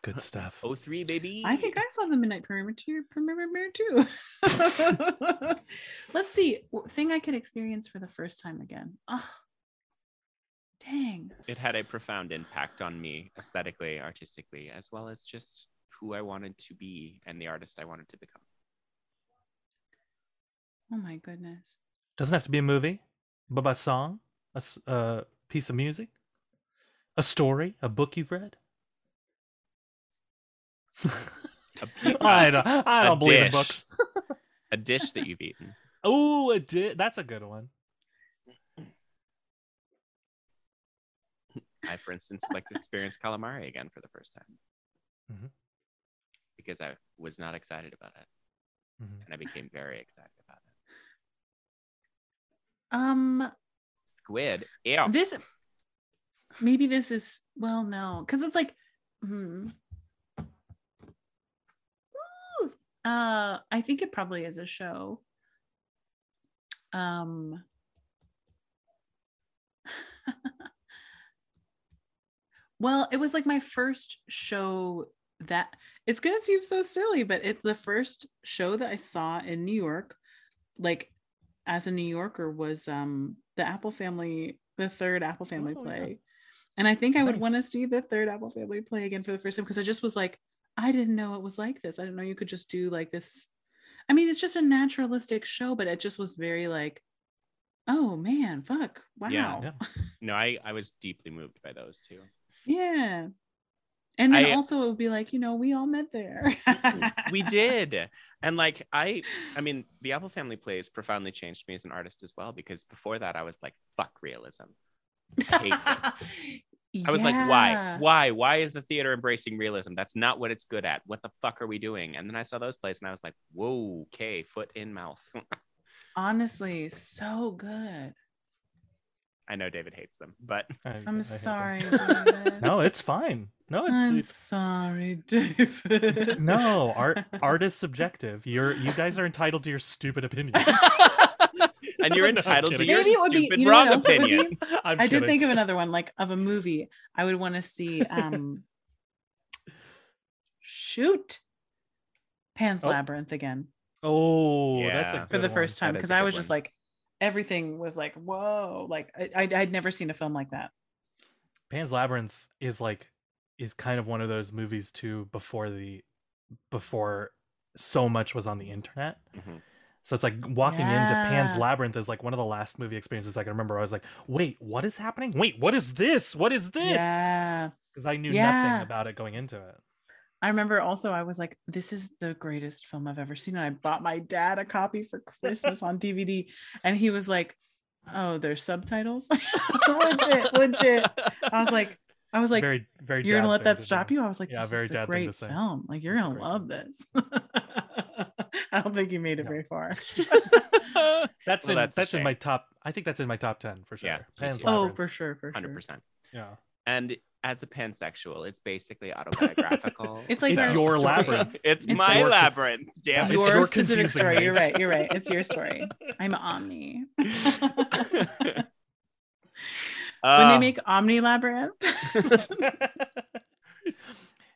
B: Good stuff.
C: Oh three, baby.
A: I think I saw the Midnight Pyramid too. Pyramid too. <laughs> Let's see. w- Thing I could experience for the first time again. Ah, dang.
C: it had a profound impact on me aesthetically, artistically, as well as just who I wanted to be and the artist I wanted to become.
A: Oh my goodness.
B: Doesn't have to be a movie, but by song, a s- a piece of music, a story, a book you've read.
C: A, pe-
B: <laughs> I don't, I
C: A
B: don't believe in
C: dish.
B: books.
C: a dish that you've eaten.
B: Oh, it did. That's a good one.
C: I, for instance, would like to experience calamari again for the first time
B: Mhm.
C: because I was not excited about it,
B: Mhm.
C: and I became very excited about it.
A: Um,
C: Squid,
A: <laughs>
C: yeah,
A: this maybe this is well, no, because it's like, hmm. Ooh. Uh, I think it probably is a show. Um. well, it was like my first show that it's gonna seem so silly, but it's the first show that I saw in New York, like as a New Yorker, was um the Apple Family, the third Apple Family
B: Oh, yeah.
A: play. And I think I would
B: Nice.
A: want to see the third Apple Family play again for the first time because I just was like, I didn't know it was like this. I didn't know you could just do like this. I mean, it's just a naturalistic show, but it just was very like, oh man, fuck, wow,
C: Yeah,
A: yeah.
B: yeah.
C: no, I, I was deeply moved by those two.
A: And then
C: I- uh,
A: also it would be like, you know, we all met there.
C: <laughs> we did, and like I, I mean, the Apple Family plays profoundly changed me as an artist as well because before that I was like, fuck realism. I hate this.
A: <laughs>
C: I was like, why?
A: Yeah.
C: Why? Why is the theater embracing realism? That's not what it's good at. What the fuck are we doing? And then I saw those plays and I was like, whoa, okay, foot in mouth.
A: Honestly, so good.
C: I know David hates them, but
B: <laughs>
C: <laughs>
B: I- I hate
A: I'm
B: them.
A: sorry, David.
B: <laughs> No, it's fine. No, it's,
A: I'm
B: it's
A: sorry, David.
B: no art. Art is subjective. You're you guys are entitled to your stupid opinions.
C: <laughs> and you're
B: <laughs> No, I'm
C: entitled to
B: kidding.
C: your
A: Maybe it would be-
C: stupid
A: you know what
C: wrong
A: else it would
C: opinion.
A: be? <laughs>
B: I'm
A: I did
B: kidding.
A: think of another one, like of a movie. I would want to
B: <laughs>
A: see um shoot Pan's
B: Oh.
A: Labyrinth again
B: Oh, that's a
C: Yeah.
B: good
A: for the
B: one.
A: first time
C: That is
A: because
C: a
A: I
C: good
A: was just
C: one.
A: like everything was like whoa like I, I'd, I'd never seen a film like that
B: Pan's Labyrinth is like is kind of one of those movies too before the before so much was on the internet.
C: Mhm.
B: So it's like walking into Pan's
A: Yeah.
B: Labyrinth is like one of the last movie experiences I can remember. I was like, "Wait, what is happening? Wait, what is this? What is this?"
A: yeah
B: Because I knew
A: Yeah.
B: nothing about it going into it.
A: I remember also I was like, this is the greatest film I've ever seen. And I bought my dad a copy for Christmas on DVD. And he was like, Oh, there's subtitles. <laughs> legit, legit. I was
B: <laughs>
A: like, I was like,
B: very, very.
A: you're gonna
B: dad
A: let
B: thing
A: that
B: to
A: stop
B: do.
A: you? I was like,
B: Yeah,
A: this
B: very
A: is
B: dad
A: a
B: thing to
A: great
B: say.
A: film. Like you're
B: That's
A: gonna
B: great
A: love this. <laughs> I don't think you made it
B: Yeah.
A: very
B: <laughs>
A: far.
B: That's
C: Well,
B: in
C: that's
B: that's,
C: a
B: in
C: shame.
B: my top. I think that's in my top ten for sure.
C: Yeah, me
B: Pan's
C: too.
A: oh,
B: Labyrinth.
A: for sure, for
C: Hundred
A: sure.
C: percent. <laughs>
B: yeah.
C: And as a pansexual, it's basically autobiographical.
A: <laughs> It's like
B: It's
A: our
B: your
A: story.
B: labyrinth.
C: It's,
A: It's
C: my
B: your-
C: labyrinth. Damn
B: It's
A: your,
B: your
A: specific
B: confusing
A: story. You're
B: ways.
A: right. You're right. It's your story. I'm Omni. <laughs>
C: it. <laughs>
A: when they
C: Uh,
A: make Omni Labyrinth,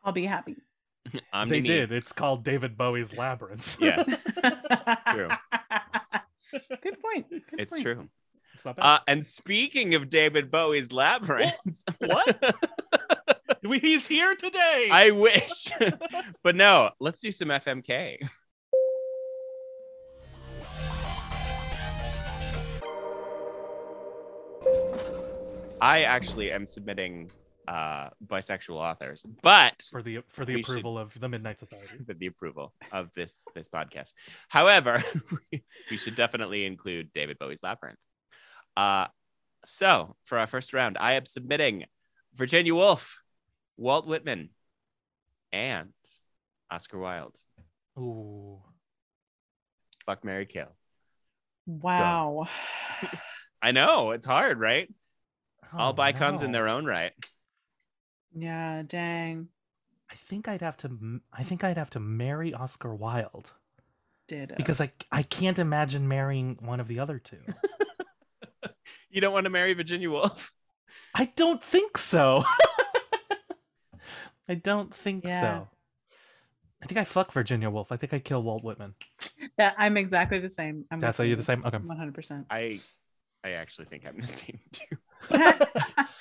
A: I'll be happy.
C: Omni
B: they
C: Me.
B: did. It's called David Bowie's Labyrinth.
A: <laughs>
C: Yes,
A: true. <laughs> Good point. Good
C: it's
A: point.
C: true.
B: <laughs> It's not bad.
C: <laughs> Uh, and speaking of David Bowie's labyrinth,
B: what? <laughs> We- He's here today.
C: I wish. <laughs> but no, let's do some FMK. I actually am submitting uh, bisexual authors, but
B: for the for the
C: We should-
B: approval of the Midnight Society.
C: with the approval of this this podcast. However, <laughs> we should definitely include David Bowie's Labyrinth. Uh, so for our first round, I am submitting Virginia Woolf, Walt Whitman, and Oscar Wilde.
B: Ooh.
C: Fuck Mary Kill.
A: Wow.
C: I know it's hard, right? All
B: Oh,
C: bycons in
B: no.
C: their own right.
A: <sighs> Yeah, dang.
B: I think I'd have to. m- I think I'd have to marry Oscar Wilde
A: Did
B: because I I can't imagine marrying one of the other two.
C: You don't want to marry Virginia Woolf.
B: I don't think so. <laughs> I don't think
A: Yeah.
B: so. I think I fuck Virginia Woolf. I think I kill Walt Whitman.
A: That I'm exactly the same. I'm
B: That's how you're the same.
A: <laughs>
B: Okay.
A: One hundred percent.
C: <laughs> I I actually think I'm the same too.
A: <laughs> I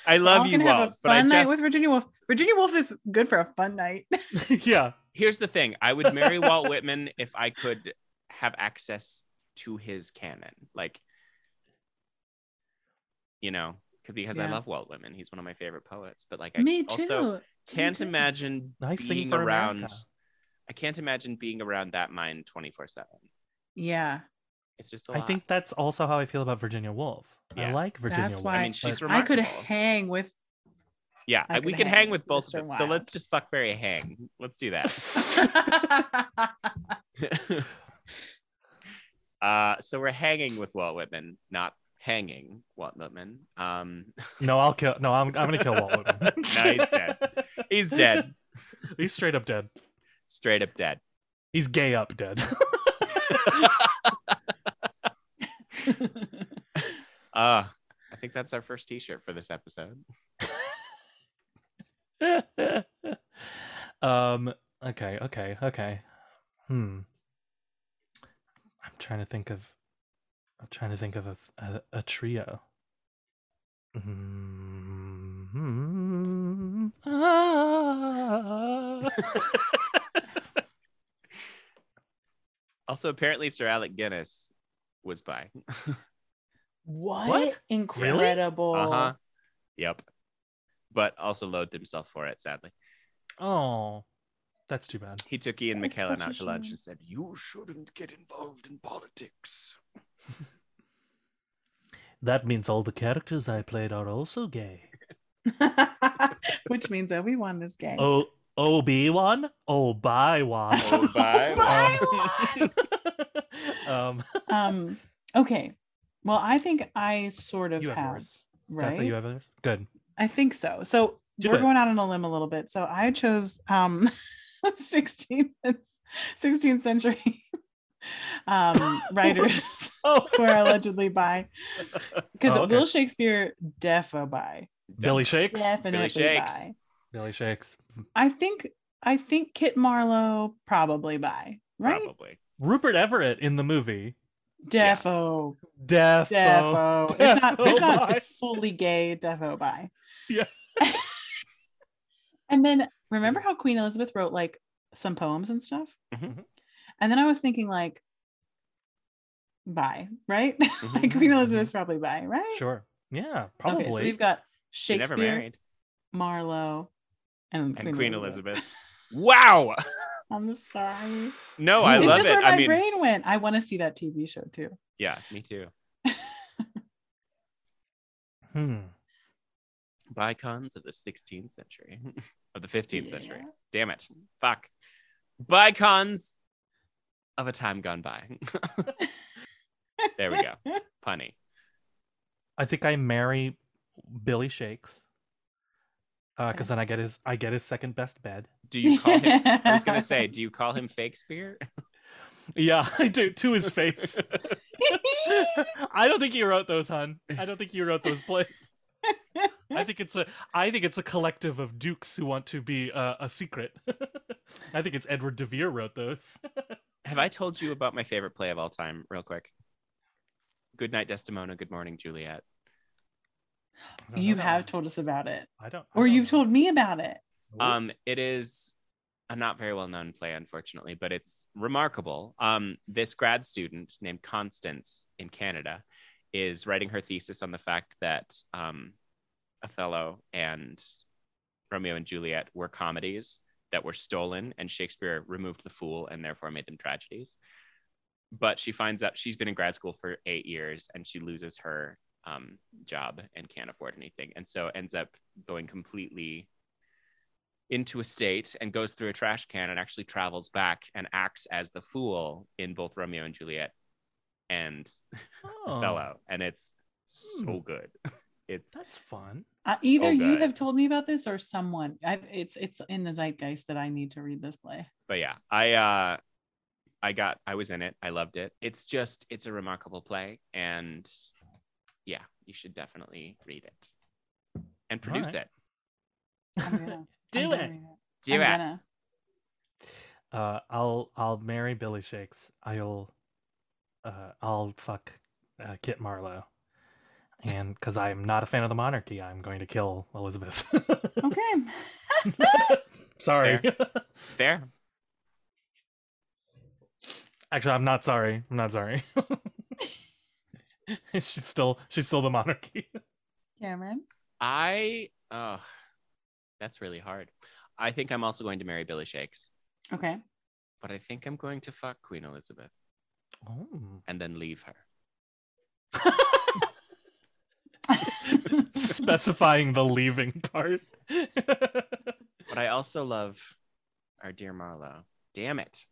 C: I <laughs> love you, Walt, but I
A: fun night
C: just
A: with Virginia Woolf. Virginia Woolf is good for a fun night.
B: yeah.
C: here's the thing i would marry
A: <laughs>
C: walt whitman if i could have access to his canon like you know c- because i
A: Yeah.
C: love walt whitman he's one of my favorite poets
A: <laughs>
C: but like i also can't
A: too.
C: imagine
B: Nice thing
C: being
B: for
C: around
B: America.
C: i can't imagine being around that mind 24 7
A: Yeah,
C: it's just a
B: I
C: lot.
B: think that's also how I feel about Virginia Woolf. I
C: Yeah.
B: like Virginia
A: That's
B: Woolf.
A: why-
C: i mean she's
B: but-
A: I could
C: remarkable
A: hang with. <laughs>
C: yeah
A: I
C: I- we
A: could
C: can
A: hang
C: hang
A: with
C: with both of
A: Mr.
C: them so
A: Wilde.
C: let's just fuck Barry hang let's do that
B: <laughs>
C: <laughs> uh, so we're hanging with Walt Whitman, not hanging Walt Whitman. Um,
B: No, I'll kill. No, I'm, I'm gonna kill Walt <laughs> Whitman.
C: No, he's
A: <laughs>
C: dead. he's dead,
B: He's straight up dead.
C: straight up dead.
B: He's gay up dead. <laughs>
C: Uh, I think that's our first T-shirt for
A: <laughs>
C: this episode.
B: um. Okay. Okay. Okay. Hmm. I'm trying to think of. I'm trying to think of a a, a trio. Mm-hmm. <laughs> Hmm. Ah.
C: Also, apparently, Sir Alec Guinness was by.
A: what?
B: Really?
A: Incredible.
C: Uh huh. Yep. But also loathed himself for it. Sadly,
B: oh, that's too bad.
C: he took Ian
A: That's
C: McKellen
A: such a
C: out to lunch
A: shame.
C: and said, "You shouldn't get involved in politics."
B: That means all the characters I played are also gay.
A: <laughs> Which means that we won this <laughs> game.
B: Oh, ob one, oh
A: <laughs>
B: by one.
C: Oh, bye.
A: Bye,
B: Oh. <laughs> um,
A: <laughs> Um. Okay. Well, I think I sort of
B: You have
A: have.
B: yours.
A: Right.
B: That's what you have there. Good.
A: I think so. So
B: Do
A: we're
B: it.
A: going out on a limb a little bit. So I chose um <laughs> 16th and- 16th century <laughs>
B: <laughs>
A: um writers <laughs>
B: Oh,
A: who are allegedly
B: <laughs>
A: by because
B: Oh, okay.
A: Will Shakespeare defa by
B: Billy Shakes.
A: definitely
C: Shakes.
A: by.
B: Billy Shakes.
A: I think I think Kit Marlowe probably by right
C: Probably.
B: Rupert Everett in the movie.
A: defo
B: Defo.
A: defo it's not
B: Defo
A: it's
B: by.
A: not fully gay defo by
B: Yeah.
A: <laughs> and then remember how Queen Elizabeth wrote like some poems and stuff
C: Mhm.
A: and then I was thinking like by right <laughs> like
C: Mhm.
A: Queen Elizabeth's probably by right
B: Sure. Yeah,
A: Okay,
B: probably.
A: so we've got
C: She never
A: Shakespeare
C: married.
A: Marlowe and
C: And Queen Elizabeth. <laughs> Wow.
A: <laughs> I'm sorry.
C: No, I
A: it's
C: love
A: just
C: it.
A: where my
C: I mean,
A: brain went. I want to see that TV show too.
C: yeah, me too.
B: Hmm.
C: Bycons of the 16th century, <laughs> of the 15th century.
A: Yeah.
C: Damn it. Fuck. Bycons of a time gone by. <laughs> there we go. Punny.
B: I think I marry Billy Shakes.
A: Okay.
B: Because then I get his I get his second best bed.
C: Do you call him? I was going
A: <laughs>
C: to say, do you call him Fakespeare?
B: Yeah, <laughs> I do to
A: <laughs>
B: his face. I don't think you wrote those, hun. I don't think you wrote those plays.
A: <laughs>
B: I think it's a I think it's a collective of dukes who want to be uh, a secret. <laughs> I think it's Edward De Vere wrote those. <laughs>
C: Have I told you about my favorite play of all time, real quick? Good night, Desdemona. Good morning, Juliet.
B: I don't
A: you
B: know.
A: have told us about it,
B: I don't. I
A: or
B: don't
A: you've
B: know.
A: told me about it.
C: Um, it is a not very well known play, unfortunately, but it's remarkable. Um, this grad student named Constance in Canada is writing her thesis on the fact that um, Othello and Romeo and Juliet were comedies that were stolen, and Shakespeare removed the fool and therefore made them tragedies. But she finds out she's been in grad school for eight years and she loses her um, job and can't afford anything. And so ends up going completely into a state and goes through a trash can and actually travels back and acts as the fool in both Romeo and Juliet and
B: Oh,
C: Othello. And it's so
B: Hmm.
C: good. <laughs> It's
B: That's fun.
A: Uh, either you
C: good.
A: have told me about this, or someone. I, it's it's in the zeitgeist that I need to read this play.
C: but yeah, I uh I got I was in it. I loved it. It's just it's a remarkable play and yeah, you should definitely read it and
B: All
C: produce
B: right.
C: it.
B: <laughs>
A: I'm gonna- I'm
B: Do
A: gonna
B: it.
A: read
C: Do it.
A: I'm gonna-
B: Uh, I'll I'll marry Billy Shakes. I'll uh, I'll fuck uh, Kit Marlowe. And because I am not a fan of the monarchy, I'm going to kill Elizabeth. <laughs>
A: okay.
B: sorry.
C: Fair.
B: Actually, I'm not sorry. I'm not sorry. <laughs> she's still she's still the monarchy.
A: Cameron.
C: I. Oh, that's really hard. I think I'm also going to marry Billy Shakes,
B: <laughs>
A: Okay.
C: but I think I'm going to fuck Queen Elizabeth
B: Oh.
C: and then leave her.
B: Specifying the leaving
C: <laughs>
B: part.
C: But I also love our dear Marlowe. Damn it.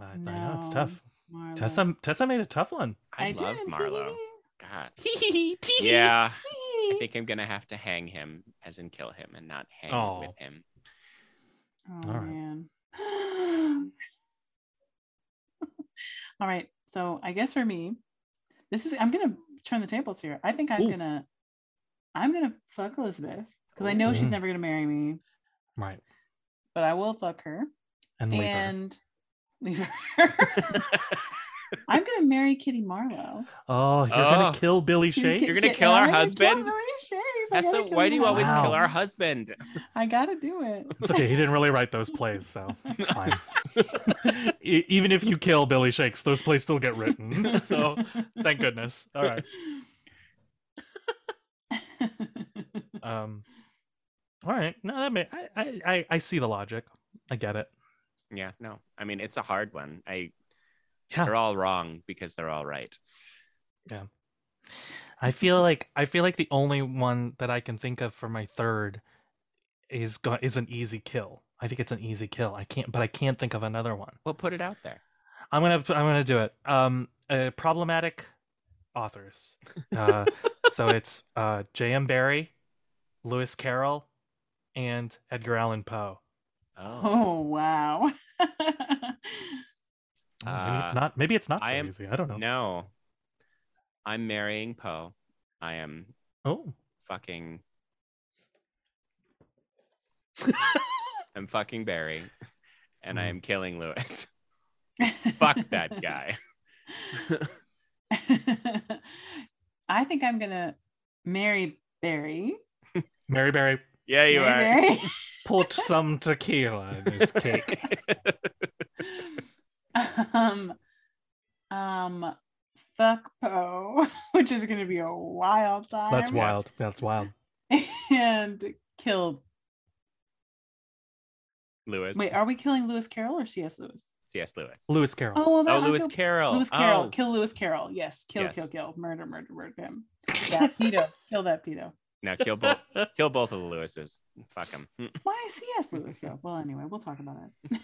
B: I, I know it's
A: No.
B: tough.
A: Marlo.
B: Tessa Tessa made a tough one.
C: I, love
A: did.
C: Marlowe.
A: <laughs>
C: God.
B: yeah.
C: Yeah. I think I'm gonna have to hang him, as in kill him, and not hang
B: Oh.
C: with him.
A: Oh
B: All right.
A: man. <laughs> All right. So I guess for me, this is I'm gonna turn the tables here. I think I'm
B: Ooh.
A: gonna I'm gonna fuck Elizabeth because I know
B: Ooh. Mm-hmm.
A: she's never gonna marry me,
B: Right.
A: but I will fuck her
B: And leave her.
A: and leave
C: <laughs>
A: her. I'm gonna marry Kitty Marlowe.
B: Oh, you're
C: Oh.
B: gonna kill Billy Shake?
C: You're gonna kill our
A: I'm gonna kill
C: husband?
A: Maria Shakes. I
C: That's
A: gotta
C: so. Why do you
A: my
C: always kill
A: husband.
B: Wow.
C: our husband?
A: I gotta do
B: <laughs>
A: it.
B: It's
C: <laughs>
B: okay. He didn't really write those plays, so it's fine. E- Even if you kill Billy Shakes, those plays still get written. <laughs> So thank goodness. All right. Um. All right. No, that may. I. I. I, I see the logic. I get it.
C: Yeah. No. I mean, it's a hard one. I.
B: Yeah.
C: They're all wrong because they're all right.
B: I feel like I feel like the only one that I can think of for my third is go- is an easy kill. I think it's an easy kill. I can't, but I can't think of another one.
C: Well, put it out there.
A: <laughs>
B: I'm gonna I'm gonna do it. Um, uh, problematic authors. Uh,
C: <laughs>
B: so it's uh, J.M. Barrie, Lewis Carroll, and Edgar Allan Poe.
C: Oh.
A: <laughs> oh wow.
B: Oh, maybe it's
C: Uh,
B: not. Maybe it's not so
C: I am-
B: easy. I don't know.
C: No. I'm marrying Poe. I am
B: Oh, <laughs>
C: fucking. I'm fucking Barry, and I
B: Mhm.
C: am killing Lewis. <laughs> Fuck that
B: <laughs>
C: guy.
A: <laughs> I think I'm gonna marry Barry.
B: Mary Barry,
C: Yeah, you are.
A: Marry Barry.
C: <laughs>
B: put some tequila in this cake.
A: <laughs> um, um, fuck Poe, <laughs> which is gonna be a wild time.
B: That's wild. That's wild.
A: And kill.
C: Lewis.
A: Wait, are we killing Lewis Carroll or C.S. Lewis?
C: C.S. Lewis.
B: Lewis Carroll.
A: Oh, well, that
C: oh,
A: I
C: Lewis
A: feel-
C: Carroll.
A: Lewis Carroll.
C: Oh,
A: Kill Lewis Carroll. Yes. Kill,
C: Yes.
A: kill, kill. Murder, murder, murder
C: <laughs>
A: him. Yeah, pedo. kill that pedo.
C: now kill
B: <laughs>
C: both. kill both of the Lewises. Fuck them.
A: Why C.S. Lewis though? Well, anyway, we'll talk about it.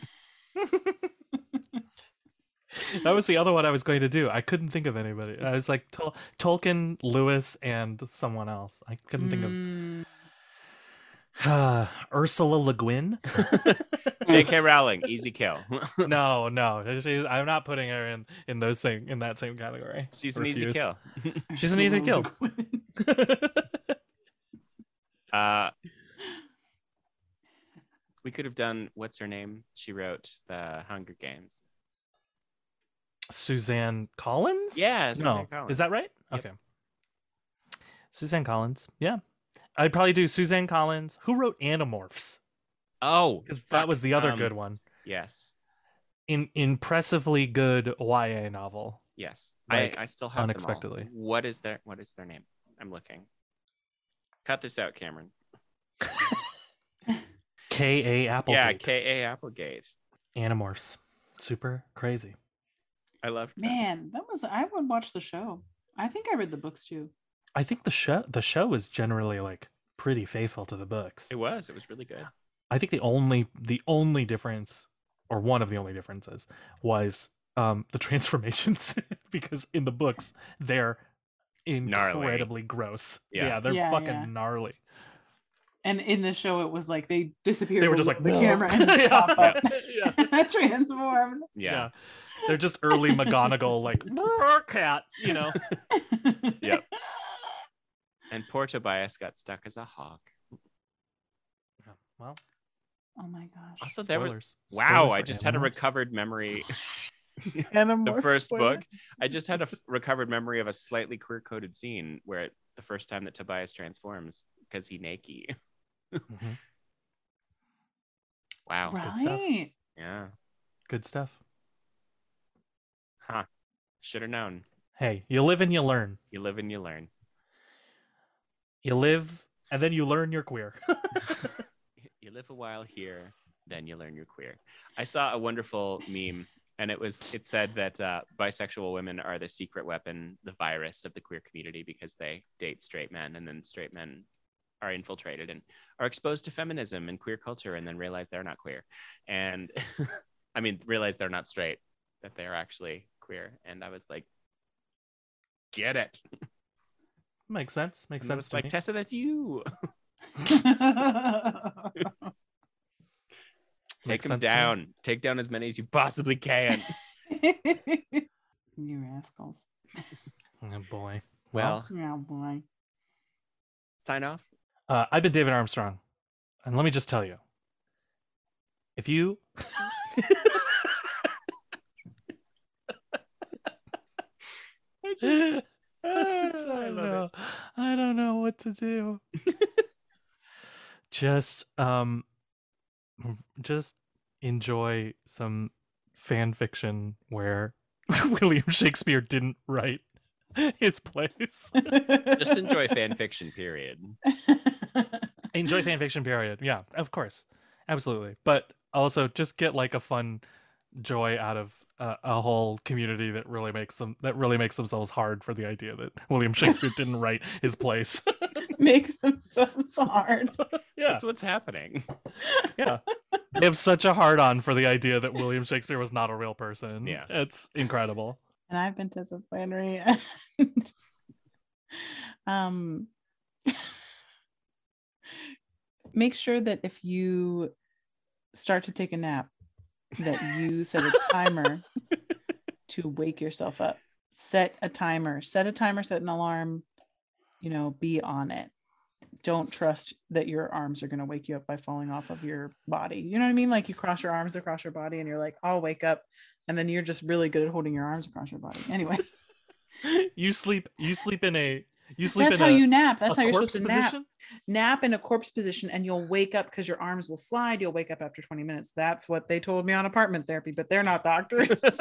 B: that was the other one I was going to do. I couldn't think of anybody. I was like Tol- Tolkien, Lewis, and someone else. I couldn't think of
A: Mm,
C: Mm.
B: <sighs> Ursula Le Guin.
C: J.K. Rowling. Easy kill. <laughs>
B: no, no, she, I'm not putting her in in those same in that same category.
C: She's an easy
B: Refuse.
C: kill.
B: She's an easy kill.
C: Uh, we could have done what's her name? She wrote the Hunger Games.
B: Suzanne Collins.
C: Yeah. Susan
B: no,
C: Collins.
B: is that right?
C: Yep.
B: Okay. Suzanne Collins. Yeah, I'd probably do Suzanne Collins. Who wrote Animorphs?
C: Oh,
B: Because that
C: fuck.
B: was the other
C: Um,
B: good one.
C: Yes.
B: In impressively good YA novel.
C: Yes.
B: Like,
C: I, I still have them all.
B: unexpectedly.
C: What is their What is their name? I'm looking. Cut this out, Cameron.
B: K.A.
C: Yeah,
B: Applegate.
C: K.A. Applegate.
B: Animorphs. Super crazy.
C: I love
A: Man, that was I would watch the show. I think I read the books too.
B: I think the show the show is generally like pretty faithful to the books.
C: It was. It was really good.
B: I think the only the only difference or one of the only differences was um the <laughs> transformations because in the books they're
C: Gnarly.
B: incredibly gross.
C: Yeah.
B: Yeah, they're
A: Yeah,
B: fucking
A: yeah.
B: gnarly.
A: And in the show, it was like they disappeared.
B: They were just
A: with
B: like
A: the
B: <laughs>
A: camera and
B: Yeah.
A: pop up. <laughs>
B: Yeah.
A: transformed.
C: Yeah.
B: Yeah. They're just
A: <laughs>
B: early McGonagall like cat, you know.
C: Yep. And poor Tobias got stuck as a hawk.
B: Yeah, Well,
A: <laughs> Oh my gosh.
C: Also, there was
B: Spoilers.
C: wow.
B: Spoiler
C: I
B: for
C: just had a
B: animals. <laughs>
C: recovered memory.
A: Animorphs,
C: the first
A: spoiler.
C: book. I just had a f- recovered memory of a slightly queer coded scene where it, the first time that Tobias transforms because he naked.
B: Mhm.
C: <laughs> Wow.
B: good stuff.
A: Right.
C: Yeah.
B: Good stuff.
C: Should have known.
B: Hey, you live and you learn.
C: You live and you learn.
B: You live and then you learn you're queer. <laughs>
C: you live a while here, then you learn you're queer. I saw a wonderful meme, and it was it said that uh, bisexual women are the secret weapon, the virus of the queer community because they date straight men, and then straight men are infiltrated and are exposed to feminism and queer culture, and then realize they're not queer, and <laughs> I mean realize they're not straight, that they're actually queer. And I was like, get it?
B: Makes sense. Makes
C: And
B: sense
C: I was
B: to
C: like
B: me.
C: Tessa, that's you. Take
B: Makes
C: them
B: sense to me.
C: down. Take down as many as you possibly can.
A: <laughs> you rascals.
B: Oh boy.
C: well,
A: Yeah, boy. <laughs>
C: sign off.
B: Uh, I've been David Armstrong, and let me just tell you, if you
C: I just-
B: I,
C: I
B: <laughs> don't
C: love
B: know. I don't know what to
C: <laughs>
B: do. just um just enjoy some fan fiction where <laughs> William Shakespeare didn't write his plays.
C: Just enjoy fan fiction, period.
B: <gasps> enjoy fan fiction period. Yeah, of course. Absolutely. But also just get like a fun joy out of uh, a whole community that really makes them that really makes themselves hard for the idea that William Shakespeare didn't <laughs> write his plays.
A: Makes <laughs> them so hard.
B: <laughs> yeah.
C: That's what's happening.
B: yeah. <laughs> They have such a hard on for the idea that William Shakespeare was not a real person.
C: Yeah.
B: It's incredible.
A: And I've been Tessa Flannery. And, <laughs> um, <laughs> make sure that if you start to take a nap, that you set a timer to wake yourself up. Set a timer. Set a timer. Set an alarm. You know, be on it. Don't trust that your arms are going to wake you up by falling off of your body. You know what I mean? Like you cross your arms across your body and you're like, I'll wake up and then you're just really good at holding your arms across your body. Anyway,
B: You sleep you sleep in a you <laughs> sleep
A: that's
B: in
A: how
B: a,
A: you nap. That's
B: a
A: how you're
B: corpse
A: supposed to nap.
B: position.
A: Nap in a corpse position, and you'll wake up because your arms will slide. You'll wake up after 20 minutes. That's what they told me on apartment therapy, but they're not doctors.
B: <laughs>
A: <laughs>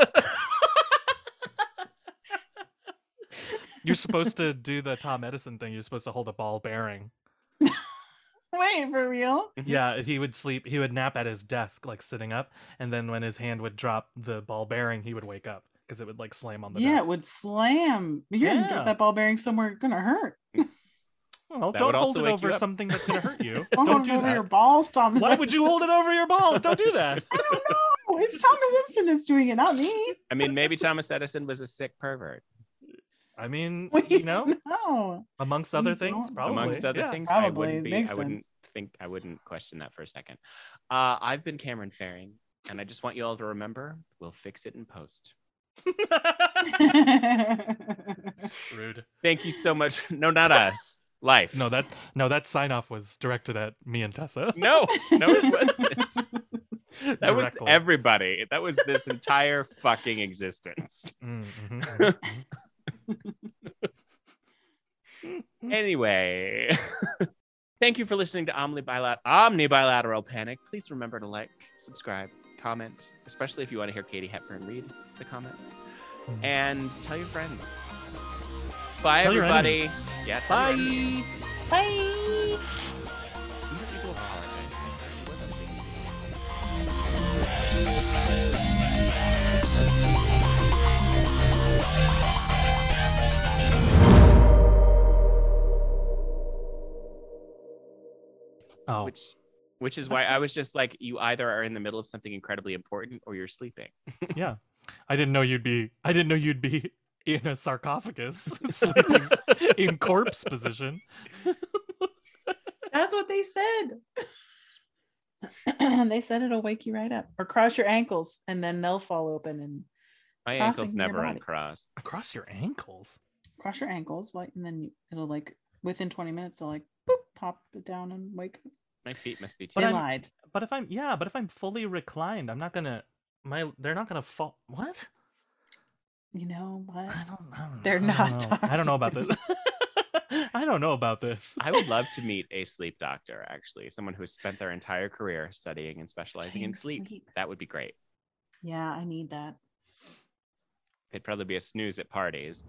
B: You're supposed to do the Tom Edison thing. You're supposed to hold a ball bearing.
A: Wait, for real?
C: Mhm.
B: Yeah, he would sleep. He would nap at his desk, like sitting up, and then when his hand would drop the ball bearing, he would wake up because it would like slam on the
A: Yeah,
B: desk.
A: it would slam. You're gonna
B: Yeah.
A: drop that ball bearing somewhere. It's gonna hurt.
B: Well,
C: That
B: don't
C: would
B: hold
C: also
B: it
C: wake
B: over
C: you up.
B: something that's gonna
C: <laughs>
B: hurt you.
A: I'm
B: <laughs> don't
A: gonna
B: do
A: go to your
B: that.
A: balls, Thomas.
B: Why
A: <laughs>
B: would you hold it over your balls? Don't do
C: <laughs>
B: that.
A: I don't know. It's Thomas Simpson that's doing it, not
B: <laughs>
A: me.
C: I mean, maybe Thomas Edison was a sick pervert.
B: I mean,
A: We
B: you know,
C: <laughs>
A: don't <laughs> know.
B: amongst other
A: We
B: things,
A: don't-
B: probably.
C: Amongst other
B: yeah.
C: things, I
A: probably.
C: wouldn't be
A: Makes
C: I wouldn't think I wouldn't question that for a second. Uh, I've been Cameron Faring, and I just want you all to remember we'll fix it in post.
B: Rude.
C: Thank you so much. <laughs> No, not us. Life.
B: No, that no, that sign off was directed at me and Tessa.
C: <laughs> No, no, it wasn't.
B: <laughs> That
C: That was everybody. That was this entire fucking existence.
B: Mm, mm-hmm,
C: <laughs> Anyway, <laughs> thank you for listening to Omni Bilat- Omni Bilateral Panic. Please remember to like, subscribe, comment, especially if you want to hear Katie Hepburn read the comments,
B: Mhm.
C: and tell your friends. Bye,
B: Tell your
C: everybody.
B: enemies.
C: yeah, tell your enemies.
B: Bye. Bye.
C: You know, people apologize. It wasn't a big deal.
B: Oh,
C: which which is why I was just like, you either are in the middle of something incredibly important or you're sleeping.
B: yeah. I didn't know you'd be. I didn't know you'd be <laughs> in a
C: <laughs>
B: sarcophagus, <laughs> sleeping in corpse position.
A: That's what they said. <clears throat> they said it'll wake you right up. Or cross your ankles and then they'll fall open and
C: My
A: Crossing
C: ankles
A: your
C: never
A: body.
C: uncrossed.
B: Across your ankles.
A: cross your ankles, like, and then you- it'll like within 20 minutes, they'll like boop, pop it down and wake up.
C: My feet must be too.
B: But
A: they
B: I'm-
A: lied.
B: But if I'm yeah, but if I'm fully reclined, I'm not gonna my they're not gonna fall. What?
A: You know what?
B: I don't. I don't
A: They're
B: know. I
A: not
B: don't know. I don't know about this. <laughs> I don't know about this.
C: I would love to meet a sleep doctor, actually, someone who's spent their entire career studying and specializing in
A: Studying
C: sleep. That would be great.
A: Yeah, I need that.
C: They'd probably be a snooze at parties.